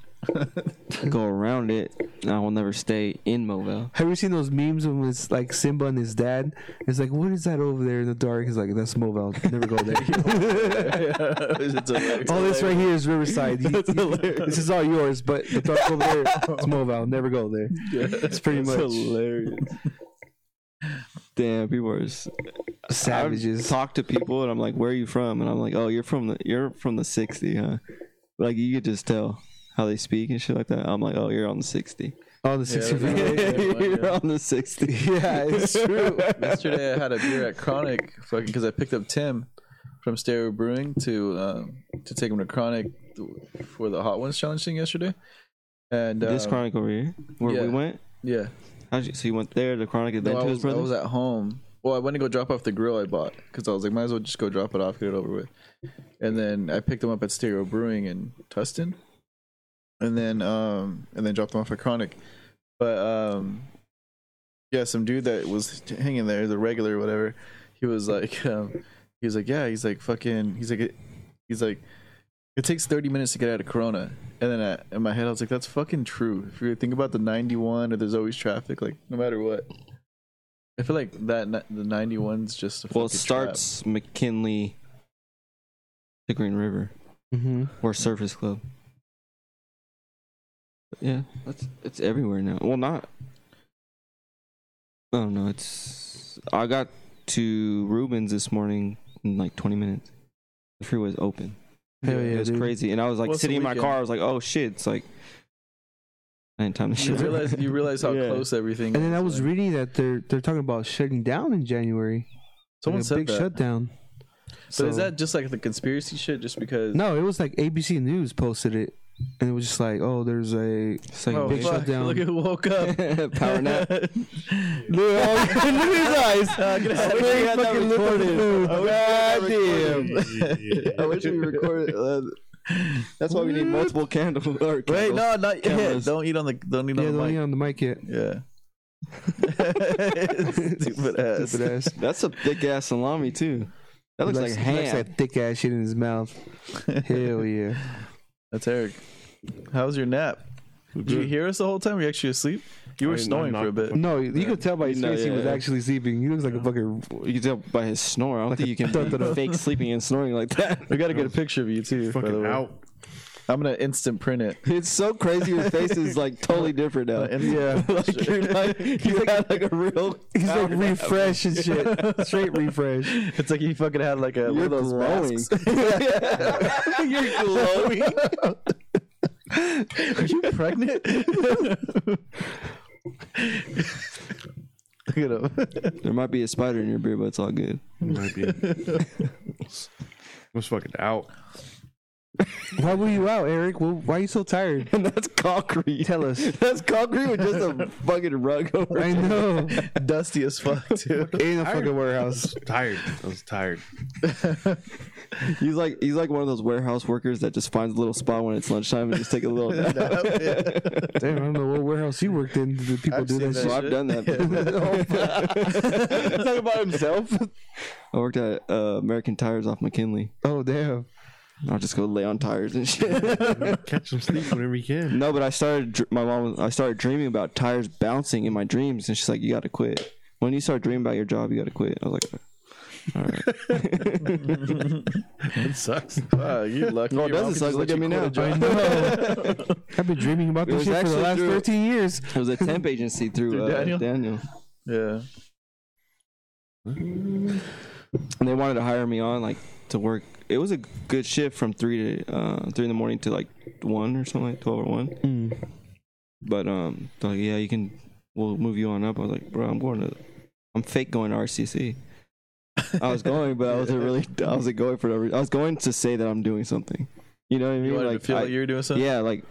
Speaker 3: go around it. and I will never stay in Mobile.
Speaker 5: Have you seen those memes when it's like Simba and his dad? It's like, what is that over there in the dark? He's like, that's Mobile. Never go there.
Speaker 1: It's hilarious.
Speaker 5: all this right here is Riverside. You- you- this is all yours, but the dark over there, it's Mobile. Never go there.
Speaker 1: it's
Speaker 5: pretty much-
Speaker 1: hilarious.
Speaker 3: Damn, people are s-
Speaker 5: Savages.
Speaker 3: I talk to people and I'm like, "Where are you from?" And I'm like, "Oh, you're from the you're from the '60, huh?" Like you could just tell how they speak and shit like that. I'm like, "Oh, you're on the '60.
Speaker 5: All the 60
Speaker 1: Yeah,
Speaker 5: feet.
Speaker 3: you're on the '60."
Speaker 5: Yeah, it's true.
Speaker 1: Yesterday I had a beer at Chronic fucking because I picked up Tim from Stereo Brewing to um, to take him to Chronic for the Hot Ones challenge thing yesterday. And
Speaker 3: This
Speaker 1: um,
Speaker 3: chronic over here, where
Speaker 1: yeah.
Speaker 3: we went.
Speaker 1: yeah,
Speaker 3: How'd you, so you went there to chronic and
Speaker 1: no,
Speaker 3: then
Speaker 1: I,
Speaker 3: to his
Speaker 1: was, I
Speaker 3: brother.
Speaker 1: was at home. Well, I went to go drop off the grill I bought because I was like, might as well just go drop it off, get it over with. And then I picked him up at Stereo Brewing in Tustin, and then um and then dropped him off at Chronic. But um, yeah, some dude that was hanging there, the regular, or whatever. He was like, um, he was like, yeah, he's like fucking, he's like, it- he's like, it takes thirty minutes to get out of Corona. And then I, in my head, I was like, that's fucking true. If you think about the ninety-one, or there's always traffic, like no matter what. I feel like that ni- the ninety one's just a
Speaker 3: well, it
Speaker 1: fucking
Speaker 3: starts McKinley to Green River
Speaker 5: hmm
Speaker 3: or Surface Club. Yeah, that's it's everywhere now. Well, not. I don't know. It's I got to Rubens this morning in like 20 minutes. The freeway's open.
Speaker 5: Hell yeah,
Speaker 3: it was
Speaker 5: dude.
Speaker 3: crazy, and I was like
Speaker 1: Well, it's the
Speaker 3: sitting in my
Speaker 1: weekend.
Speaker 3: car. I was like, "Oh shit!" It's like I didn't time the
Speaker 1: trap. You
Speaker 3: shit.
Speaker 1: realize you realize how
Speaker 3: Yeah.
Speaker 1: close everything.
Speaker 5: And then
Speaker 1: is,
Speaker 5: I was
Speaker 1: like-
Speaker 5: reading that they're they're talking about shutting down in January.
Speaker 1: someone
Speaker 5: like a
Speaker 1: said
Speaker 5: big
Speaker 1: that.
Speaker 5: shutdown.
Speaker 1: So is that just like the conspiracy shit? Just because?
Speaker 5: No, it was like ABC News posted it, and it was just like, oh, there's a
Speaker 3: It's like
Speaker 1: Oh,
Speaker 3: big
Speaker 1: fuck,
Speaker 5: shutdown.
Speaker 1: Look who woke up.
Speaker 3: power nap.
Speaker 5: Look at his eyes.
Speaker 1: I wish we had that recorded.
Speaker 3: God
Speaker 1: I wish we
Speaker 3: recorded. uh, that's why we need multiple candles. Or
Speaker 1: Wait,
Speaker 3: candles.
Speaker 1: no, not yet.
Speaker 3: Cameras.
Speaker 1: Don't eat on the. Don't eat
Speaker 5: Yeah,
Speaker 1: on the
Speaker 5: don't
Speaker 1: mic.
Speaker 5: eat on the mic yet.
Speaker 1: Yeah. Stupid ass.
Speaker 5: Stupid ass.
Speaker 3: That's a thick ass salami too. That looks
Speaker 5: He
Speaker 3: like
Speaker 5: likes- he likes
Speaker 3: ham.
Speaker 5: that thick ass shit in his mouth. Hell yeah.
Speaker 1: That's Eric. How was your nap? Did you hear us the whole time? Were you actually asleep? You were
Speaker 6: I- I'm
Speaker 1: snoring
Speaker 6: not-
Speaker 1: for a bit.
Speaker 5: No, you could tell by his
Speaker 3: No,
Speaker 5: face he
Speaker 3: yeah,
Speaker 5: was
Speaker 3: yeah.
Speaker 5: actually sleeping. He looks like a fucking.
Speaker 3: You can tell by his snore. I don't think you can
Speaker 5: dun, dun, dun.
Speaker 3: be fake sleeping and snoring like that.
Speaker 1: We got to get a picture of you too. By the
Speaker 6: Fucking
Speaker 1: way,
Speaker 6: out.
Speaker 1: I'm gonna instant print it.
Speaker 3: It's so crazy. Your face is like totally different now.
Speaker 1: Yeah.
Speaker 3: like you're not, you had like a real.
Speaker 5: He's like refresh and shit. Straight refresh.
Speaker 1: It's like you fucking had like a one
Speaker 3: You're
Speaker 1: of those
Speaker 3: glowing.
Speaker 1: masks.
Speaker 3: you're glowing.
Speaker 1: Are you pregnant? Look at him.
Speaker 3: There might be a spider in your beer, but it's all good.
Speaker 6: It might be. I was fucking out.
Speaker 5: Why were you out, Eric? Well, why are you so tired?
Speaker 3: And that's concrete.
Speaker 5: Tell us.
Speaker 3: That's concrete with just a fucking rug over
Speaker 5: I know.
Speaker 1: Dusty as fuck too.
Speaker 5: In a
Speaker 6: I-
Speaker 5: fucking warehouse.
Speaker 6: Tired. I was tired.
Speaker 3: He's like he's like one of those warehouse workers that just finds a little spot when it's lunchtime and just take a little nap.
Speaker 5: Damn, I don't know what warehouse you worked in. Did people
Speaker 1: I've
Speaker 5: do
Speaker 1: seen
Speaker 5: that
Speaker 1: that
Speaker 5: shit?
Speaker 3: So I've done that. Oh,
Speaker 5: Talking about himself.
Speaker 3: I worked at uh, American Tires off McKinley.
Speaker 5: Oh damn.
Speaker 3: I'll just go lay on tires and shit.
Speaker 6: Catch some sleep whenever you can.
Speaker 3: no, but I started. dr- My mom. was- I started dreaming about tires bouncing in my dreams, and she's like, "You got to quit. When you start dreaming about your job, you got to quit." I was like, "All right."
Speaker 6: It sucks.
Speaker 1: Wow, you lucky.
Speaker 3: No, it
Speaker 1: Your mom
Speaker 3: doesn't
Speaker 1: could
Speaker 3: suck.
Speaker 1: just
Speaker 3: Look
Speaker 1: let
Speaker 3: at
Speaker 1: you
Speaker 3: me
Speaker 1: quit
Speaker 3: now.
Speaker 1: a job.
Speaker 5: I've been dreaming about
Speaker 3: It
Speaker 5: this
Speaker 3: was
Speaker 5: shit for the
Speaker 3: actually
Speaker 5: last
Speaker 3: through-
Speaker 5: 13 years.
Speaker 3: It was a temp agency through
Speaker 1: Through
Speaker 3: uh,
Speaker 1: Daniel?
Speaker 3: Daniel?
Speaker 1: Yeah.
Speaker 3: and they wanted to hire me on like to work. It was a good shift from three to uh, three in the morning to like one or something, like twelve or one. But um, they're like, yeah, you can. We'll move you on up. I was like, bro, I'm going to. I'm fake going to RCC. I was going, but I wasn't really. I wasn't going for no reason. I was going to say that I'm doing something. You know what I mean?
Speaker 1: You wanted to feel
Speaker 3: I-
Speaker 1: like you were doing something.
Speaker 3: yeah, like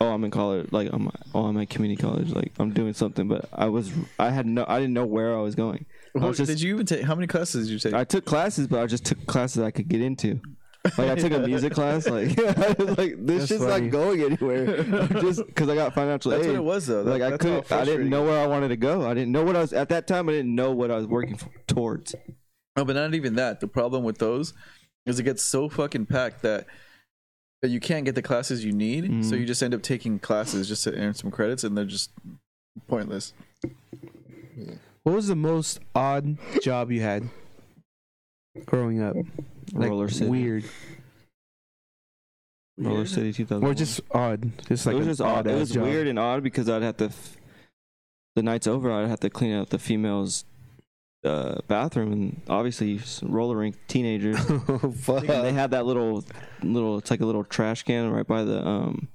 Speaker 3: oh, I'm in college. Like I'm oh, I'm at community college. Like I'm doing something, but I was I had no I didn't know where I was going. I
Speaker 1: What-
Speaker 3: was just
Speaker 1: did you even take? How many classes did you take?
Speaker 3: I took classes, but I just took classes I could get into. Like I took a music class. Like, I was like this
Speaker 5: That's
Speaker 3: shit's
Speaker 5: funny.
Speaker 3: not going anywhere. I'm just because I got financial
Speaker 1: That's
Speaker 3: aid.
Speaker 1: what it was though. That-
Speaker 3: like I
Speaker 1: that's how
Speaker 3: couldn't. I didn't
Speaker 1: frustrating
Speaker 3: know where I wanted to go. I didn't know what I was at that time. I didn't know what I was working for, towards.
Speaker 1: No, but not even that. The problem with those is it gets so fucking packed that that you can't get the classes you need. So
Speaker 3: Mhm.
Speaker 1: you just end up taking classes just to earn some credits, and they're just pointless.
Speaker 5: What was the most odd job you had growing up? Like,
Speaker 3: Roller City.
Speaker 5: Weird.
Speaker 3: Roller City 2000.
Speaker 5: Or just odd. Just like
Speaker 3: it was
Speaker 5: an
Speaker 3: just odd. It
Speaker 5: odd-ass
Speaker 3: was
Speaker 5: job.
Speaker 3: weird and odd because I'd have to. F- the night's over. I'd have to clean up the females' uh, bathroom, and obviously s- roller rink teenagers.
Speaker 5: oh, fuck.
Speaker 3: And they have that little, little. It's like a little trash can right by the um,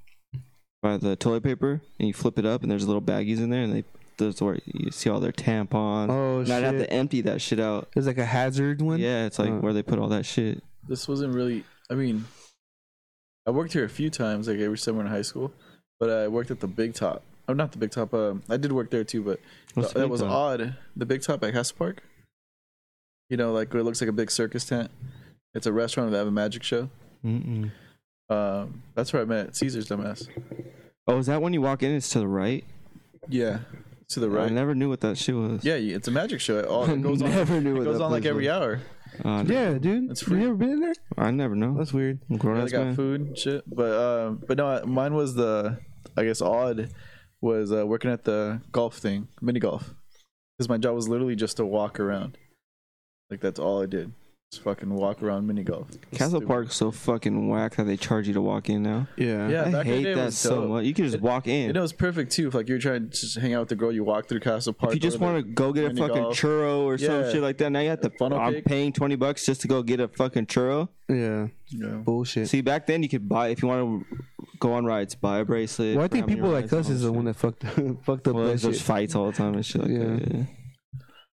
Speaker 3: by the toilet paper, and you flip it up, and there's little baggies in there, and they. That's where you see all their tampons.
Speaker 5: Oh,
Speaker 3: and
Speaker 5: shit.
Speaker 3: I'd have to empty that shit out.
Speaker 5: It was like a hazard one.
Speaker 3: Yeah, it's like
Speaker 5: Oh.
Speaker 3: where they put all that shit.
Speaker 1: This wasn't really. I mean, I worked here a few times, like every summer in high school, but I worked at the Big Top. I'm not the Big Top. Um, I did work there too, but
Speaker 3: What's the
Speaker 1: that
Speaker 3: big
Speaker 1: was
Speaker 3: one?
Speaker 1: odd. The Big Top at Hess Park. You know, like where it looks like a big circus tent. It's a restaurant that have a magic show.
Speaker 3: Mm-mm.
Speaker 1: Um, that's where I met Caesar's dumbass.
Speaker 3: Oh, is that when you walk in? It's to the right.
Speaker 1: Yeah, to the
Speaker 3: I
Speaker 1: right.
Speaker 3: never knew what that shit was.
Speaker 1: Yeah, you- it's a magic show. It, all, it goes on.
Speaker 3: never knew
Speaker 1: It
Speaker 3: what
Speaker 1: goes
Speaker 3: that
Speaker 1: on like
Speaker 3: place
Speaker 1: every
Speaker 3: was.
Speaker 1: hour.
Speaker 3: Uh,
Speaker 5: Yeah, dude.
Speaker 1: It's
Speaker 5: you
Speaker 1: free.
Speaker 5: never been there?
Speaker 3: I never know.
Speaker 5: That's weird.
Speaker 3: I'm a grown
Speaker 1: Yeah,
Speaker 3: ass
Speaker 1: they got
Speaker 3: man.
Speaker 1: food and shit. But um, but no, I- mine was the I guess odd was uh, working at the golf thing, mini golf, because my job was literally just to walk around. Like that's all I did, just fucking walk around mini golf.
Speaker 3: Castle
Speaker 1: Stupid.
Speaker 3: Park's so fucking whack that they charge you to walk in now.
Speaker 6: Yeah.
Speaker 1: Yeah,
Speaker 3: I
Speaker 1: back in the day
Speaker 3: hate
Speaker 1: it
Speaker 3: that
Speaker 1: was
Speaker 3: so
Speaker 1: dope.
Speaker 3: much. You can just walk in.
Speaker 1: And it was perfect too. If like you were trying to just hang out with the girl, you walk through Castle Park.
Speaker 3: if you just
Speaker 1: over
Speaker 3: want to
Speaker 1: the-
Speaker 3: go get a
Speaker 1: mini
Speaker 3: fucking
Speaker 1: golf.
Speaker 3: churro or some
Speaker 1: Yeah.
Speaker 3: shit like that, now you have to.
Speaker 1: Funnel
Speaker 3: I'm
Speaker 1: cake.
Speaker 3: paying twenty bucks just to go get a fucking churro.
Speaker 5: Yeah.
Speaker 1: Yeah.
Speaker 5: Bullshit.
Speaker 3: See, back then you could buy if you want to go on rides, buy a bracelet.
Speaker 5: well, I
Speaker 3: for
Speaker 5: think
Speaker 3: how many
Speaker 5: people like
Speaker 3: rides and
Speaker 5: us
Speaker 3: all
Speaker 5: is
Speaker 3: that
Speaker 5: the
Speaker 3: shit.
Speaker 5: one that fucked fucked up
Speaker 3: Well,
Speaker 5: that
Speaker 3: there's
Speaker 5: shit.
Speaker 3: those fights all the time and shit like
Speaker 5: Yeah.
Speaker 3: that. Yeah.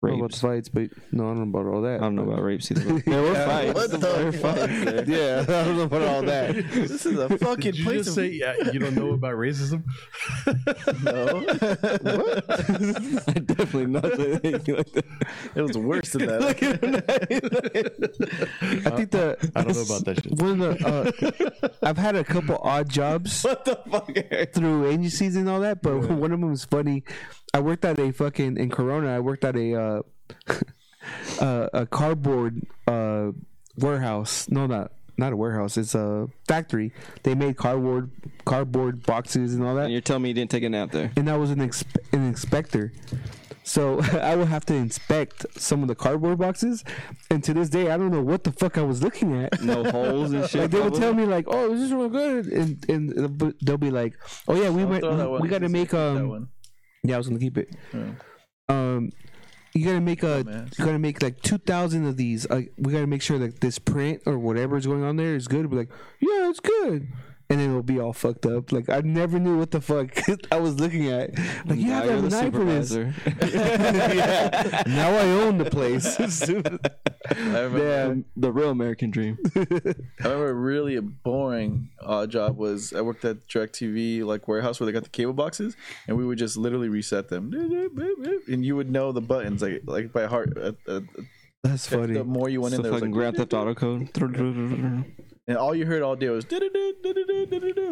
Speaker 5: I don't know about
Speaker 3: Rapes.
Speaker 5: the fights, but no, I don't know about all that.
Speaker 3: I don't know about rapes either. but There were fights.
Speaker 1: What the
Speaker 3: There were
Speaker 1: fuck?
Speaker 3: fights. there.
Speaker 5: yeah, I don't know about all that.
Speaker 1: This is a fucking
Speaker 6: Did you
Speaker 1: place.
Speaker 6: just
Speaker 1: of-
Speaker 6: say yeah, you don't know about racism?
Speaker 3: I definitely not say anything like that.
Speaker 1: it was worse than that.
Speaker 3: Look at
Speaker 5: I think the
Speaker 6: I don't know about that shit.
Speaker 5: one of the, uh, I've had a couple odd jobs
Speaker 3: What the fuck?
Speaker 5: through agencies and all that, but one of them was funny. I worked at a fucking in Corona. I worked at a uh, uh, a cardboard uh, warehouse. No, not not a warehouse. It's a factory. They made cardboard cardboard boxes and all that.
Speaker 3: And you're telling me you didn't take a nap there?
Speaker 5: and I was an ex- an inspector. So I would have to inspect some of the cardboard boxes, and to this day I don't know what the fuck I was looking at.
Speaker 3: No holes and shit.
Speaker 5: Like they would tell me like, "Oh, this is real good," and and but they'll be like, "Oh yeah, we
Speaker 1: Don't
Speaker 5: might,
Speaker 1: throw that
Speaker 5: we,
Speaker 1: one.
Speaker 5: got to
Speaker 1: Just
Speaker 5: make
Speaker 1: keep that
Speaker 5: um
Speaker 1: one.
Speaker 5: yeah I was gonna keep it
Speaker 1: Yeah. Oh,
Speaker 5: um you gotta make a
Speaker 1: Dumbass.
Speaker 5: you gotta make like two thousand of these like we gotta make sure that this print or whatever is going on there is good. We're like, yeah, it's good. And then it'll be all fucked up. Like I never knew what the fuck I was looking at. Like you have
Speaker 3: Now
Speaker 5: to
Speaker 3: you're
Speaker 5: have a
Speaker 3: the
Speaker 5: knife for this.
Speaker 3: supervisor.
Speaker 5: Yeah. Now I own the place.
Speaker 1: I remember,
Speaker 5: Yeah.
Speaker 3: The real American dream.
Speaker 1: I remember a really boring uh, job was I worked at DirecTV like warehouse where they got the cable boxes and we would just literally reset them and you would know the buttons like like by heart. Uh, uh,
Speaker 5: That's
Speaker 1: the
Speaker 5: funny.
Speaker 1: more you went
Speaker 3: It's
Speaker 1: in
Speaker 3: the
Speaker 1: there, it was
Speaker 3: fucking
Speaker 1: like,
Speaker 3: Grand Theft Auto code. That's
Speaker 1: and all you heard all day was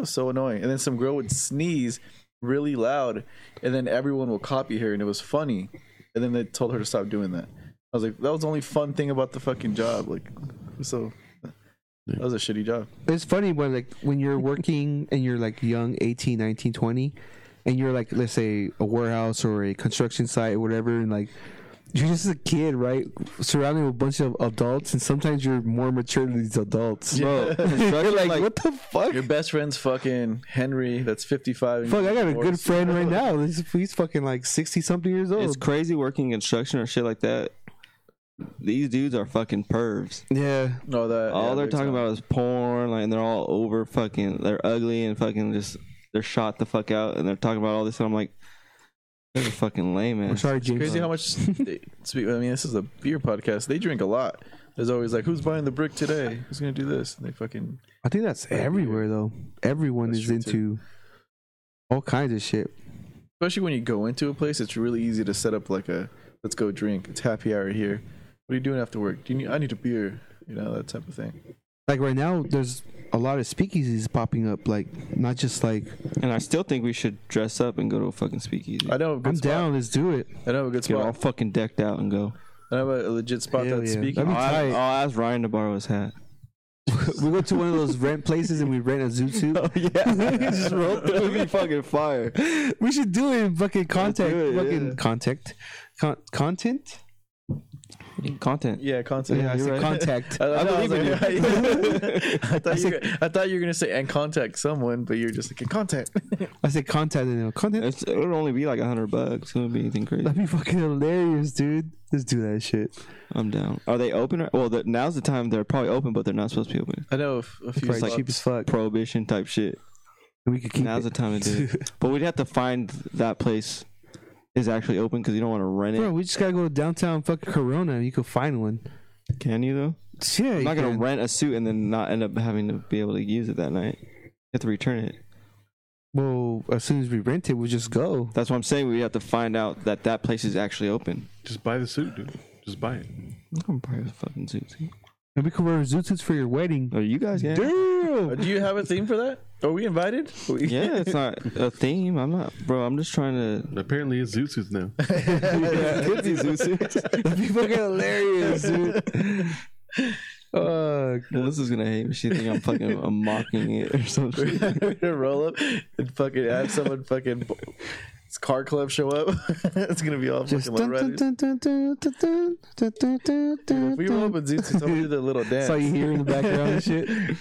Speaker 1: so annoying. And then some girl would sneeze really loud, and then everyone will copy her, and it was funny. And then they told her to stop doing that. I was like, that was the only fun thing about the fucking job. Like, so that was a shitty job.
Speaker 5: It's funny when like when you're working and you're like young, 18, 19, 20, and you're like let's say a warehouse or a construction site or whatever and like you're just a kid, right? Surrounded with a bunch of adults, and sometimes you're more mature than these adults. Bro, you're like, what the fuck?
Speaker 1: Your best friend's fucking Henry. That's fifty-five. and
Speaker 5: Fuck, I got a good
Speaker 1: divorced.
Speaker 5: friend right now. He's, he's fucking like sixty something years old.
Speaker 1: Oh.
Speaker 3: It's crazy working construction or shit like that. These dudes are fucking pervs.
Speaker 5: yeah,
Speaker 1: No, that
Speaker 3: All
Speaker 1: yeah,
Speaker 3: they're
Speaker 1: big
Speaker 3: talking
Speaker 1: time.
Speaker 3: about is porn, like, and they're all over fucking. They're ugly and fucking just. They're shot the fuck out, and they're talking about all this, and I'm like, they're fucking lame, man.
Speaker 5: I'm sorry, James.
Speaker 1: Crazy how much. They, speak- I mean, this is a beer podcast. They drink a lot. There's always like, who's buying the brick today? Who's gonna do this? And they fucking
Speaker 5: I think that's everywhere though. Everyone
Speaker 1: That's
Speaker 5: is
Speaker 1: true,
Speaker 5: into all kinds of shit.
Speaker 1: especially when you go into a place, it's really easy to set up like a let's go drink. It's happy hour here. What are you doing after work? Do you need? I need a beer. You know that type of thing.
Speaker 5: Like right now, there's a lot of speakeasies popping up. Like not just like
Speaker 3: And I still think we should dress up and go to a fucking speakeasy.
Speaker 1: I know a good
Speaker 5: I'm
Speaker 1: spot.
Speaker 5: down. Let's do it.
Speaker 1: I know a good
Speaker 3: Get all
Speaker 1: spot.
Speaker 3: fucking decked out and go.
Speaker 1: I know a legit spot
Speaker 5: Hell
Speaker 1: that's
Speaker 5: yeah.
Speaker 1: speaking.
Speaker 5: That'd be
Speaker 3: I'll,
Speaker 5: tight.
Speaker 3: I'll ask Ryan to borrow his hat.
Speaker 5: we go to one of those rent places and we rent a zoo suit.
Speaker 3: yeah, just rope that would be fucking fire.
Speaker 5: we should do it in fucking contact.
Speaker 3: it,
Speaker 5: fucking
Speaker 3: yeah.
Speaker 5: contact. Con- content?
Speaker 3: Content.
Speaker 1: Yeah, content.
Speaker 5: yeah, I
Speaker 3: you're
Speaker 5: said
Speaker 3: right.
Speaker 5: contact.
Speaker 1: I, I,
Speaker 3: believe in
Speaker 1: you. I thought you. Were, I thought you were gonna say and contact someone, but you're just like "And contact.
Speaker 5: I said contact and then content.
Speaker 3: It's, it would only be like a hundred bucks. It wouldn't be anything crazy.
Speaker 5: That'd be fucking hilarious, dude. Let's do that shit.
Speaker 3: I'm down. Are they open? Or, well, the, now's the time they're probably open, but they're not supposed to be open.
Speaker 1: I know if, a few
Speaker 5: It's like
Speaker 1: spots.
Speaker 5: cheap as fuck.
Speaker 3: Prohibition type shit.
Speaker 5: We could keep
Speaker 3: now's
Speaker 5: it.
Speaker 3: the time to do it. But we'd have to find that place is actually open because you don't want to rent it.
Speaker 5: Bro, we just gotta go downtown fucking Corona. You could find one.
Speaker 3: Can you though?
Speaker 5: Yeah,
Speaker 3: I'm
Speaker 5: you
Speaker 3: not gonna
Speaker 5: can.
Speaker 3: rent a suit and then not end up having to be able to use it that night. You have to return it.
Speaker 5: Well, as soon as we rent it, we'll just go.
Speaker 3: That's what I'm saying. We have to find out that that place is actually open.
Speaker 6: Just buy the suit, dude. Just buy it.
Speaker 3: I'm gonna borrow a fucking suit. see?
Speaker 5: And we could wear zoot suits for your wedding.
Speaker 3: Oh, you guys can.
Speaker 1: Uh,
Speaker 5: Damn!
Speaker 1: Do you have a theme for that? Are we invited? We-
Speaker 3: Yeah, it's not a theme. I'm not, bro. I'm just trying to.
Speaker 6: Apparently, it's zoot suits now.
Speaker 3: Could be zoot suits.
Speaker 5: That'd be fucking hilarious, dude. Fuck.
Speaker 3: Melissa's gonna hate me. She think I'm fucking I'm mocking it or something.
Speaker 1: We're gonna roll up and fucking have someone fucking. bo- It's car club show up. it's gonna be all
Speaker 5: Just
Speaker 1: fucking low
Speaker 5: dun,
Speaker 1: riders.
Speaker 5: dun, dun, dun, dun, dun, dun, dun, dun, dun,
Speaker 1: If we roll up
Speaker 5: dun.
Speaker 1: in Zoot suits, I'm gonna do the little dance.
Speaker 5: That's all you hear in the background and shit.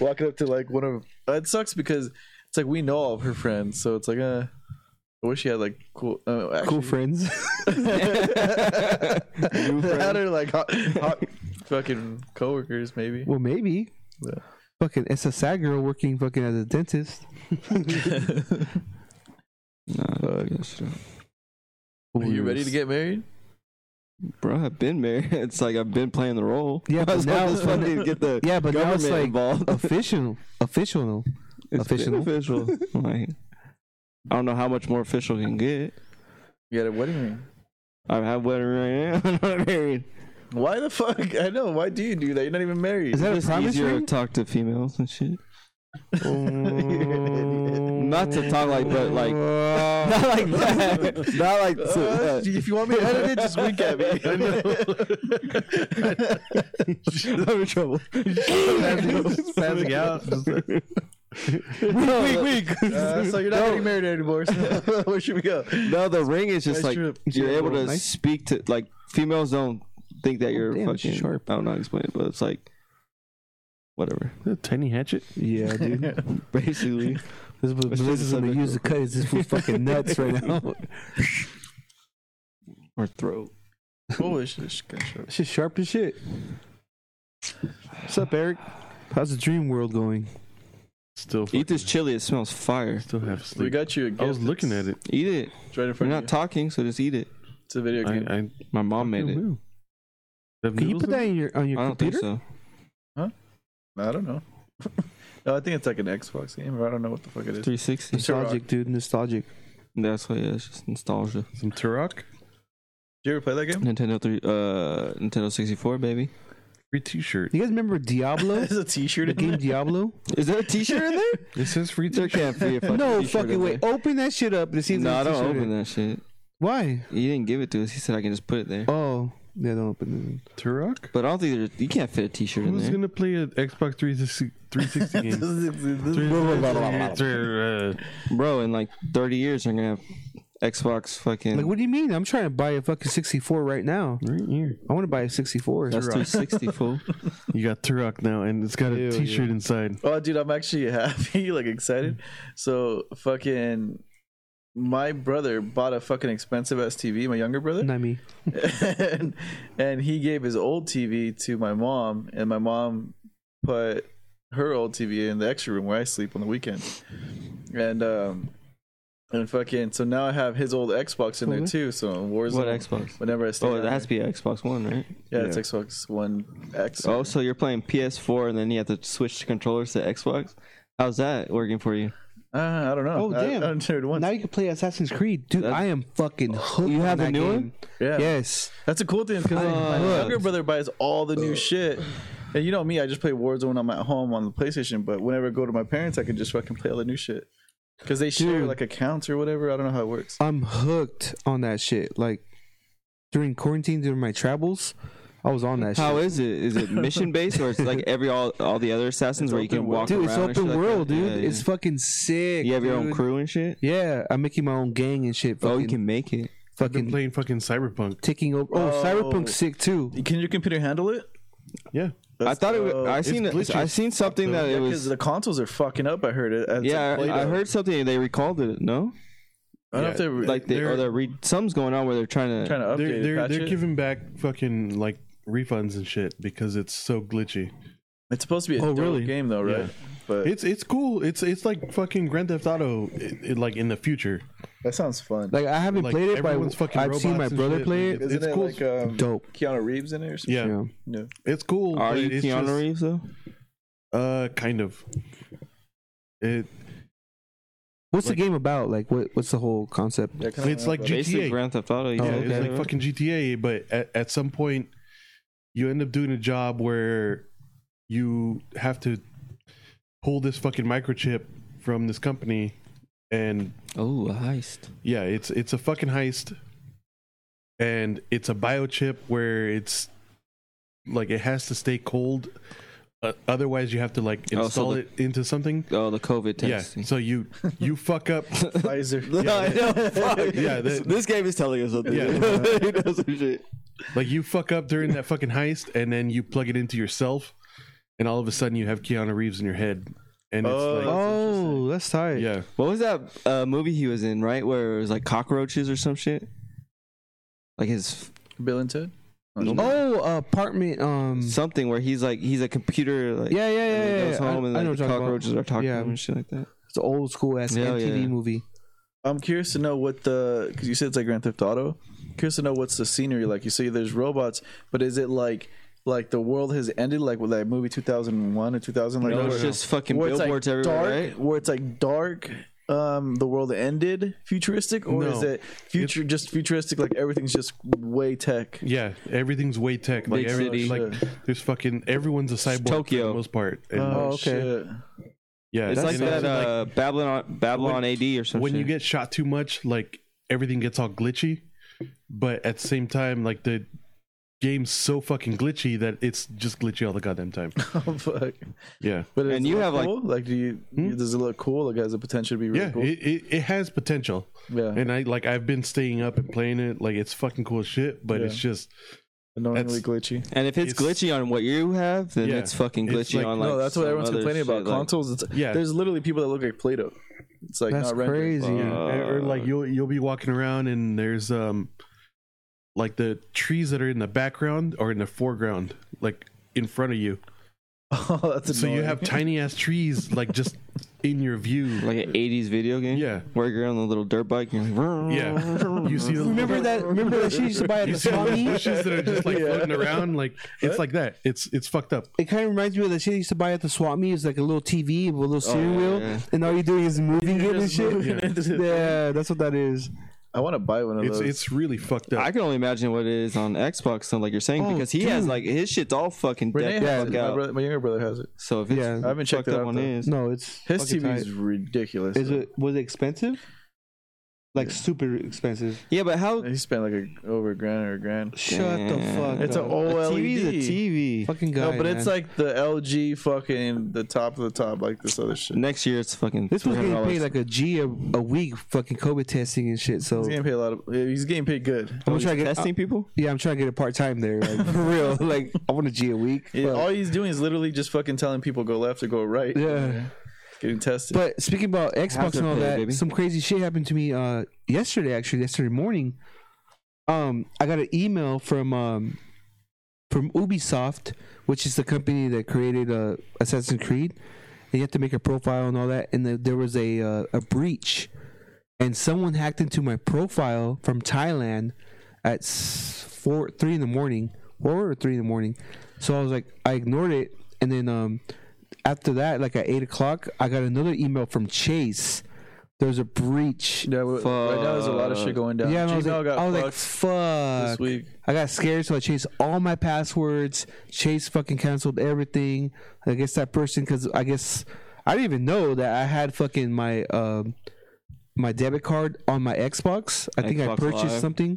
Speaker 1: Walking up to like one of. It sucks because it's like we know all of her friends, so it's like uh. I wish she had like cool, uh, actually,
Speaker 5: Cool friends.
Speaker 1: had her like hot, hot fucking coworkers maybe.
Speaker 5: Well, maybe.
Speaker 1: Yeah.
Speaker 5: Fucking SSI girl working fucking as a dentist.
Speaker 3: Nah, that's not-
Speaker 1: Are you ready to get married?
Speaker 3: bro. I've been married. It's like I've been playing the role.
Speaker 5: Yeah,
Speaker 3: I
Speaker 5: but
Speaker 3: was
Speaker 5: now
Speaker 3: just
Speaker 5: it's fun.
Speaker 3: fucking get the
Speaker 5: Yeah, but now
Speaker 3: government
Speaker 5: it's like
Speaker 3: involved.
Speaker 5: official. Official.
Speaker 3: It's been
Speaker 5: official.
Speaker 3: official. like, I don't know how much more official can get.
Speaker 1: You got a wedding ring.
Speaker 3: I have wedding right now. I'm not married.
Speaker 1: Why the fuck? I know. Why do you do that? You're not even married.
Speaker 5: Is that a
Speaker 3: It's
Speaker 5: promise
Speaker 3: easier to
Speaker 5: ring?
Speaker 3: talk to females and shit.
Speaker 5: Not
Speaker 3: Mm, Not to talk like, but like, not like that. Not like
Speaker 5: Oh,
Speaker 1: Uh,
Speaker 3: to,
Speaker 1: if you want me to edit it, just wink at me.
Speaker 3: I'm in trouble.
Speaker 1: Passing- passing out. Just like,
Speaker 3: Wait, wait, wait.
Speaker 1: uh, so you're not getting married anymore. So where should we go?
Speaker 3: No, the ring is just
Speaker 1: Nice
Speaker 3: like
Speaker 1: trip.
Speaker 3: you're able to
Speaker 5: Nice. Oh,
Speaker 3: speak to like females don't think that you're
Speaker 5: damn, it's
Speaker 3: fucking
Speaker 5: sharp.
Speaker 3: I don't know how to explain it, but it's like whatever.
Speaker 6: A tiny hatchet.
Speaker 5: Yeah, dude.
Speaker 3: Basically.
Speaker 5: This is what
Speaker 3: Let's change
Speaker 5: Melissa's
Speaker 3: the
Speaker 5: gonna
Speaker 3: subject
Speaker 5: use to cut is this fool's fucking nuts right now.
Speaker 3: or throat.
Speaker 1: Oh, this shit is good shit.
Speaker 5: She's sharp as shit.
Speaker 6: What's up, Eric?
Speaker 5: How's the dream world going?
Speaker 6: Still,
Speaker 3: Eat this chili, it smells fire.
Speaker 6: Still have
Speaker 1: We
Speaker 6: sleep.
Speaker 1: got you. A gift.
Speaker 6: I was looking at it.
Speaker 3: Eat it.
Speaker 1: It's right in
Speaker 3: We're
Speaker 1: front
Speaker 3: not
Speaker 1: of you.
Speaker 3: talking, so just eat it.
Speaker 1: It's a video
Speaker 6: I,
Speaker 1: game.
Speaker 6: I
Speaker 3: My mom made it.
Speaker 6: Can
Speaker 5: Can you put that in your on your
Speaker 3: I don't think
Speaker 5: computer?
Speaker 3: so.
Speaker 1: I, don't know. no, I think it's like an Xbox game. Or I don't know what the fuck it is.
Speaker 3: Three sixty.
Speaker 5: Nostalgic, dude. Nostalgic.
Speaker 3: That's what yeah, it's just nostalgia.
Speaker 6: Some Turok?
Speaker 1: Did you ever play that game?
Speaker 3: Nintendo three uh Nintendo sixty four, baby.
Speaker 6: Free T-shirt.
Speaker 5: You guys remember Diablo?
Speaker 1: There's a T-shirt
Speaker 5: the
Speaker 1: in
Speaker 5: game
Speaker 1: there.
Speaker 5: Diablo?
Speaker 3: Is there a t shirt in there?
Speaker 6: It says free
Speaker 3: there
Speaker 6: T-shirt.
Speaker 3: can't be a fucking
Speaker 5: No
Speaker 3: t-shirt
Speaker 5: fucking
Speaker 3: in
Speaker 5: way.
Speaker 3: there.
Speaker 5: Open that shit up to see if
Speaker 3: No, I
Speaker 5: there's a
Speaker 3: don't
Speaker 5: t-shirt
Speaker 3: open
Speaker 5: in it.
Speaker 3: that shit.
Speaker 5: Why?
Speaker 3: He didn't give it to us. He said I can just put it there.
Speaker 5: Oh, yeah, don't open it.
Speaker 6: Turok?
Speaker 3: But I don't think there's, you can't fit a T-shirt in
Speaker 6: Who's
Speaker 1: Mm-hmm.
Speaker 3: there.
Speaker 6: gonna play an Xbox 360, 360 game?
Speaker 3: Bro, in like 30 years, I'm gonna have Xbox fucking.
Speaker 5: Like, what do you mean? I'm trying to buy a fucking 64 right now.
Speaker 6: Right here.
Speaker 5: I want to buy a 64.
Speaker 3: that's 360 fool.
Speaker 6: You got Turok now, and it's got a
Speaker 5: Ew,
Speaker 6: T-shirt inside.
Speaker 1: Oh, dude, I'm actually happy, like excited. So fucking. My brother bought a fucking expensive ass TV. My younger brother,
Speaker 5: Not me.
Speaker 1: and, and he gave his old TV to my mom, and my mom put her old TV in the extra room where I sleep on the weekends. And um, and fucking so now I have his old Xbox in there too. So Warzone.
Speaker 3: Mm-hmm. What Xbox?
Speaker 1: Whenever I stay.
Speaker 3: Oh,
Speaker 1: down
Speaker 3: it has to
Speaker 1: there.
Speaker 3: be an Xbox One, right?
Speaker 1: yeah, it's Xbox One X.
Speaker 3: Oh, so you're playing PS4 and then you have to switch the controllers to Xbox? How's that working for you?
Speaker 1: Uh, I don't know.
Speaker 5: Oh,
Speaker 1: I-
Speaker 5: damn.
Speaker 1: I, haven't tried it once.
Speaker 5: Now you can play Assassin's Creed, dude. I am fucking hooked.
Speaker 3: You have
Speaker 5: on
Speaker 3: a
Speaker 5: that
Speaker 3: new
Speaker 5: game.
Speaker 3: one?
Speaker 1: yeah.
Speaker 5: Yes.
Speaker 1: That's a cool thing because my
Speaker 3: Fuck.
Speaker 1: younger brother buys all the new shit, And you know me, I just play Warzone when I'm at home on the PlayStation. But whenever I go to my parents, I can just fucking play all the new shit because they share
Speaker 5: Dude.
Speaker 1: like accounts or whatever. I don't know how it works.
Speaker 5: I'm hooked on that shit. Like during quarantine, during my travels, I was on that
Speaker 3: How
Speaker 5: shit.
Speaker 3: is it? Is it mission based or it's like every all all the other assassins
Speaker 1: It's
Speaker 3: where you can
Speaker 1: open
Speaker 3: walk
Speaker 5: dude,
Speaker 3: around?
Speaker 5: it's
Speaker 3: and shit
Speaker 5: open
Speaker 3: like that?
Speaker 5: world, dude.
Speaker 3: Yeah, yeah.
Speaker 5: It's fucking sick.
Speaker 3: you have your own
Speaker 5: dude.
Speaker 3: crew and shit.
Speaker 5: Yeah, I'm making my own gang and shit. Fucking,
Speaker 3: Oh, you can make it.
Speaker 6: I've
Speaker 5: fucking
Speaker 6: been playing fucking Cyberpunk.
Speaker 5: taking over. Oh,
Speaker 1: Oh.
Speaker 5: Cyberpunk's sick too.
Speaker 1: Can your computer handle it?
Speaker 6: Yeah.
Speaker 3: I thought it. Was,
Speaker 1: dope.
Speaker 3: I
Speaker 1: It's
Speaker 3: seen.
Speaker 6: glitches.
Speaker 3: I seen something that
Speaker 1: Yeah,
Speaker 3: it
Speaker 1: 'cause
Speaker 3: was.
Speaker 1: the consoles are fucking up. I heard it. It's
Speaker 3: Yeah,
Speaker 1: like Play-Doh.
Speaker 3: I, I heard something. They recalled it. No,
Speaker 1: I don't know if
Speaker 6: Yeah,
Speaker 1: they're
Speaker 3: like they or
Speaker 6: They're-
Speaker 3: the re- something's going on where they're trying to.
Speaker 1: trying to update.
Speaker 6: They're
Speaker 1: it,
Speaker 6: they're
Speaker 1: patch
Speaker 6: they're
Speaker 1: it.
Speaker 6: giving back fucking like refunds and shit because it's so glitchy.
Speaker 1: It's supposed to be a
Speaker 6: Oh,
Speaker 1: dope
Speaker 6: really?
Speaker 1: game though, right?
Speaker 6: Yeah.
Speaker 1: But
Speaker 6: It's it's cool. It's it's like fucking Grand Theft Auto, it, it, like in the future.
Speaker 1: that sounds fun.
Speaker 5: Like I haven't
Speaker 6: Like
Speaker 5: played it, but
Speaker 6: everyone's fucking
Speaker 5: I- I've seen
Speaker 6: robots
Speaker 5: my
Speaker 6: and
Speaker 5: brother
Speaker 6: shit.
Speaker 5: play
Speaker 6: Like,
Speaker 5: it.
Speaker 1: Isn't
Speaker 6: it's
Speaker 1: it
Speaker 6: cool.
Speaker 1: like um,
Speaker 5: Dope.
Speaker 1: Keanu Reeves in it or something?
Speaker 6: Yeah,
Speaker 5: Yeah.
Speaker 1: No.
Speaker 6: it's cool.
Speaker 3: Are
Speaker 6: but
Speaker 3: you
Speaker 6: it's
Speaker 3: Keanu
Speaker 6: just-
Speaker 3: Reeves though?
Speaker 6: Uh, kind of. It
Speaker 5: What's
Speaker 6: Like-
Speaker 5: the game about? Like, what? What's the whole concept?
Speaker 1: Yeah, kinda
Speaker 6: It's like
Speaker 1: but-
Speaker 6: GTA.
Speaker 3: Basically, Grand Theft Auto.
Speaker 5: Oh,
Speaker 6: yeah,
Speaker 5: okay.
Speaker 6: it's like fucking GTA, but at, at some point you end up doing a job where you have to pull this fucking microchip from this company and
Speaker 3: Oh, a heist.
Speaker 6: yeah, it's it's a fucking heist and it's a biochip where it's like it has to stay cold uh, otherwise you have to like
Speaker 3: Oh, so
Speaker 6: install
Speaker 3: the-
Speaker 6: it into something.
Speaker 3: Oh, the COVID test.
Speaker 6: Yeah. So you you fuck up
Speaker 1: Pfizer.
Speaker 3: I know. Fuck.
Speaker 6: Yeah, that-
Speaker 3: this game is telling us something.
Speaker 6: Yeah.
Speaker 3: It does some shit.
Speaker 6: Like you fuck up during that fucking heist, and then you plug it into yourself, and all of a sudden you have Keanu Reeves in your head, and it's
Speaker 1: Oh.
Speaker 6: like,
Speaker 5: Oh, that's tight.
Speaker 6: yeah,
Speaker 3: What was that uh, movie he was in? Right, where it was like cockroaches or some shit. Like his
Speaker 1: Bill and Ted.
Speaker 5: Oh, apartment. Um.
Speaker 3: something where he's like he's a computer. Like,
Speaker 5: Yeah, yeah, yeah,
Speaker 3: and he
Speaker 5: yeah,
Speaker 3: goes
Speaker 5: yeah. I-
Speaker 3: home and
Speaker 5: I
Speaker 3: like
Speaker 5: know what
Speaker 3: the
Speaker 5: you're talking about.
Speaker 3: cockroaches are talking
Speaker 5: Yeah.
Speaker 3: to him and shit like that.
Speaker 5: It's an old school ass
Speaker 3: Yeah,
Speaker 5: MTV
Speaker 3: yeah.
Speaker 5: movie.
Speaker 1: I'm curious to know what the because you said it's like Grand Theft Auto. Curious to know what's the scenery like. You say there's robots, but is it like like the world has ended, like with that movie 2001 or 2000? Like
Speaker 3: No,
Speaker 1: where-
Speaker 3: it's just fucking
Speaker 1: where it's, like,
Speaker 3: billboards everywhere,
Speaker 1: dark,
Speaker 3: right?
Speaker 1: Where it's like dark. Um, the world ended futuristic, or is
Speaker 6: No.
Speaker 1: it future just futuristic? Like everything's just way tech.
Speaker 6: yeah. Everything's way tech. Like
Speaker 3: Big
Speaker 6: every,
Speaker 3: city.
Speaker 6: like there's fucking everyone's a cyborg for
Speaker 3: Tokyo.
Speaker 6: the most part. And,
Speaker 1: Oh,
Speaker 5: okay.
Speaker 1: shit.
Speaker 6: yeah,
Speaker 3: It's like
Speaker 6: and
Speaker 3: that
Speaker 6: like,
Speaker 3: uh, Babylon Babylon AD or something.
Speaker 6: when you get shot too much, like everything gets all glitchy, but at the same time, like the game's so fucking glitchy that it's just glitchy all the goddamn time.
Speaker 1: Oh, fuck.
Speaker 6: Yeah,
Speaker 1: But does
Speaker 3: And
Speaker 1: it
Speaker 3: you
Speaker 1: look
Speaker 3: have, like- Hmm?
Speaker 1: cool? like do you does it look cool? Like has the potential to be really
Speaker 6: yeah.
Speaker 1: cool?
Speaker 6: It, it it has potential.
Speaker 1: yeah.
Speaker 6: and I like I've been staying up and playing it. Like it's fucking cool as shit, but
Speaker 1: Yeah.
Speaker 6: it's just
Speaker 1: Annoyingly
Speaker 6: that's-
Speaker 1: glitchy.
Speaker 3: and if it's,
Speaker 6: it's-
Speaker 3: glitchy on what you have, then
Speaker 6: Yeah.
Speaker 3: it's fucking glitchy
Speaker 6: It's like-
Speaker 3: on like.
Speaker 1: no, that's what
Speaker 3: some
Speaker 1: everyone's
Speaker 3: other
Speaker 1: complaining about.
Speaker 3: shit, like-
Speaker 1: Consoles, it's,
Speaker 6: Yeah.
Speaker 1: there's literally people that look like Play-Doh. It's like
Speaker 5: That's
Speaker 1: not rendered.
Speaker 5: crazy.
Speaker 6: yeah, or
Speaker 1: uh,
Speaker 6: or, like you'll you'll be walking around and there's um like the trees that are in the background or in the foreground, like in front of you.
Speaker 1: Oh, that's
Speaker 6: So you
Speaker 1: annoying.
Speaker 6: have tiny ass trees like just in your view.
Speaker 3: like an '80s video game.
Speaker 6: Yeah.
Speaker 3: where you're on the little dirt bike. And you're like,
Speaker 6: Yeah, you see the
Speaker 5: Remember that? Remember that she used to buy at
Speaker 6: You
Speaker 5: the
Speaker 6: see all the
Speaker 5: Swami.
Speaker 6: bushes that are just like floating around, like it's like that. It's it's fucked up.
Speaker 5: It kind of reminds me of the shit I used to buy at the swap meet. It's like a little TV with a
Speaker 1: Oh,
Speaker 5: little steering
Speaker 3: yeah,
Speaker 5: wheel,
Speaker 3: yeah.
Speaker 5: and all you're doing is moving it and
Speaker 1: just
Speaker 5: shit.
Speaker 1: moving it.
Speaker 5: Yeah. that's what that is.
Speaker 1: I want to buy one of
Speaker 6: It's
Speaker 1: those.
Speaker 6: it's really fucked
Speaker 3: I
Speaker 6: up.
Speaker 3: can only imagine what it is on Xbox. So like you're saying,
Speaker 5: Oh,
Speaker 3: because he has
Speaker 5: dude.
Speaker 3: like his shit's all fucking
Speaker 1: Renee
Speaker 3: decked
Speaker 1: has
Speaker 3: the
Speaker 1: it.
Speaker 3: fuck
Speaker 1: My,
Speaker 3: out.
Speaker 1: brother, my younger brother has it.
Speaker 3: So if it's
Speaker 5: Yeah. I
Speaker 1: haven't checked
Speaker 3: fucked
Speaker 1: it
Speaker 3: up
Speaker 1: out,
Speaker 3: one
Speaker 1: though.
Speaker 3: is
Speaker 5: No, it's
Speaker 1: His
Speaker 5: fucking
Speaker 1: TV is
Speaker 5: tight.
Speaker 1: ridiculous.
Speaker 5: Is it was it expensive? Like
Speaker 1: Yeah.
Speaker 5: super expensive.
Speaker 3: yeah, but how
Speaker 1: He spent like a, over a grand or a grand.
Speaker 5: Shut the
Speaker 3: Damn.
Speaker 5: fuck.
Speaker 1: It's an
Speaker 5: up.
Speaker 1: OLED.
Speaker 5: E
Speaker 3: TV's a TV.
Speaker 5: fucking guy.
Speaker 1: No, but it's
Speaker 5: man.
Speaker 1: like the LG fucking the top of the top, like this other shit.
Speaker 3: Next year it's fucking.
Speaker 5: this was getting paid
Speaker 3: $300.
Speaker 5: like a G a, a week, fucking COVID testing and shit. So
Speaker 1: He's getting paid a lot of. He's getting paid good.
Speaker 5: I'm
Speaker 3: Oh,
Speaker 5: gonna try to
Speaker 3: he's
Speaker 5: get.
Speaker 3: testing people.
Speaker 5: yeah, I'm trying to get a part time there, like for real. Like I want a G a week.
Speaker 1: Yeah,
Speaker 5: but-
Speaker 1: all he's doing is literally just fucking telling people go left or go right.
Speaker 5: yeah.
Speaker 1: Getting tested.
Speaker 5: But speaking about Xbox
Speaker 3: to
Speaker 5: and all
Speaker 3: play,
Speaker 5: that,
Speaker 3: baby.
Speaker 5: some crazy shit happened to me uh yesterday actually, yesterday morning. Um I got an email from um from Ubisoft, which is the company that created uh Assassin's Creed. And you have to make a profile and all that and the, there was a uh, a breach and someone hacked into my profile from Thailand at s- four three in the morning four or three in the morning so i was like i ignored it and then um after that like at eight o'clock i got another email from chase There's a breach.
Speaker 1: Yeah, well, right now there's a lot of shit
Speaker 3: Fuck.
Speaker 1: going
Speaker 5: Yeah,
Speaker 1: down.
Speaker 5: and I was
Speaker 1: Gmail
Speaker 5: like,
Speaker 1: got
Speaker 5: I was like,
Speaker 1: fucked this
Speaker 5: fuck.
Speaker 1: week.
Speaker 5: I got scared, so I chased all my passwords. Chase fucking canceled everything against that person because I guess I didn't even know that I had fucking my um my debit card on my Xbox. I think I
Speaker 3: Xbox
Speaker 5: purchased
Speaker 3: Live.
Speaker 5: something.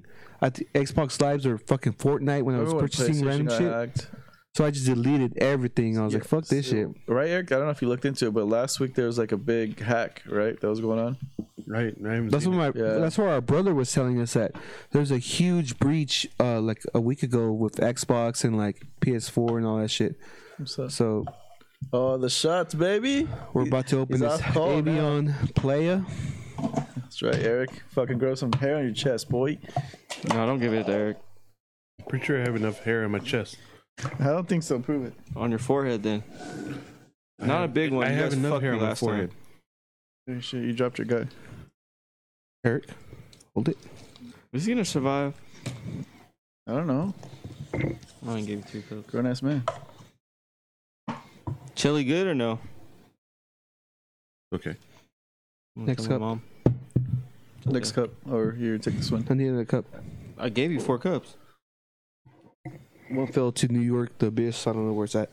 Speaker 5: I th- Xbox Lives or fucking Fortnite when I was
Speaker 1: Remember when
Speaker 5: purchasing
Speaker 1: PlayStation
Speaker 5: random
Speaker 1: got
Speaker 5: shit.
Speaker 1: hacked?
Speaker 5: So I just deleted everything. I was like,
Speaker 1: Yeah,
Speaker 5: fuck this
Speaker 1: so-
Speaker 5: shit.
Speaker 1: Right, Eric? I don't know if you looked into it, but last week there was like a big hack, right? That was going on.
Speaker 6: Right. I haven't
Speaker 5: That's
Speaker 6: seen
Speaker 5: what
Speaker 6: it.
Speaker 5: my
Speaker 1: Yeah.
Speaker 5: that's what our brother was telling us that there's a huge breach uh like a week ago with Xbox and like PS4 and all that shit.
Speaker 1: So,
Speaker 5: So
Speaker 1: oh, the shots, baby.
Speaker 5: we're about to
Speaker 1: He's
Speaker 5: open this
Speaker 1: off call now.
Speaker 5: Avion Playa.
Speaker 1: That's right, Eric. Fucking grow some hair on your chest, boy.
Speaker 3: No, don't give it to Eric.
Speaker 6: Pretty sure I have enough hair on my chest.
Speaker 1: I don't think so. Prove it.
Speaker 3: On your forehead, then.
Speaker 6: I
Speaker 3: Not a
Speaker 6: have-
Speaker 3: big one.
Speaker 6: I
Speaker 3: You
Speaker 6: have
Speaker 3: guys
Speaker 6: enough
Speaker 3: fucked
Speaker 6: hair
Speaker 3: me
Speaker 6: on my
Speaker 3: last time.
Speaker 6: forehead.
Speaker 1: Holy Shit, you dropped your guy.
Speaker 5: Eric, hold it.
Speaker 3: Is he gonna survive?
Speaker 1: I don't know.
Speaker 3: I only gave you two cups.
Speaker 1: Grown ass man.
Speaker 3: Chili good or no?
Speaker 6: Okay.
Speaker 3: I'm gonna
Speaker 5: Next
Speaker 3: tell my
Speaker 5: cup.
Speaker 3: Mom.
Speaker 1: Next cup, or here, take this one.
Speaker 5: I need another cup.
Speaker 3: I gave you four cups.
Speaker 5: One fell to New York, the abyss. I don't know where it's at.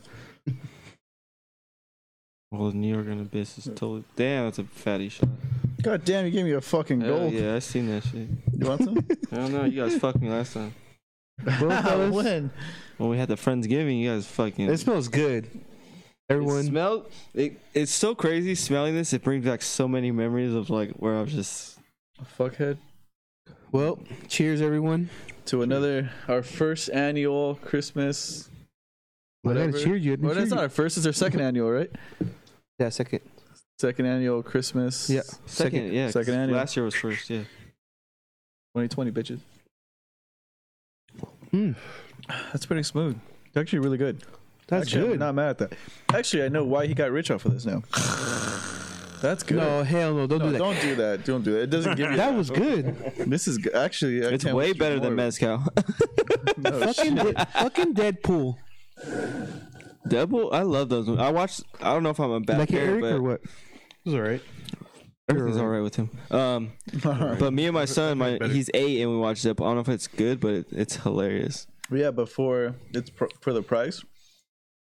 Speaker 3: Well, the New York and Abyss is totally. Damn, that's a fatty shot.
Speaker 1: God damn, you gave me a fucking
Speaker 3: Hell
Speaker 1: gold.
Speaker 3: yeah, I seen that shit.
Speaker 1: You want some?
Speaker 3: I don't know. You guys fucked me last time.
Speaker 5: Well, fellas,
Speaker 1: when?
Speaker 3: When we had the Friendsgiving, you guys fucking.
Speaker 5: It smells good.
Speaker 3: It
Speaker 5: Everyone,
Speaker 3: smell it, it's so crazy smelling this. It brings back so many memories of like where I was just
Speaker 1: Fuckhead.
Speaker 5: well, cheers, everyone.
Speaker 1: To another, our first annual Christmas.
Speaker 5: Well, I gotta
Speaker 1: Whatever.
Speaker 5: cheer you. I didn't
Speaker 1: Well,
Speaker 5: cheer
Speaker 1: that's
Speaker 5: you.
Speaker 1: not our first. It's our second annual, right?
Speaker 5: Yeah, second.
Speaker 1: Second annual Christmas.
Speaker 5: Yeah,
Speaker 3: second, yeah 'cause
Speaker 1: second annual.
Speaker 3: Last year was first, yeah.
Speaker 1: 2020, bitches.
Speaker 5: Mm,
Speaker 1: That's pretty smooth. Actually, really good.
Speaker 5: that's
Speaker 1: Actually,
Speaker 5: good.
Speaker 1: I'm not mad at that. Actually, I know why he got rich off of this now. That's good.
Speaker 5: no, hell no, don't
Speaker 1: No,
Speaker 5: do that.
Speaker 1: don't do that. Don't do that. It doesn't give you.
Speaker 5: that was good.
Speaker 1: This is g- actually. I
Speaker 3: It's
Speaker 1: can't
Speaker 3: way
Speaker 1: wait to
Speaker 3: better
Speaker 1: eat
Speaker 3: than
Speaker 1: more.
Speaker 3: mezcal.
Speaker 1: No,
Speaker 5: fucking, De- fucking Deadpool.
Speaker 3: Devil, I love those. Ones. I watched. I don't know if I'm a bad
Speaker 5: like
Speaker 3: parent,
Speaker 5: Eric
Speaker 3: but
Speaker 5: or what?
Speaker 6: It's all right.
Speaker 3: everything's all right with him. Um, but me and my son, my
Speaker 6: Better.
Speaker 3: he's eight, and we watched it. I don't know if it's good, but it, it's hilarious.
Speaker 1: But yeah, but for it's pr- for the price,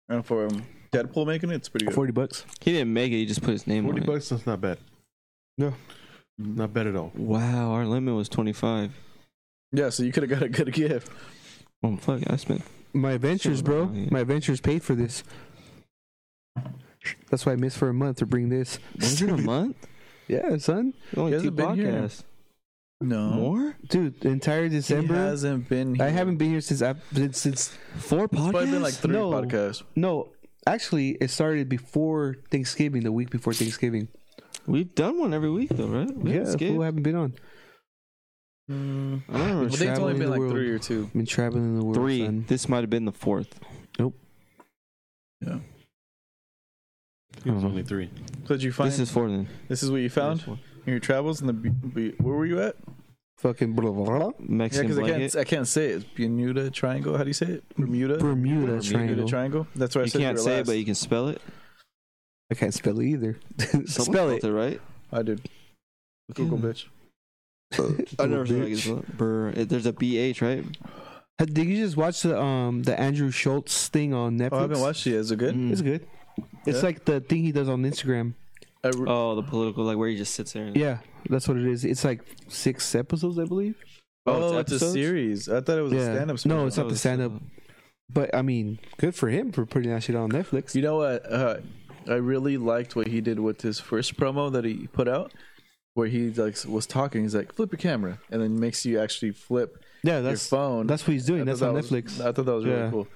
Speaker 1: and for um, Deadpool making it, it's pretty good.
Speaker 5: Forty bucks.
Speaker 3: He didn't make it. He just put his name
Speaker 6: Forty
Speaker 3: on
Speaker 6: bucks. That's not bad.
Speaker 5: No.
Speaker 6: Not bad at all.
Speaker 3: it. Wow, our limit was twenty five.
Speaker 1: Yeah, so you could have got a good gift.
Speaker 3: Oh fuck, I spent.
Speaker 5: My adventures, bro. My adventures paid for this. That's why I missed for a month to bring this.
Speaker 3: Was it a month?
Speaker 5: Yeah, son.
Speaker 1: He
Speaker 3: Only two
Speaker 1: hasn't been here. Uh-huh.
Speaker 3: podcasts.
Speaker 1: No,
Speaker 3: More?
Speaker 5: Dude, the entire
Speaker 1: He
Speaker 5: December.
Speaker 1: hasn't been. Here.
Speaker 5: I haven't been here since I've since, since
Speaker 3: Four podcasts?
Speaker 1: Probably been like three
Speaker 5: No.
Speaker 1: podcasts.
Speaker 5: no. Actually, it started before Thanksgiving, the week before Thanksgiving.
Speaker 3: We've done one every week though, right? We
Speaker 5: Yeah,
Speaker 3: haven't skipped.
Speaker 5: who haven't been on?
Speaker 3: I don't
Speaker 1: I
Speaker 3: remember.
Speaker 1: think it's only
Speaker 5: Hmm. traveling
Speaker 1: been
Speaker 5: the
Speaker 1: like
Speaker 5: world.
Speaker 1: three or two.
Speaker 5: I've been traveling the world.
Speaker 3: Three.
Speaker 5: son.
Speaker 3: This might have been the fourth.
Speaker 1: Yeah.
Speaker 6: It was only three.
Speaker 1: So did you find
Speaker 3: This is four then.
Speaker 1: This is what you found
Speaker 3: This one.
Speaker 1: in your travels in the. B- B- where were you at?
Speaker 5: Fucking blah, blah, blah.
Speaker 1: Yeah,
Speaker 3: Mexican
Speaker 1: because I
Speaker 3: blanket.
Speaker 1: can't. I can't say it. It's Bermuda Triangle. How do you say it? Bermuda.
Speaker 5: Bermuda, Triangle.
Speaker 1: Bermuda Triangle. That's where I
Speaker 3: you
Speaker 1: said
Speaker 3: can't
Speaker 1: we were
Speaker 3: say it,
Speaker 1: last.
Speaker 3: but you can spell it.
Speaker 5: I can't spell it either.
Speaker 3: Someone
Speaker 5: spell
Speaker 3: spelled
Speaker 5: it.
Speaker 3: right?
Speaker 1: I did. Google
Speaker 3: Yeah.
Speaker 1: bitch. Oh,
Speaker 3: I never said I could
Speaker 5: Bitch.
Speaker 3: spell it. Brr. It- There's a BH, right?
Speaker 5: Had- Did you just watch the um the Andrew Schultz thing on Netflix?
Speaker 1: Oh, I haven't watched it. yet. Is it good?
Speaker 3: Mm.
Speaker 5: It's good. It's
Speaker 1: Yeah?
Speaker 5: like the thing he does on Instagram.
Speaker 1: I re-
Speaker 3: Oh, the political, like where he just sits
Speaker 1: Mm.
Speaker 3: there. And,
Speaker 5: Yeah, that's what it is. It's like six episodes, I believe.
Speaker 1: oh, it's, a
Speaker 3: episodes? Oh,
Speaker 1: series. I thought it was
Speaker 5: Yeah.
Speaker 1: a stand-up.
Speaker 5: No,
Speaker 1: special.
Speaker 5: it's not the stand-up. But I mean, good for him for putting that shit on Netflix.
Speaker 1: You know what? Uh, I really liked what he did with his first promo that he put out, where he like was talking. He's like, "Flip your camera," and then makes you actually flip
Speaker 5: Yeah,
Speaker 1: your
Speaker 5: that's
Speaker 1: phone.
Speaker 5: that's what he's
Speaker 1: I
Speaker 5: doing.
Speaker 1: thought
Speaker 5: That's
Speaker 1: that
Speaker 5: on
Speaker 1: was-
Speaker 5: Netflix.
Speaker 1: I thought that was really
Speaker 5: Yeah.
Speaker 1: cool.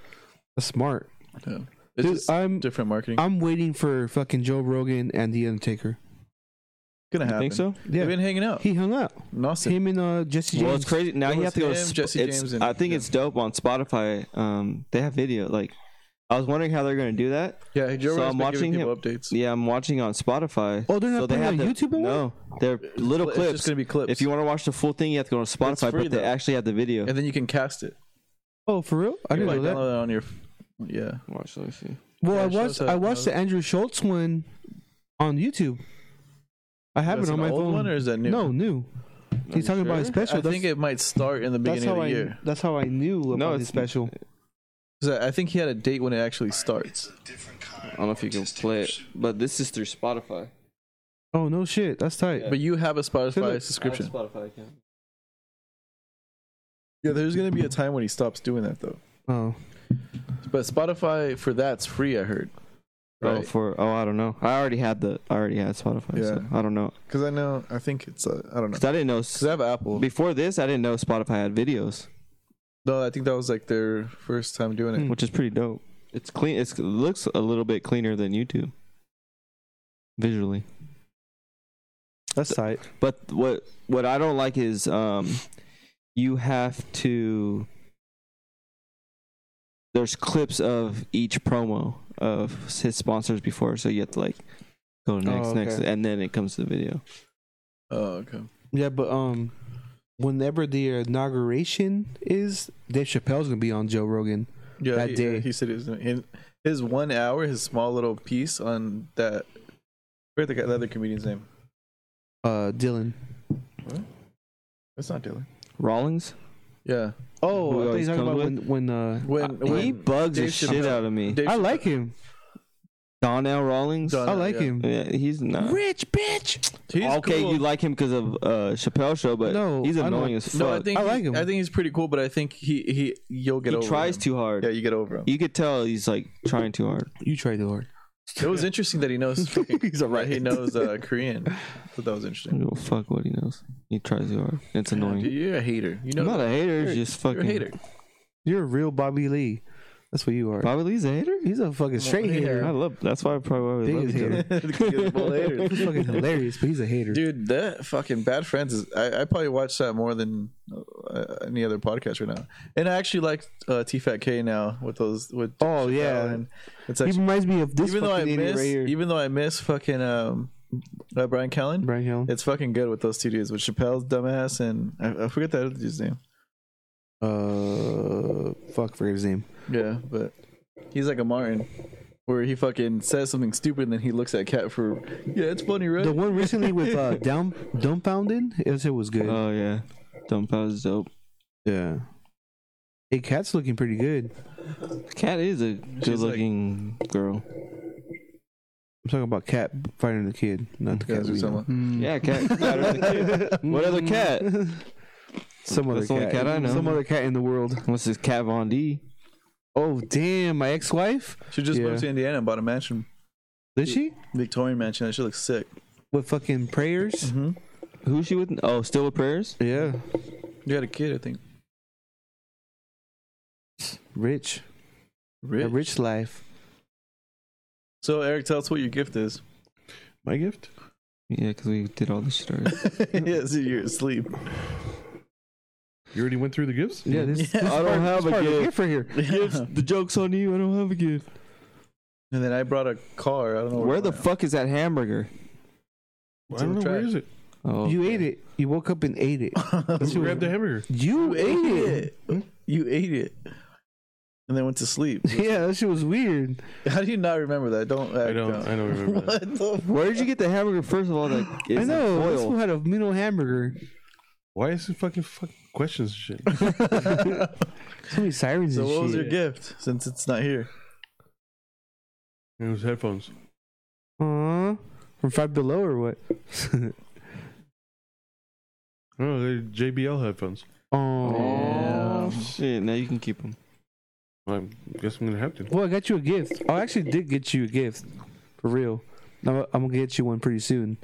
Speaker 5: That's smart,
Speaker 1: Yeah. It's
Speaker 5: dude.
Speaker 1: just
Speaker 5: I'm
Speaker 1: different marketing.
Speaker 5: I'm waiting for fucking Joe Rogan and the Undertaker.
Speaker 1: gonna
Speaker 3: You
Speaker 1: happen.
Speaker 3: think so?
Speaker 1: They've
Speaker 5: Yeah,
Speaker 1: been hanging out.
Speaker 5: he hung out.
Speaker 1: in Austin.
Speaker 5: Him and uh, Jesse James.
Speaker 3: Well, it's crazy. Now
Speaker 1: It
Speaker 3: you
Speaker 1: was
Speaker 3: have to go. To
Speaker 1: him,
Speaker 3: Sp-
Speaker 1: Jesse
Speaker 3: it's-
Speaker 1: James, and-
Speaker 3: I think
Speaker 1: yeah.
Speaker 3: it's dope on Spotify. Um, they have video. Like, I was wondering how they're gonna do that.
Speaker 1: yeah, Joe
Speaker 3: So
Speaker 1: Rogan's
Speaker 3: I'm
Speaker 1: been giving
Speaker 3: watching
Speaker 1: people updates.
Speaker 3: Yeah, I'm watching on Spotify.
Speaker 5: Oh, they're not
Speaker 3: they
Speaker 5: putting
Speaker 3: have
Speaker 5: it on
Speaker 3: the-
Speaker 5: YouTube anymore?
Speaker 3: No, they're little
Speaker 1: It's
Speaker 3: clips.
Speaker 1: just gonna be clips.
Speaker 3: If you want to watch the full thing, you have to go on Spotify,
Speaker 1: free,
Speaker 3: but they
Speaker 1: though.
Speaker 3: actually have the video.
Speaker 1: and then you can cast it.
Speaker 5: Oh, for real? I
Speaker 1: You
Speaker 5: didn't
Speaker 1: like
Speaker 5: know that.
Speaker 1: download it on your. Yeah,
Speaker 3: Watch, let me see.
Speaker 5: Well,
Speaker 1: Yeah,
Speaker 5: I
Speaker 1: it shows uh,
Speaker 5: watched
Speaker 1: up.
Speaker 5: I watched the Andrew Schultz one on YouTube. I have
Speaker 1: That's
Speaker 5: it on
Speaker 1: an
Speaker 5: my
Speaker 1: old
Speaker 5: phone.
Speaker 1: one or is that new?
Speaker 5: No, new. He's talking about his special.
Speaker 1: I
Speaker 5: that's,
Speaker 1: think it might start in the
Speaker 5: that's
Speaker 1: beginning
Speaker 5: how
Speaker 1: of the
Speaker 5: I.
Speaker 1: year.
Speaker 5: That's how I knew about
Speaker 3: No,
Speaker 5: his
Speaker 3: it's-
Speaker 5: special.
Speaker 1: 'Cause I I think he had a date when it actually starts.
Speaker 3: I
Speaker 6: Uh,
Speaker 3: don't know if you can play it, but this is through Spotify.
Speaker 5: Oh no, shit. That's tight.
Speaker 1: But you have a
Speaker 5: Philip- I
Speaker 1: Spotify
Speaker 5: have
Speaker 1: subscription.
Speaker 3: Spotify account.
Speaker 1: Yeah, there's gonna be a time when he stops doing that though.
Speaker 5: Oh,
Speaker 1: But Spotify for that's free, I heard.
Speaker 3: Oh,
Speaker 1: Right?
Speaker 3: for oh, I don't know. I already had the. I already had Spotify. So
Speaker 1: Yeah.
Speaker 3: I don't know
Speaker 1: Because I know, I think it's I I don't know.
Speaker 3: because I didn't know.
Speaker 1: Because I have Apple.
Speaker 3: Before this, I didn't know Spotify had videos,
Speaker 1: No, I think that was like their first time doing
Speaker 5: Hmm.
Speaker 1: it.
Speaker 3: which is pretty dope. It's clean. It's, it looks a little bit cleaner than YouTube visually.
Speaker 5: that's tight.
Speaker 3: But what what I don't like is um, you have to. There's clips of each promo of his sponsors before, so you have to like go next,
Speaker 5: okay.
Speaker 3: next, and then it comes to the video.
Speaker 1: Oh, okay.
Speaker 5: Yeah, but um, whenever the inauguration is, Dave Chappelle's gonna be on Joe Rogan.
Speaker 1: Yeah,
Speaker 5: That
Speaker 1: he,
Speaker 5: day.
Speaker 1: he said it was in his one hour, his small little piece on that. Where's the, guy- the other comedian's name?
Speaker 5: Uh, Dylan.
Speaker 1: That's not Dylan.
Speaker 3: Rawlings,
Speaker 1: Yeah,
Speaker 5: Oh, I thought you
Speaker 3: always
Speaker 5: were talking
Speaker 3: comes
Speaker 5: about
Speaker 3: with?
Speaker 5: when when uh,
Speaker 1: when,
Speaker 3: Uh,
Speaker 1: when
Speaker 3: he bugs the
Speaker 1: Dave
Speaker 3: shit
Speaker 1: Chappelle-
Speaker 3: out of me.
Speaker 1: Dave
Speaker 5: I
Speaker 1: Chappelle-
Speaker 5: like him.
Speaker 3: Donnell Rawlings.
Speaker 1: Donnell,
Speaker 5: I like
Speaker 1: uh, yeah.
Speaker 5: him.
Speaker 3: Yeah, he's not.
Speaker 5: Rich bitch.
Speaker 1: He's
Speaker 3: okay,
Speaker 1: cool.
Speaker 3: you like him because of uh, Chappelle Show, but
Speaker 5: No,
Speaker 3: he's
Speaker 5: I don't.
Speaker 3: annoying as fuck.
Speaker 1: no, I think
Speaker 5: I
Speaker 1: he-
Speaker 5: like him.
Speaker 1: I think he's pretty cool, but I think he he you'll get
Speaker 3: he
Speaker 1: over.
Speaker 3: tries
Speaker 1: him.
Speaker 3: too hard.
Speaker 1: Yeah, you get over him.
Speaker 3: You could tell he's like trying too hard.
Speaker 5: You tried hard.
Speaker 1: It was interesting that he knows. Fucking, he's all right. He knows uh, Korean. I thought that was
Speaker 3: I don't
Speaker 1: interesting.
Speaker 3: give a fuck what he knows. He tries too hard. It's annoying.
Speaker 1: Dude, you're a hater. You know,
Speaker 3: I'm not a hater.
Speaker 1: You're-
Speaker 3: just
Speaker 1: you're
Speaker 3: fucking.
Speaker 1: a hater.
Speaker 5: You're a real Bobby Lee. That's what you are.
Speaker 3: Bobby Lee's a hater.
Speaker 5: He's a fucking straight
Speaker 1: Yeah.
Speaker 5: hater.
Speaker 3: I love. That's why probably why we love
Speaker 5: Biggest
Speaker 3: each other.
Speaker 5: hater.
Speaker 1: Because we're haters.
Speaker 5: He's fucking hilarious, but he's a hater.
Speaker 1: Dude, that fucking Bad Friends is. I, I probably watch that more than uh, any other podcast right now. And I actually like uh, T Fat K now with those. With
Speaker 5: Oh,
Speaker 1: Chappelle
Speaker 5: yeah.
Speaker 1: and it's
Speaker 5: he
Speaker 1: actually,
Speaker 5: reminds me of this
Speaker 1: even though I
Speaker 5: fucking idiot
Speaker 1: miss,
Speaker 5: right here.
Speaker 1: even though I miss fucking um, uh, Brian Callen.
Speaker 5: Brian Hill.
Speaker 1: It's fucking good with those two dudes with Chappelle's dumbass and I, I forget that other dude's name.
Speaker 5: Uh, fuck for his name.
Speaker 1: Yeah, but he's like a Martin. Where he fucking says something stupid and then he looks at Cat for yeah, it's funny, right?
Speaker 5: The one recently with uh, down dumbfounded, it, it was good.
Speaker 3: Oh yeah, Dumbfound is dope.
Speaker 5: yeah. Hey, cat's looking pretty good.
Speaker 3: Cat is a good-looking girl.
Speaker 5: I'm talking about cat fighting the kid, not the
Speaker 1: Yeah,
Speaker 5: cat.
Speaker 1: that's
Speaker 5: we know.
Speaker 1: what
Speaker 3: Yeah, Cat. Cat is a kid. What other cat?
Speaker 5: Mm. Some other
Speaker 3: That's the only
Speaker 5: cat.
Speaker 3: cat I know.
Speaker 5: Some other cat in the world.
Speaker 3: What's this Cat Von D?
Speaker 5: Oh damn, my ex-wife.
Speaker 1: She just
Speaker 5: Yeah.
Speaker 1: moved to Indiana and bought a mansion,
Speaker 5: Did she?
Speaker 1: Victorian mansion. That shit looks sick.
Speaker 5: With fucking prayers.
Speaker 1: Mm-hmm.
Speaker 3: Who's she with? Oh, still with prayers.
Speaker 5: Yeah,
Speaker 1: You had a kid, I think.
Speaker 5: rich,
Speaker 1: Rich.
Speaker 5: a rich life.
Speaker 1: So Eric, tell us what your gift is.
Speaker 6: My gift?
Speaker 3: Yeah, because we did all this shit already.
Speaker 1: yeah, so you're asleep.
Speaker 6: You already went through the gifts?
Speaker 5: Yeah, this, this
Speaker 1: I
Speaker 5: part-
Speaker 3: don't have
Speaker 5: this
Speaker 3: a
Speaker 5: part of the
Speaker 3: gift.
Speaker 5: gift right here.
Speaker 1: and
Speaker 3: the joke's on you. I don't have a gift.
Speaker 1: then I brought a car. I don't know
Speaker 3: Where the
Speaker 1: fuck.
Speaker 3: fuck is that hamburger?
Speaker 6: I don't know. Where is it?
Speaker 3: Oh,
Speaker 5: You ate it. You woke up and ate it.
Speaker 6: Who grabbed the hamburger?
Speaker 5: You ate it.
Speaker 1: You ate it. And then went to sleep.
Speaker 5: Yeah, that shit was weird.
Speaker 1: How do you not remember that? Don't.
Speaker 6: I don't. I don't remember. that.
Speaker 1: What the
Speaker 3: Where did you get the hamburger? First of all, that is
Speaker 5: I know. This
Speaker 3: foil.
Speaker 5: one had a middle hamburger.
Speaker 6: Why is it fucking fucking questions and shit?
Speaker 5: So many sirens
Speaker 1: So
Speaker 5: and
Speaker 1: what was
Speaker 5: shit.
Speaker 1: your gift? Since it's not here.
Speaker 6: It was headphones.
Speaker 5: Aw. From Five Below or what?
Speaker 6: Oh, they're JBL headphones.
Speaker 5: Um, Oh.
Speaker 3: Shit, now you can keep them.
Speaker 6: I guess I'm gonna have to.
Speaker 5: Well, I got you a gift. I actually did get you a gift. For real. I'm, I'm gonna get you one pretty soon.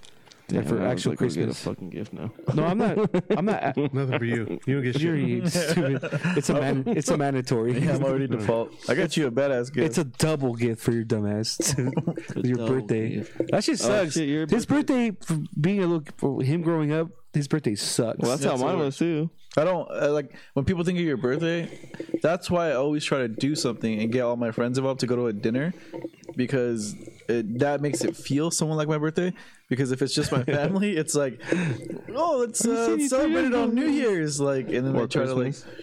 Speaker 3: Damn,
Speaker 5: for
Speaker 3: I was
Speaker 5: actual
Speaker 3: like, go get a
Speaker 5: Christmas.
Speaker 3: fucking gift now.
Speaker 5: No, I'm not. I'm not.
Speaker 6: Nothing for you. You don't get
Speaker 5: You're
Speaker 6: shit.
Speaker 5: you stupid. It's a man. It's a mandatory.
Speaker 1: Yeah, I'm already default. I got you a badass gift.
Speaker 5: It's a double gift for your dumbass. your
Speaker 3: Double
Speaker 5: birthday.
Speaker 3: gift.
Speaker 5: That shit
Speaker 3: Oh,
Speaker 5: sucks.
Speaker 3: shit, your
Speaker 5: his birthday, for being a little, for him growing up, his birthday sucks.
Speaker 3: Well, that's how mine was too.
Speaker 1: I don't I like when people think of your birthday. That's why I always try to do something and get all my friends involved to go to a dinner because it, that makes it feel someone like my birthday. Because if it's just my family, it's like, oh, let's
Speaker 3: seen
Speaker 1: uh,
Speaker 3: you three
Speaker 1: celebrate it
Speaker 3: years
Speaker 1: on
Speaker 3: ago."
Speaker 1: New Year's, like, and then
Speaker 3: Or
Speaker 1: they try
Speaker 3: Christmas.
Speaker 1: to like,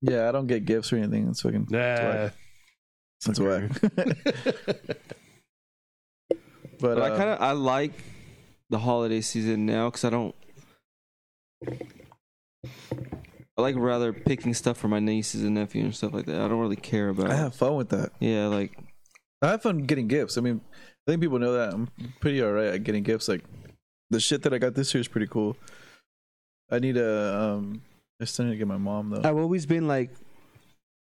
Speaker 1: yeah, I don't get gifts or anything. That's fucking
Speaker 6: Nah.
Speaker 1: that's why. but
Speaker 3: But I
Speaker 1: uh,
Speaker 3: kind of I like the holiday season now because I don't. I like rather picking stuff for my nieces and nephew and stuff like that. I don't really care about.
Speaker 1: I have fun with that.
Speaker 3: yeah, like
Speaker 1: I have fun getting gifts. I mean, I think people know that I'm pretty alright at getting gifts. Like the shit that I got this year is pretty cool. I need a um. I still need to get my mom though.
Speaker 5: I've always been like,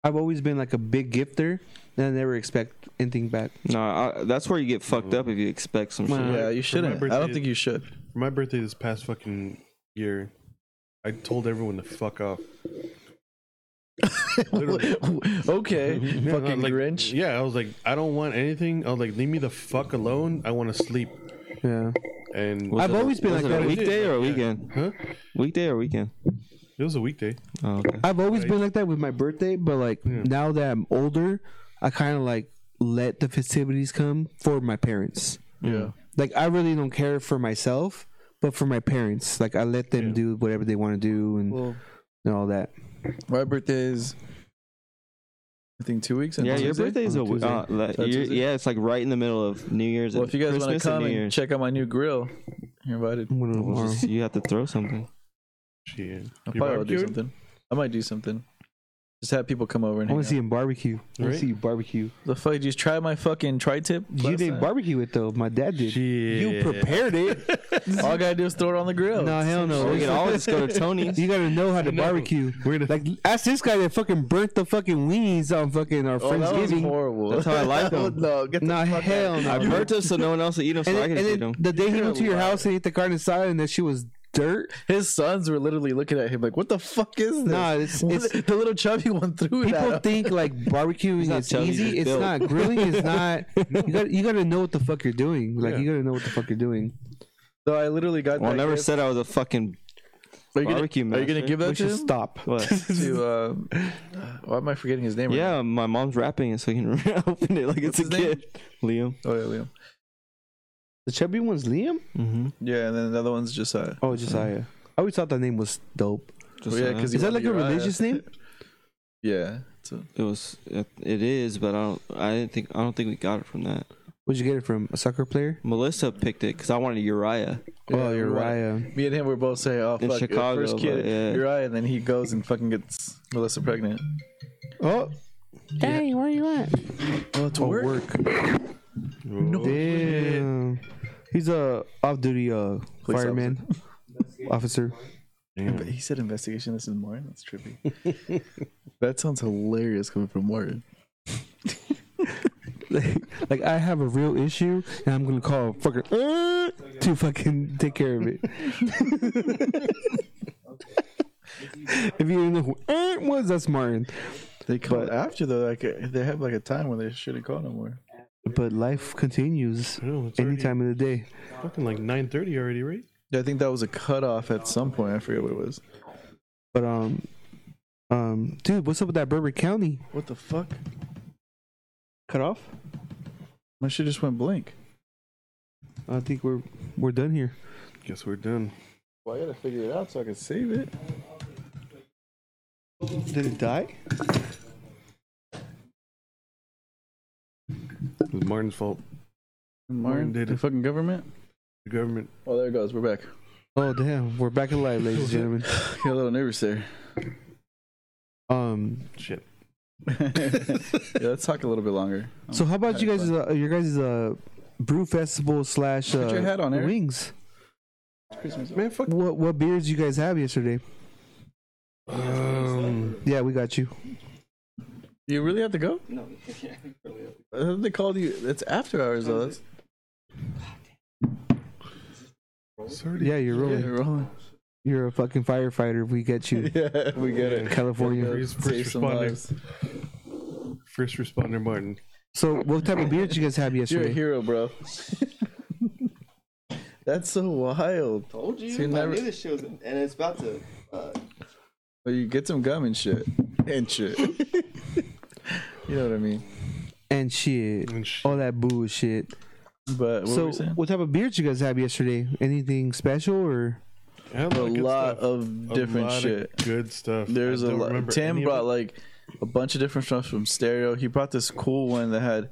Speaker 5: I've always been like a big gifter, and I never expect anything back.
Speaker 3: no, I, that's where you get fucked up if you expect some shit.
Speaker 5: Well,
Speaker 1: yeah, you
Speaker 6: For my
Speaker 1: shouldn't. I
Speaker 6: birthday-
Speaker 1: don't think you should.
Speaker 6: For my birthday this past fucking year, I told everyone to fuck off. Literally.
Speaker 1: okay,
Speaker 6: Yeah,
Speaker 1: fucking
Speaker 6: like-
Speaker 1: Grinch.
Speaker 6: Yeah, I was like, I don't want anything. I was like, leave me the fuck alone. I want to sleep.
Speaker 5: Yeah.
Speaker 6: And
Speaker 3: Was
Speaker 5: I've
Speaker 3: it a-
Speaker 5: always been
Speaker 3: was
Speaker 5: like
Speaker 3: it a
Speaker 5: that.
Speaker 3: weekday or a weekend?
Speaker 6: huh?
Speaker 3: Weekday or weekend?
Speaker 6: It was a weekday.
Speaker 3: Oh, okay.
Speaker 5: I've always
Speaker 6: Right.
Speaker 5: been like that with my birthday, but like
Speaker 6: Yeah.
Speaker 5: now that I'm older, I kind of like let the festivities come for my parents.
Speaker 1: Yeah.
Speaker 5: Like I really don't care for myself, but for my parents, like I let them
Speaker 6: Yeah.
Speaker 5: do whatever they want to do and,
Speaker 1: Well,
Speaker 5: and all that.
Speaker 1: my birthday is. I think two weeks. on
Speaker 3: Yeah, your
Speaker 1: Tuesday?
Speaker 3: birthday is a
Speaker 5: On
Speaker 3: w-
Speaker 5: Tuesday.
Speaker 3: uh, like,
Speaker 1: So
Speaker 3: you're-
Speaker 1: Tuesday?
Speaker 3: yeah, it's like right in the middle of New Year's.
Speaker 1: Well,
Speaker 3: and
Speaker 1: if you guys want to
Speaker 3: Christmas and
Speaker 1: come
Speaker 3: New
Speaker 1: and
Speaker 3: Year's.
Speaker 1: check out my new grill, you're invited.
Speaker 5: I'm gonna
Speaker 3: Well,
Speaker 5: tomorrow.
Speaker 3: just- you have to throw something.
Speaker 6: Shit.
Speaker 1: I
Speaker 6: You
Speaker 1: probably will do
Speaker 6: barbecued?
Speaker 1: something. I might do something. Just have people come over and
Speaker 5: I
Speaker 1: hang
Speaker 5: want
Speaker 1: out.
Speaker 5: to see him barbecue. I want
Speaker 6: Right.
Speaker 5: to see you barbecue.
Speaker 1: The fuck? Did you try my fucking tri-tip?
Speaker 5: you
Speaker 1: last
Speaker 5: didn't
Speaker 1: time?
Speaker 5: barbecue it though. My dad did. You
Speaker 6: Shit.
Speaker 5: prepared it.
Speaker 1: All I gotta do is throw it on the grill.
Speaker 5: no, hell no.
Speaker 3: we can always go to Tony's.
Speaker 5: You gotta know how to
Speaker 6: know.
Speaker 5: barbecue.
Speaker 6: We're gonna
Speaker 5: Like, ask this guy that fucking burnt the fucking weenies on fucking our
Speaker 1: oh, that was
Speaker 5: Friendsgiving.
Speaker 1: horrible.
Speaker 3: That's how I like
Speaker 1: Oh,
Speaker 3: them.
Speaker 1: no, get the
Speaker 5: Nah,
Speaker 1: fuck
Speaker 5: hell
Speaker 1: out.
Speaker 5: no.
Speaker 3: I've heard them, so no one else will eat them, so
Speaker 5: And
Speaker 3: I
Speaker 5: then,
Speaker 3: can
Speaker 5: and then
Speaker 3: eat them.
Speaker 5: the day he
Speaker 1: You're
Speaker 5: went to
Speaker 1: a
Speaker 5: your
Speaker 1: liar.
Speaker 5: house and ate the carne asada and that shit was dirt.
Speaker 1: His sons were literally looking at him like, "What the fuck is this?"
Speaker 5: Nah, it's-
Speaker 1: What-
Speaker 5: it's-
Speaker 1: the little chubby one threw it
Speaker 5: People
Speaker 1: at him.
Speaker 5: think like barbecuing
Speaker 3: not
Speaker 5: is
Speaker 3: chubby,
Speaker 5: easy.
Speaker 3: he's
Speaker 5: It's
Speaker 3: built.
Speaker 5: not. Grilling is not. You got you got to know what the fuck you're doing. Like
Speaker 6: Yeah.
Speaker 5: you got to know what the fuck you're doing.
Speaker 1: So I literally got.
Speaker 3: Well, I
Speaker 1: that
Speaker 3: never
Speaker 1: gift.
Speaker 3: said I was a fucking
Speaker 1: Are you gonna,
Speaker 3: barbecue
Speaker 1: Are you gonna
Speaker 3: master.
Speaker 1: give that
Speaker 5: We
Speaker 1: to
Speaker 5: should
Speaker 1: him?
Speaker 5: stop.
Speaker 3: what?
Speaker 1: to um, why am I forgetting his name? right
Speaker 3: Yeah, my mom's wrapping it, so you can open it like
Speaker 1: What's
Speaker 3: it's a
Speaker 1: his name?
Speaker 3: gift. Liam.
Speaker 1: now? Oh yeah, Liam.
Speaker 5: The chubby one's Liam.
Speaker 3: Mm-hmm.
Speaker 1: Yeah, and then another one's Josiah.
Speaker 5: Oh, Josiah. I always thought that name was dope.
Speaker 1: Well,
Speaker 3: uh,
Speaker 1: yeah, because
Speaker 5: Is that like a religious name? Oh,
Speaker 1: Yeah. It's a,
Speaker 3: it was. It, it is, but I don't. I didn't think. I don't think we got it from that.
Speaker 5: Where'd you get it from? A soccer player?
Speaker 3: Melissa picked it because I wanted Uriah.
Speaker 1: yeah,
Speaker 5: oh,
Speaker 1: we're
Speaker 5: Uriah.
Speaker 1: Me and him were both saying, "Oh,
Speaker 3: In
Speaker 1: fuck, your
Speaker 3: Chicago,
Speaker 1: first
Speaker 3: but
Speaker 1: kid,
Speaker 3: yeah.
Speaker 1: you're right," and then he goes and fucking gets Melissa pregnant.
Speaker 5: Oh, Daddy, where you at?
Speaker 1: Well, to
Speaker 5: Oh, work. Damn. He's a off-duty uh,
Speaker 1: Police
Speaker 5: fireman officer.
Speaker 6: Damn.
Speaker 1: He said investigation. This is Martin. That's trippy. that sounds hilarious coming from Martin.
Speaker 5: like I have a real issue, and I'm gonna call fucking uh, to fucking take care of it. if you don't know who uh, was, that's Martin.
Speaker 1: They called after though. Like uh, they have like a time when they shouldn't call no more.
Speaker 5: But life continues
Speaker 6: I know, it's
Speaker 5: any
Speaker 6: already
Speaker 5: time of the day.
Speaker 6: fucking like 9.30 already, right?
Speaker 1: Yeah, I think that was a cutoff at some point. I forget what it was.
Speaker 5: But um, um, dude, what's up with that Burbank County
Speaker 1: What the fuck?
Speaker 5: cut off?
Speaker 1: My shit just went blank.
Speaker 5: I think we're we're done here.
Speaker 6: Guess we're done.
Speaker 1: Well, I gotta figure it out so I can save it.
Speaker 5: Did it die?
Speaker 6: It was Martin's fault.
Speaker 1: Martin,
Speaker 6: did
Speaker 1: the
Speaker 6: it.
Speaker 1: fucking government.
Speaker 6: The government.
Speaker 1: Oh, there it goes. We're back.
Speaker 5: Oh damn, we're back alive, ladies and gentlemen.
Speaker 1: Got a little nervous there.
Speaker 5: Um,
Speaker 6: Shit.
Speaker 1: yeah, let's talk a little bit longer.
Speaker 5: So how about you
Speaker 1: Kinda
Speaker 5: guys? Uh, your guys' uh, brew festival slash uh,
Speaker 1: Put your hat on, Eric.
Speaker 5: wings.
Speaker 1: Oh, Christmas.
Speaker 6: Man, fuck.
Speaker 5: What what beers you guys have yesterday?
Speaker 6: Um,
Speaker 5: Yeah, we got you.
Speaker 1: You really have to go?
Speaker 2: No, yeah, really.
Speaker 1: I thought they called you. It's after hours though. That's,
Speaker 6: it's already-
Speaker 5: Yeah, you're
Speaker 1: yeah,
Speaker 5: rolling.
Speaker 1: you're rolling.
Speaker 5: You're a fucking firefighter. We get you,
Speaker 1: Yeah, we get it.
Speaker 5: California.
Speaker 6: Freeze- first responders. First responder Martin.
Speaker 5: So what type of beer did you guys have
Speaker 1: You're a
Speaker 5: yesterday?
Speaker 1: hero, bro. That's so wild.
Speaker 2: Told you.
Speaker 1: So you
Speaker 2: I
Speaker 1: never-
Speaker 2: knew this shit was, and it's about to. Uh,
Speaker 1: Well, you get some gum and shit. And shit. you know what I mean.
Speaker 5: And shit,
Speaker 6: And sh-
Speaker 5: all that bullshit.
Speaker 1: But what were
Speaker 5: So
Speaker 1: we saying?
Speaker 5: what type of beer did you guys have yesterday? Anything special or?
Speaker 6: I had
Speaker 1: a
Speaker 6: of good
Speaker 1: lot
Speaker 6: stuff.
Speaker 1: of
Speaker 6: A
Speaker 1: different
Speaker 6: lot of
Speaker 1: shit.
Speaker 6: good stuff.
Speaker 1: There's
Speaker 6: I
Speaker 1: a
Speaker 6: don't
Speaker 1: lot.
Speaker 6: remember
Speaker 1: Tim
Speaker 6: any of
Speaker 1: brought
Speaker 6: it.
Speaker 1: like a bunch of different stuff from stereo. He brought this cool one that had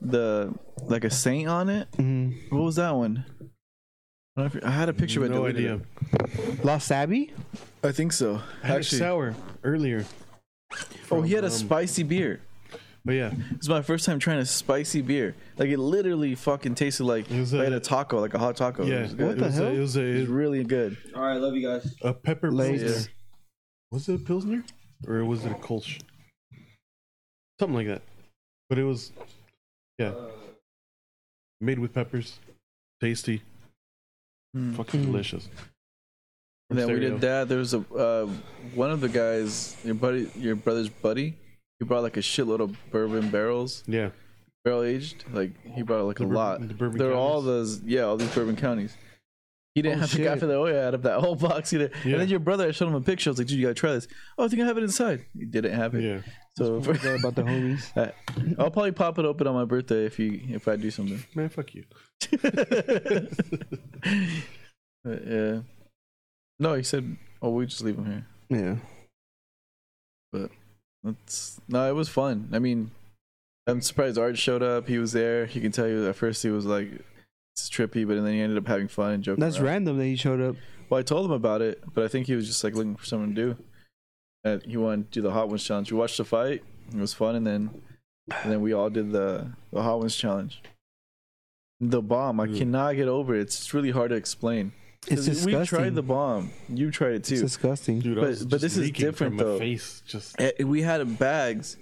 Speaker 1: the like a saint on it.
Speaker 5: Mm,
Speaker 1: What was that one? I, don't know if you- I had a picture, but I
Speaker 6: no
Speaker 1: deleted
Speaker 6: idea.
Speaker 5: Lost Abbey?
Speaker 1: it. I think so.
Speaker 6: I had a
Speaker 1: Actually,
Speaker 6: sour earlier.
Speaker 1: oh, he had a
Speaker 6: from, um,
Speaker 1: spicy beer.
Speaker 6: But yeah,
Speaker 1: It's my first time trying a spicy beer. Like it literally fucking tasted like
Speaker 6: It was
Speaker 1: I had
Speaker 6: a-
Speaker 1: a taco, like a hot taco.
Speaker 6: yeah.
Speaker 1: It was good.
Speaker 6: it was A, it was
Speaker 1: It was
Speaker 6: a,
Speaker 1: really good.
Speaker 2: All right, love you guys.
Speaker 6: a pepper
Speaker 5: Ladies.
Speaker 6: pilsner. Was it a pilsner or was it a kolsch? Something like that. But it was Yeah. made with peppers, tasty,
Speaker 1: Mm.
Speaker 6: fucking delicious.
Speaker 1: And then we
Speaker 6: Stereo.
Speaker 1: did that. There was a uh, one of the guys, your buddy, your brother's buddy. He brought like a shitload of bourbon barrels,
Speaker 6: Yeah,
Speaker 1: barrel aged. Like he brought like
Speaker 6: The
Speaker 1: a
Speaker 6: bourbon-
Speaker 1: lot.
Speaker 6: the bourbon
Speaker 1: They're all
Speaker 6: counties.
Speaker 1: those, yeah, all these bourbon counties. He didn't
Speaker 5: Oh,
Speaker 1: have to go
Speaker 5: shit.
Speaker 1: after the oh yeah out of that whole box either.
Speaker 6: Yeah.
Speaker 1: And then your brother, I showed him a picture. I was like, dude, you gotta try this. Oh, I think I have it inside. He didn't have it.
Speaker 6: yeah.
Speaker 1: So
Speaker 5: Forgot about the homies.
Speaker 1: Uh, I'll probably pop it open on my birthday if you if I do something.
Speaker 6: Man, fuck you.
Speaker 1: But, yeah. No, he said, "Oh, we just leave him here."
Speaker 3: Yeah.
Speaker 1: That's no, it was fun. I mean, I'm surprised Art showed up. He was there. He can tell you at first he was like, "It's trippy," but then he ended up having fun and joking.
Speaker 5: That's
Speaker 1: around.
Speaker 5: random that he showed up.
Speaker 1: Well, I told him about it, but I think he was just like looking for something to do. And he wanted to do the Hot Ones challenge. We watched the fight; it was fun, and then and then we all did the the Hot Ones challenge. The bomb, I
Speaker 6: Mm.
Speaker 1: cannot get over it. It's really hard to explain.
Speaker 5: It's
Speaker 1: 'Cause
Speaker 5: disgusting.
Speaker 1: We tried the bomb. You tried it
Speaker 5: It's
Speaker 1: too.
Speaker 5: disgusting.
Speaker 6: Dude, I
Speaker 1: But-
Speaker 6: was
Speaker 1: but
Speaker 6: just
Speaker 1: this is
Speaker 6: leaking
Speaker 1: different,
Speaker 6: from
Speaker 1: though.
Speaker 6: My face just
Speaker 1: Eh, We had bags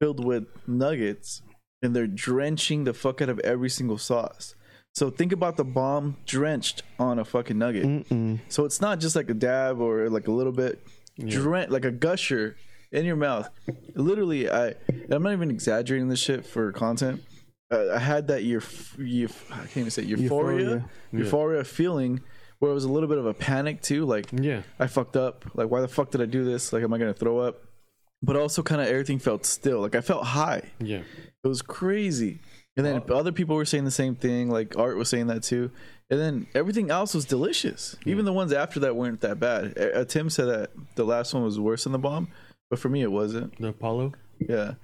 Speaker 1: filled with nuggets, and they're drenching the fuck out of every single sauce. So think about the bomb drenched on a fucking nugget.
Speaker 5: Mm-mm.
Speaker 1: So it's not just like a dab or like a little bit, dren- like a gusher in your mouth. Literally, I I'm not even exaggerating this shit for content. Uh, I had that your eu- I can't even say euphoria, euphoria,
Speaker 5: Euphoria.
Speaker 1: feeling where it was a little bit of a panic too. Like
Speaker 6: yeah.
Speaker 1: I fucked up. Like why the fuck did I do this? Like am I gonna throw up? But also kind of everything felt still. Like I felt high.
Speaker 6: Yeah.
Speaker 1: It was crazy. And then other people were saying the same thing. Like Art was saying that too. And then everything else was delicious. Even the ones after that weren't that bad. Uh, Tim said that the last one was worse than the bomb, but for me it wasn't.
Speaker 6: The Apollo.
Speaker 1: Yeah,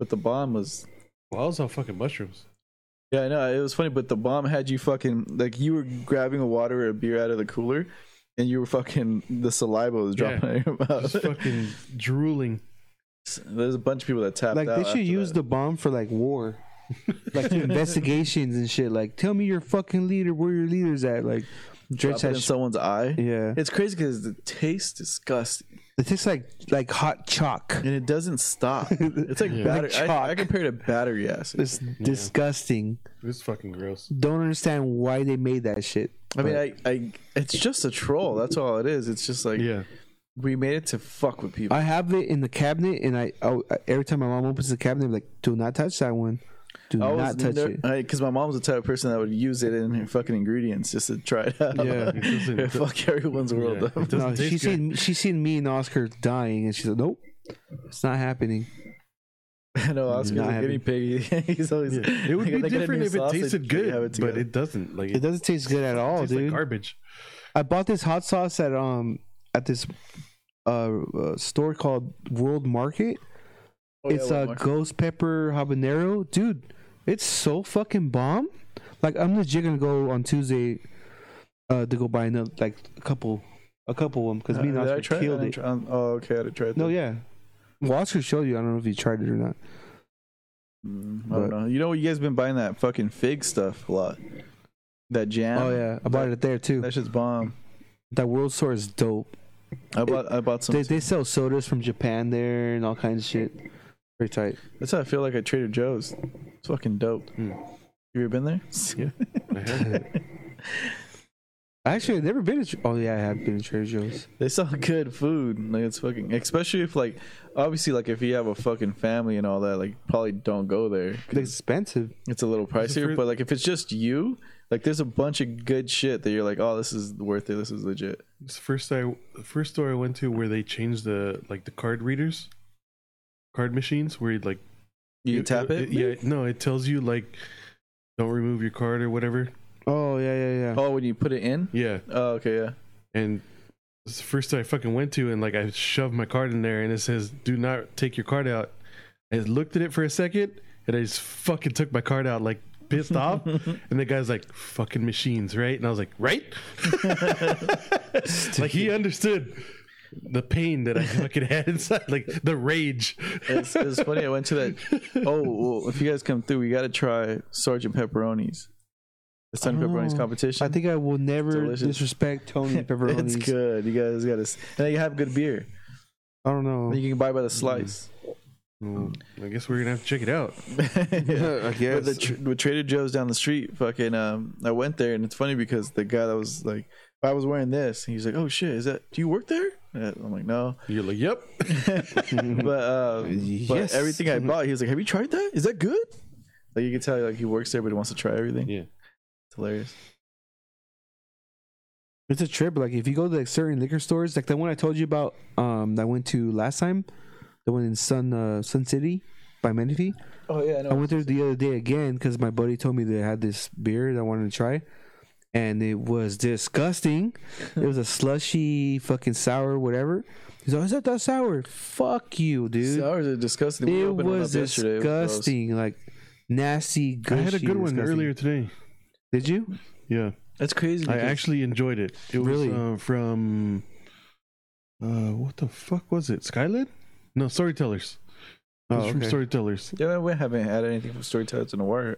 Speaker 1: but the bomb was.
Speaker 6: Well, I was on fucking mushrooms.
Speaker 1: Yeah, I know it was funny, but the bomb had you fucking like you were grabbing a water or a beer out of the cooler, and you were fucking the saliva was
Speaker 6: Yeah.
Speaker 1: dropping out of your mouth.
Speaker 6: Just fucking drooling.
Speaker 1: There's a bunch of people that tapped
Speaker 5: Like
Speaker 1: out.
Speaker 5: they should
Speaker 1: after
Speaker 5: use
Speaker 1: that.
Speaker 5: the bomb for like war, like investigations and shit. Like, tell me your fucking leader, where your leader's at. Like, drench
Speaker 1: drop it
Speaker 5: that.
Speaker 1: in
Speaker 5: Sh-
Speaker 1: someone's eye.
Speaker 5: yeah,
Speaker 1: It's crazy because the taste disgusting
Speaker 5: it tastes like like hot chalk.
Speaker 1: and it doesn't stop. It's like
Speaker 6: Yeah.
Speaker 1: battery. I, I
Speaker 5: chalk.
Speaker 1: compare it to battery acid.
Speaker 5: It's disgusting.
Speaker 6: It's fucking gross.
Speaker 5: Don't understand why they made that shit.
Speaker 1: I mean, I, I, it's just a troll. That's all it is. It's just like
Speaker 6: Yeah.
Speaker 1: we made it to fuck with people.
Speaker 5: I have it in the cabinet, and I, oh, I every time my mom opens the cabinet, I'm like, "Do not touch that one. Do
Speaker 6: Oh,
Speaker 1: I
Speaker 5: not touch it."
Speaker 1: because my mom's the type of person that would use it in her fucking ingredients just to try it out.
Speaker 5: Yeah.
Speaker 6: It doesn't-
Speaker 1: It'd fuck everyone's world
Speaker 6: Yeah.
Speaker 1: up.
Speaker 6: It doesn't
Speaker 5: No,
Speaker 6: taste
Speaker 5: she's
Speaker 6: good.
Speaker 5: seen she's seen me and Oscar dying, and she's like, "Nope, it's not happening."
Speaker 1: I know Oscar's
Speaker 5: Not
Speaker 1: a guinea pig. He's always.
Speaker 6: Yeah. It would
Speaker 1: like,
Speaker 6: be
Speaker 1: like, get a
Speaker 6: different
Speaker 1: new
Speaker 6: if it
Speaker 1: sausage,
Speaker 6: tasted
Speaker 1: we have
Speaker 6: good,
Speaker 1: it
Speaker 6: but
Speaker 1: together.
Speaker 6: it doesn't. Like
Speaker 5: It
Speaker 6: it,
Speaker 5: doesn't taste good at all,
Speaker 6: tastes like
Speaker 5: dude.
Speaker 6: garbage.
Speaker 5: I bought this hot sauce at um at this uh, uh store called World Market.
Speaker 1: Oh, yeah,
Speaker 5: it's
Speaker 1: one
Speaker 5: a
Speaker 1: more.
Speaker 5: ghost pepper habanero, dude. It's so fucking bomb. Like I'm legit gonna go on Tuesday uh to go buy another like a couple a couple of them because me and
Speaker 1: Uh, did I
Speaker 5: Oscar
Speaker 1: try it? I
Speaker 5: killed
Speaker 1: didn't
Speaker 5: it.
Speaker 1: try- um, oh, okay. I had to try it.
Speaker 5: No,
Speaker 1: then.
Speaker 5: yeah. Well, Oscar showed you. I don't know if you tried it or not.
Speaker 1: Mm, I don't
Speaker 5: But-
Speaker 1: know. You know what? You guys been buying that fucking fig stuff a lot. That jam.
Speaker 5: Oh yeah, I bought it there too.
Speaker 1: That shit's bomb.
Speaker 5: That World Store is dope.
Speaker 1: I bought. I bought some.
Speaker 5: They they sell sodas from Japan there and all kinds of shit. Pretty tight.
Speaker 1: That's how I feel like at Trader Joe's. It's fucking dope.
Speaker 6: Hmm.
Speaker 1: You ever been there?
Speaker 6: I haven't.
Speaker 5: Actually, I've never been to. Tr- Oh yeah, I have been to Trader Joe's.
Speaker 1: They sell good food. Like it's fucking, especially if like, obviously like if you have a fucking family and all that, like probably don't go there.
Speaker 5: It's expensive.
Speaker 1: It's a little pricier.
Speaker 6: fruit-
Speaker 1: But like if it's just you, like there's a bunch of good shit that you're like, oh, this is worth it. This is legit.
Speaker 6: It's the first I the first store I went to where they changed the like the card readers, card machines where you'd like
Speaker 1: You
Speaker 5: uh,
Speaker 1: tap it.
Speaker 6: Yeah, no, it tells you like don't remove your card or whatever.
Speaker 5: Oh yeah, yeah, yeah.
Speaker 1: Oh, when you put it in.
Speaker 6: Yeah,
Speaker 1: Oh, okay, yeah.
Speaker 6: and it's the first store I fucking went to and like I shoved my card in there and it says do not take your card out. I looked at it for a second and I just fucking took my card out like pissed off. And the guy's like, fucking machines, right? And I was like, right? like he understood the pain that I fucking had inside, like the rage.
Speaker 1: It's, it's funny. I went to that. Oh, well, if you guys come through, we got to try Sergeant Pepperoni's. The Sergeant Pepperoni's
Speaker 5: Oh,
Speaker 1: competition.
Speaker 5: I think I will never
Speaker 1: Delicious.
Speaker 5: disrespect Tony
Speaker 1: it's
Speaker 5: Pepperoni's.
Speaker 1: good. You guys got to. And you have good beer.
Speaker 5: I don't know.
Speaker 1: You can buy by the slice.
Speaker 6: Well, Mm, I guess we're gonna have to check it out.
Speaker 5: Mm-hmm.
Speaker 7: I
Speaker 1: yeah. But the
Speaker 7: guess.
Speaker 1: tr- with Trader Joe's down the street, fucking, um, I went there and it's funny because the guy that was like, I was wearing this, and he's like, "Oh shit, is that? Do you work there?" And I'm like, "No,"
Speaker 6: You're like, yep.
Speaker 1: but uh, but
Speaker 7: Yes.
Speaker 1: everything I bought, he was like, "Have you tried that? Is that good?" Like you can tell, like he works there, but he wants to try everything.
Speaker 6: Yeah.
Speaker 1: It's hilarious.
Speaker 5: It's a trip. Like if you go to like certain liquor stores, like the one I told you about, um, that I went to last time, the one in Sun uh, Sun City by Menifee.
Speaker 1: Oh yeah, I know.
Speaker 5: I went there the other day again because my buddy told me they had this beer that I wanted to try, and it was disgusting. it was a slushy, fucking sour, whatever. He's like, "Is that that sour? Fuck you, dude!
Speaker 1: Sours are disgusting. We
Speaker 5: it
Speaker 1: opened one
Speaker 5: was
Speaker 1: up yesterday. It was gross.
Speaker 5: disgusting, like nasty."
Speaker 6: I
Speaker 5: Gushy,
Speaker 6: had a good one
Speaker 5: disgusting.
Speaker 6: earlier today.
Speaker 5: Did you?
Speaker 6: Yeah,
Speaker 1: That's crazy.
Speaker 6: I
Speaker 1: because-
Speaker 6: actually enjoyed it. It was
Speaker 5: Really?
Speaker 6: uh, from uh, what the fuck was it? Skylit? No, Storytellers. It was
Speaker 5: Oh,
Speaker 6: from
Speaker 5: okay.
Speaker 6: Storytellers.
Speaker 1: yeah, we haven't had anything from Storytellers in a while.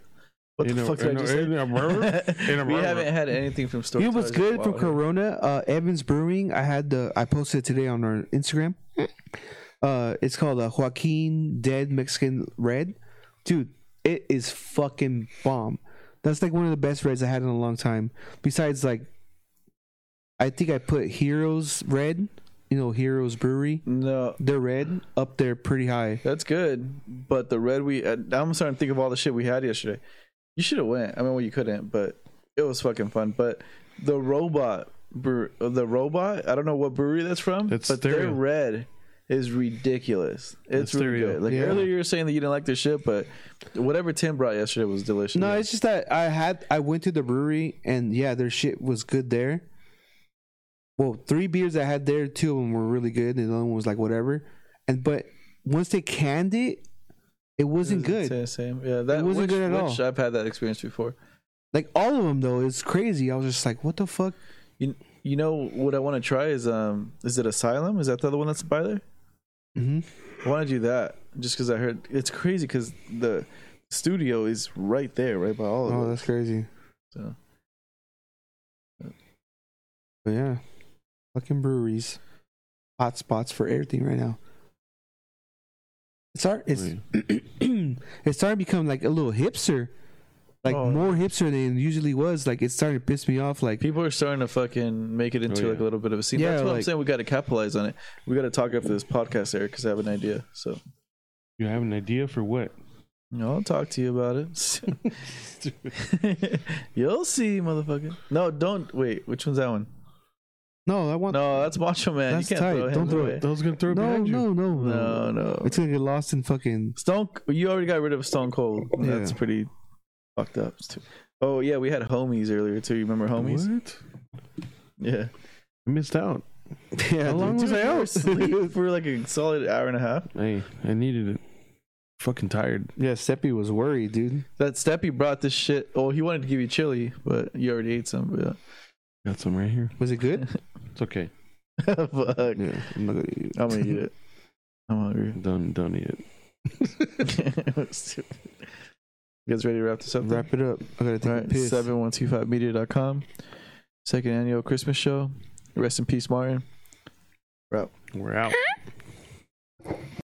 Speaker 1: What
Speaker 6: You
Speaker 1: the
Speaker 6: know,
Speaker 1: fuck did
Speaker 6: in
Speaker 1: I
Speaker 6: a-
Speaker 1: just say?
Speaker 6: in a row? In a
Speaker 1: we
Speaker 6: row.
Speaker 1: haven't had anything from
Speaker 5: You know
Speaker 1: Storytellers.
Speaker 5: what's
Speaker 1: in a
Speaker 5: good from
Speaker 1: while.
Speaker 5: Corona? Uh, Evans Brewing. I had the I posted it today on our Instagram. Uh, it's called uh, Joaquin Dead Mexican Red. Dude, it is fucking bomb. That's like one of the best reds I had in a long time. Besides, like, I think I put Heroes Red. You know, Heroes Brewery.
Speaker 1: No,
Speaker 5: Their red up there pretty high.
Speaker 1: That's good, but the red we uh, I'm starting to think of all the shit we had yesterday. You should have went. I mean, well, you couldn't, but it was fucking fun. But the robot, brew, the robot. I don't know what brewery that's from,
Speaker 6: That's
Speaker 1: but their
Speaker 6: Stereo.
Speaker 1: red is ridiculous. It's
Speaker 6: That's
Speaker 1: really
Speaker 6: Stereo.
Speaker 1: good. Like
Speaker 5: Yeah.
Speaker 1: earlier, you were saying that you didn't like their shit, but whatever Tim brought yesterday was delicious.
Speaker 5: No, it's just that I had I went to the brewery and yeah, their shit was good there. Well, three beers I had there, two of them were really good, and the other one was like whatever. And but once they canned it, it wasn't good.
Speaker 1: Same, same. Yeah, that
Speaker 5: wasn't
Speaker 1: which-
Speaker 5: good at
Speaker 1: which
Speaker 5: all.
Speaker 1: I've had that experience before.
Speaker 5: Like all of them though, it's crazy. I was just like, what the fuck?
Speaker 1: You you know what I want to try is um is it Asylum? Is that the other one that's by there?
Speaker 5: Mm-hmm.
Speaker 1: I want to do that just because I heard it's crazy because the studio is right there, right by all of
Speaker 5: Oh,
Speaker 1: us.
Speaker 5: that's crazy.
Speaker 1: So.
Speaker 5: But yeah, fucking breweries, hot spots for everything right now. It's our, it's it's starting to become like a little hipster, like
Speaker 1: Oh,
Speaker 5: more hipster than it usually was. Like it's starting to piss me off. Like
Speaker 1: People are starting to fucking make it into
Speaker 6: yeah.
Speaker 1: like a little bit of a scene.
Speaker 5: Oh, Yeah,
Speaker 1: That's what I'm
Speaker 5: like-
Speaker 1: saying. We got to capitalize on it. We got to talk after this podcast, Eric, because I have an idea. So
Speaker 6: You have an idea for what?
Speaker 1: you know, I'll talk to you about it. You'll see, motherfucker. No, don't wait. Which one's that one?
Speaker 5: no, I want
Speaker 1: No, that's Macho Man.
Speaker 5: That's
Speaker 1: you can't
Speaker 5: tight.
Speaker 1: throw him
Speaker 5: Don't throw
Speaker 1: away.
Speaker 6: I was gonna throw it
Speaker 5: no,
Speaker 6: behind you.
Speaker 5: no, no,
Speaker 1: No,
Speaker 5: no,
Speaker 1: no.
Speaker 5: It's gonna get lost in fucking.
Speaker 1: Stone. You already got rid of Stone Cold.
Speaker 5: Yeah.
Speaker 1: That's pretty fucked up. Oh yeah, we had homies earlier too. You remember homies?
Speaker 6: What?
Speaker 1: Yeah.
Speaker 6: I missed out.
Speaker 5: Yeah,
Speaker 6: How long
Speaker 1: Dude,
Speaker 6: was I
Speaker 1: you were
Speaker 6: out?
Speaker 1: asleep for like a solid hour and a half.
Speaker 6: Hey, I needed it. Fucking tired.
Speaker 5: yeah, Seppi was worried, dude.
Speaker 1: That Steppy brought this shit. Oh, he wanted to give you chili, but you already ate some. But
Speaker 6: Got some right here.
Speaker 5: Was it good?
Speaker 6: It's okay.
Speaker 1: fuck, I'm
Speaker 5: yeah, I'm not gonna eat it.
Speaker 1: gonna eat it. I'm hungry.
Speaker 6: Don't don't eat it.
Speaker 1: Stupid. you guys ready to wrap this up? then?
Speaker 5: Wrap it up. I gotta take
Speaker 1: All
Speaker 5: a
Speaker 1: right,
Speaker 5: piss.
Speaker 1: seven one two five media.com. Second annual Christmas show. Rest in peace, Martin.
Speaker 6: We're out.